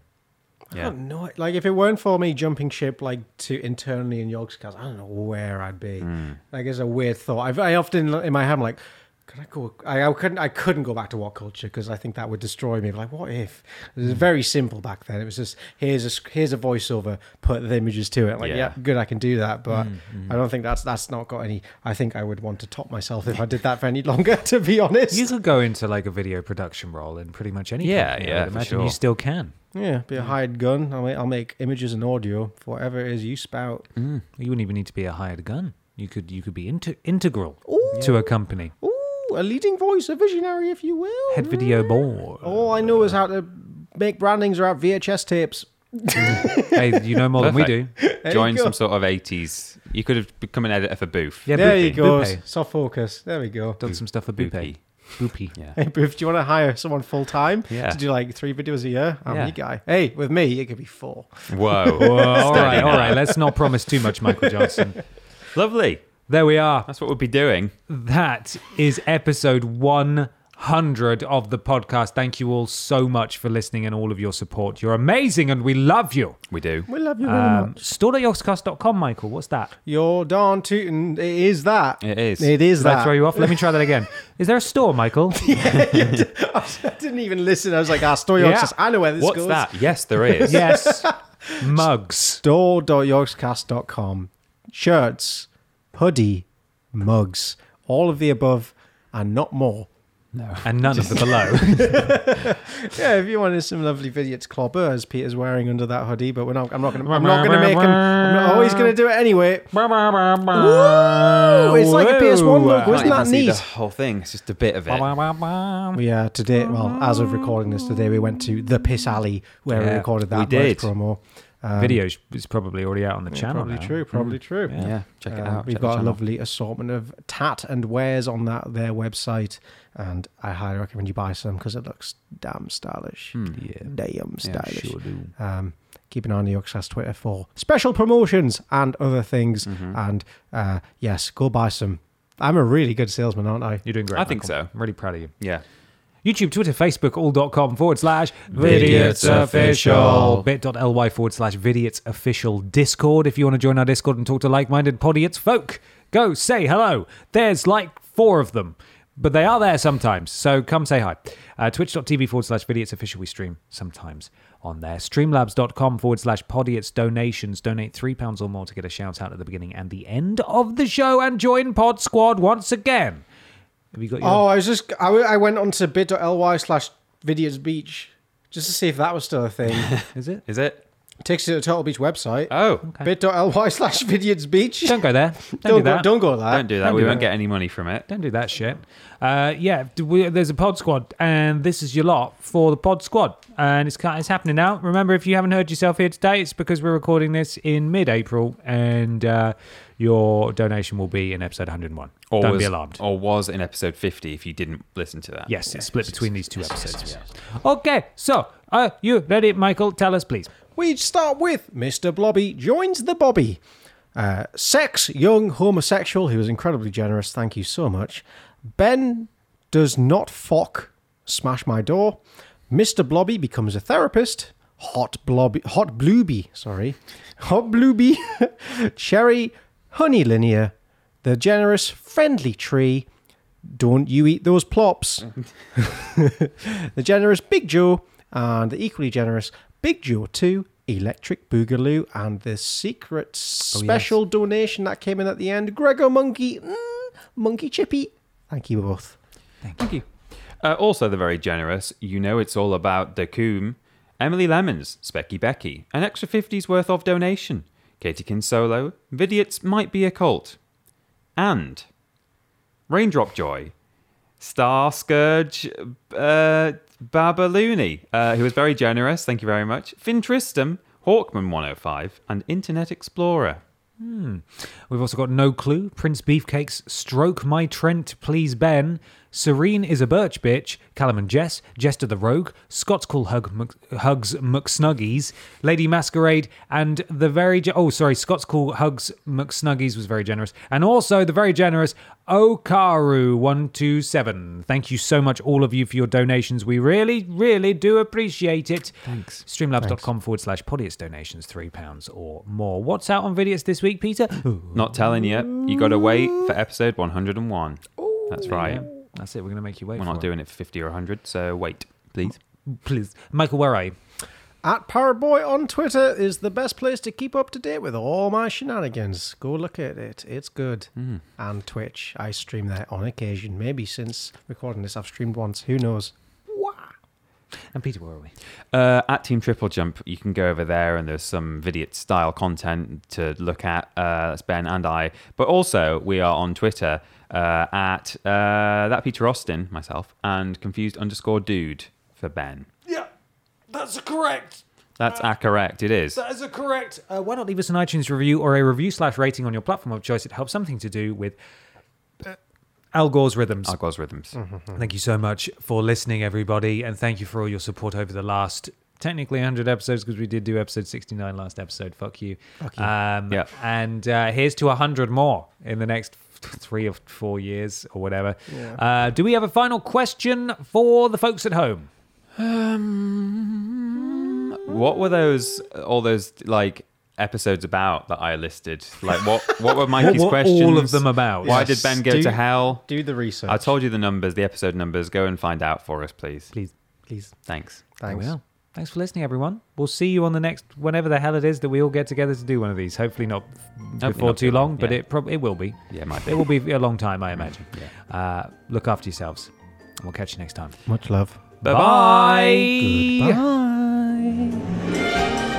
Speaker 3: I
Speaker 4: Yeah,
Speaker 3: don't know. Like, if it weren't for me jumping ship, like to internally in York's cars, I don't know where I'd be. Like, it's a weird thought. I've, I often in my head, I'm like, could I go? I, I couldn't. I couldn't go back to what culture because I think that would destroy me. But like, what if? It was very simple back then. It was just here's a sc- here's a voiceover, put the images to it. Like,
Speaker 4: Yeah.
Speaker 3: yeah, good, I can do that. But I don't think that's that's not got any. I think I would want to top myself if I did that for any longer. To be honest,
Speaker 2: You could go into like a video production role in pretty much any.
Speaker 4: Yeah,
Speaker 2: company, I
Speaker 4: yeah,
Speaker 2: would
Speaker 4: for
Speaker 2: Imagine
Speaker 4: sure.
Speaker 2: you still can.
Speaker 3: yeah, be a hired gun. I'll make, I'll make images and audio for whatever it is you spout.
Speaker 4: Mm.
Speaker 2: You wouldn't even need to be a hired gun. You could you could be inter- integral to a company.
Speaker 3: Ooh, a leading voice, a visionary, if you will.
Speaker 2: Head video board.
Speaker 4: Oh.
Speaker 3: All I know is how to make brandings or out VHS tapes.
Speaker 2: Hey, you know more than we do.
Speaker 4: Perfect. Join
Speaker 3: go.
Speaker 4: some sort of eighties. You could have become an editor for Booth.
Speaker 2: Yeah,
Speaker 3: There
Speaker 2: Boopy.
Speaker 3: you go.
Speaker 2: Boopy.
Speaker 3: Soft focus. There we go.
Speaker 2: Done some stuff for Boopy. Boopy.
Speaker 4: Yeah.
Speaker 3: Hey, Booth, do you want to hire someone full time
Speaker 4: Yeah.
Speaker 3: to do like three videos a year? I'm
Speaker 2: Yeah.
Speaker 3: your guy. Hey, with me, it could be four.
Speaker 4: Whoa.
Speaker 2: all right, all right. Let's not promise too much, Michael Johnson.
Speaker 4: Lovely.
Speaker 2: There we are.
Speaker 4: That's what we'll be doing.
Speaker 2: That is episode 100 of the podcast. Thank you all so much for listening and all of your support. You're amazing and we love you.
Speaker 4: We do.
Speaker 3: We love you very
Speaker 2: Um,
Speaker 3: much.
Speaker 2: Store.yogscast.com, Michael. What's that?
Speaker 3: You're darn tootin'. It is that.
Speaker 4: It is.
Speaker 3: It is
Speaker 2: Did I
Speaker 3: that.
Speaker 2: throw you off? Let me try that again. Is there a store, Michael?
Speaker 3: I didn't even listen. I was like, ah, store
Speaker 2: Yeah.
Speaker 3: Yorkshire. I know where this
Speaker 4: What's
Speaker 3: goes.
Speaker 4: that? Yes, there is.
Speaker 2: yes. Mugs.
Speaker 3: store.yorkscast.com. Shirts, hoodie, mugs, all of the above, and not more.
Speaker 2: And none of the below.
Speaker 3: Yeah, if you wanted some lovely Vidiot's clobber as Peter's wearing under that hoodie, but we're not, I'm not going to. I'm not going to make him. I'm not always going to do it anyway.
Speaker 2: Woo!
Speaker 3: it's like a PS1 logo, isn't
Speaker 4: Can't even
Speaker 3: that
Speaker 4: see the
Speaker 3: neat?
Speaker 4: whole thing. It's just a bit of it.
Speaker 3: We uh, today, well, as of recording this today, we went to the Piss Alley where we
Speaker 2: Yeah,
Speaker 3: recorded
Speaker 4: we
Speaker 3: that
Speaker 4: did.
Speaker 3: merch promo. Um,
Speaker 2: Video is is probably already out on the channel.
Speaker 3: Probably
Speaker 2: now.
Speaker 3: true. Probably true.
Speaker 4: Mm. Yeah, check it
Speaker 3: Uh,
Speaker 4: out.
Speaker 3: We've
Speaker 4: Check the
Speaker 3: got a
Speaker 4: channel.
Speaker 3: lovely assortment of tat and wares on that their website, and I highly recommend you buy some because it looks damn stylish.
Speaker 4: Hmm.
Speaker 2: Yeah.
Speaker 3: Damn stylish.
Speaker 2: sure do.
Speaker 3: um, keep an eye on the Yorkshire's Twitter for special promotions and other things.
Speaker 4: Mm-hmm.
Speaker 3: And uh, yes, go buy some. I'm a really good salesman, aren't I?
Speaker 2: You're doing great.
Speaker 4: I think
Speaker 2: Michael.
Speaker 4: so.
Speaker 2: I'm really proud of you.
Speaker 4: Yeah.
Speaker 2: YouTube, Twitter, Facebook, all.com forward slash
Speaker 4: Vidiots Official.
Speaker 2: bit.ly forward slash vidiots official Discord. If you want to join our Discord and talk to like minded podiots folk, go say hello. There's like four of them, but they are there sometimes. So come say hi. Uh, Twitch.tv forward slash vidiots official. We stream sometimes on there. Streamlabs.com forward slash podiots donations. Donate £3 or more to get a shout out at the beginning and the end of the show and join Pod Squad once again. Have you got your.
Speaker 3: Oh, I was just I, w- I went onto bit.ly slash videos beach just to see if that was still a thing.
Speaker 2: Is it?
Speaker 4: Is it?
Speaker 3: Takes you to the Turtle Beach website.
Speaker 4: Oh,
Speaker 3: Bit.ly slash videos beach.
Speaker 2: Don't go there. Don't, do
Speaker 3: Don't,
Speaker 2: that.
Speaker 3: go, Uh, don't go there.
Speaker 4: don't do that.
Speaker 2: don't
Speaker 4: we
Speaker 2: do
Speaker 4: won't
Speaker 2: that.
Speaker 4: get any money from it.
Speaker 2: Don't do that shit. Uh, yeah, d- we, there's a pod squad, and this is your lot for the pod squad, and it's ca- it's happening now. Remember, if you haven't heard yourself here today, it's because we're recording this in mid-April, and uh, your donation will be in episode 101. Don't
Speaker 4: was,
Speaker 2: be alarmed.
Speaker 4: Or was in episode 50 if you didn't listen to that.
Speaker 2: Yes, it's split between these two episodes. Okay, so are you ready, Michael? Tell us, please.
Speaker 3: We start with Mr. Blobby joins the Bobby. Uh, sex, young homosexual who was incredibly generous. Thank you so much. Ben does not fuck. Smash my door. Mr. Blobby becomes a therapist. Hot Blobby, hot Blueby, sorry, hot Blueby. Cherry, honey linear, the generous friendly tree. Don't you eat those plops? the generous Big Joe and the equally generous Big Joe 2 Electric Boogaloo, and the
Speaker 4: Oh,
Speaker 3: secret special donation that came in at the end. Gregor Monkey, mm, Monkey Chippy. Thank you both.
Speaker 4: Thank you. Uh, also, the very generous, you know it's all about the coom, Emily Lemons, Specky Becky, an extra 50's worth of donation, Katie Kinsolo, Vidiots might be a cult, and Raindrop Joy, Star Scourge uh, Babaloony, uh, who was very generous, thank you very much, Finn Tristram, Hawkman 105, and Internet Explorer.
Speaker 2: We've also got No Clue, Prince Beefcakes, Stroke My Trent, Please Ben, Serene is a Birch Bitch, Callum and Jess, Jester the Rogue, Scott's Cool Hug, Mc- Hugs McSnuggies, Lady Masquerade, and the very. Ge- oh, sorry, Scott's Cool Hugs McSnuggies was very generous. And also the very generous Okaru127. Thank you so much, all of you, for your donations. We really, really do appreciate it. Thanks. Streamlabs.com forward slash podius donations, £3 or more. What's out on videos this week, Peter?
Speaker 4: Not telling you, you gotta wait for episode 101. That's right.
Speaker 2: That's it. We're going to make you wait
Speaker 4: We're
Speaker 2: for
Speaker 4: not
Speaker 2: it.
Speaker 4: doing it for 50 or 100, so wait, please.
Speaker 2: Please. Michael, where are you?
Speaker 3: At Powerboy on Twitter is the best place to keep up to date with all my shenanigans. Go look at it, it's good.
Speaker 4: Hmm.
Speaker 3: And Twitch, I stream there on occasion. Maybe since recording this, I've streamed once. Who knows?
Speaker 2: And Peter, where are we?
Speaker 4: Uh, at Team Triple Jump, you can go over there and there's some Vidiot style content to look at. Uh, that's Ben and I. But also, we are on Twitter uh, at uh, that Peter Austin, myself, and confused underscore dude for Ben.
Speaker 2: Yeah, that's correct.
Speaker 4: That's ah, correct. It is.
Speaker 2: That is a correct. Uh, why not leave us an iTunes review or a review slash rating on your platform of choice? It helps something to do with uh, Al Gore's rhythms.
Speaker 4: Argos rhythms.
Speaker 2: Thank you so much for listening, everybody, and thank you for all your support over the last technically 100 episodes because we did do episode 69 last episode. Fuck you. Um,
Speaker 4: Yeah.
Speaker 2: And uh, here's to 100 more in the next three or four years or whatever. Uh, do we have a final question for the folks at home?
Speaker 4: What were those? All those like episodes about that I listed? Like what? What were Mikey's
Speaker 2: were all of
Speaker 4: questions?
Speaker 2: them about?
Speaker 4: Why
Speaker 3: Yes.
Speaker 4: did Ben go
Speaker 3: Do-
Speaker 4: to hell?
Speaker 3: Do the research.
Speaker 4: I told you the numbers, the episode numbers. Go and find out for us, please.
Speaker 2: Please, please.
Speaker 4: Thanks.
Speaker 2: There
Speaker 3: Thanks.
Speaker 2: we are. Thanks for listening, everyone. We'll see you on the next, whenever the hell it is that we all get together to do one of these. Hopefully not before
Speaker 4: not
Speaker 2: too
Speaker 4: too
Speaker 2: long,
Speaker 4: long,
Speaker 2: but
Speaker 4: yeah.
Speaker 2: it prob- it will be.
Speaker 4: Yeah, it might
Speaker 2: It will be a long time, I imagine. Uh, look after yourselves. and We'll catch you next time.
Speaker 3: Much love.
Speaker 4: Bye bye.
Speaker 2: Bye.
Speaker 3: Bye.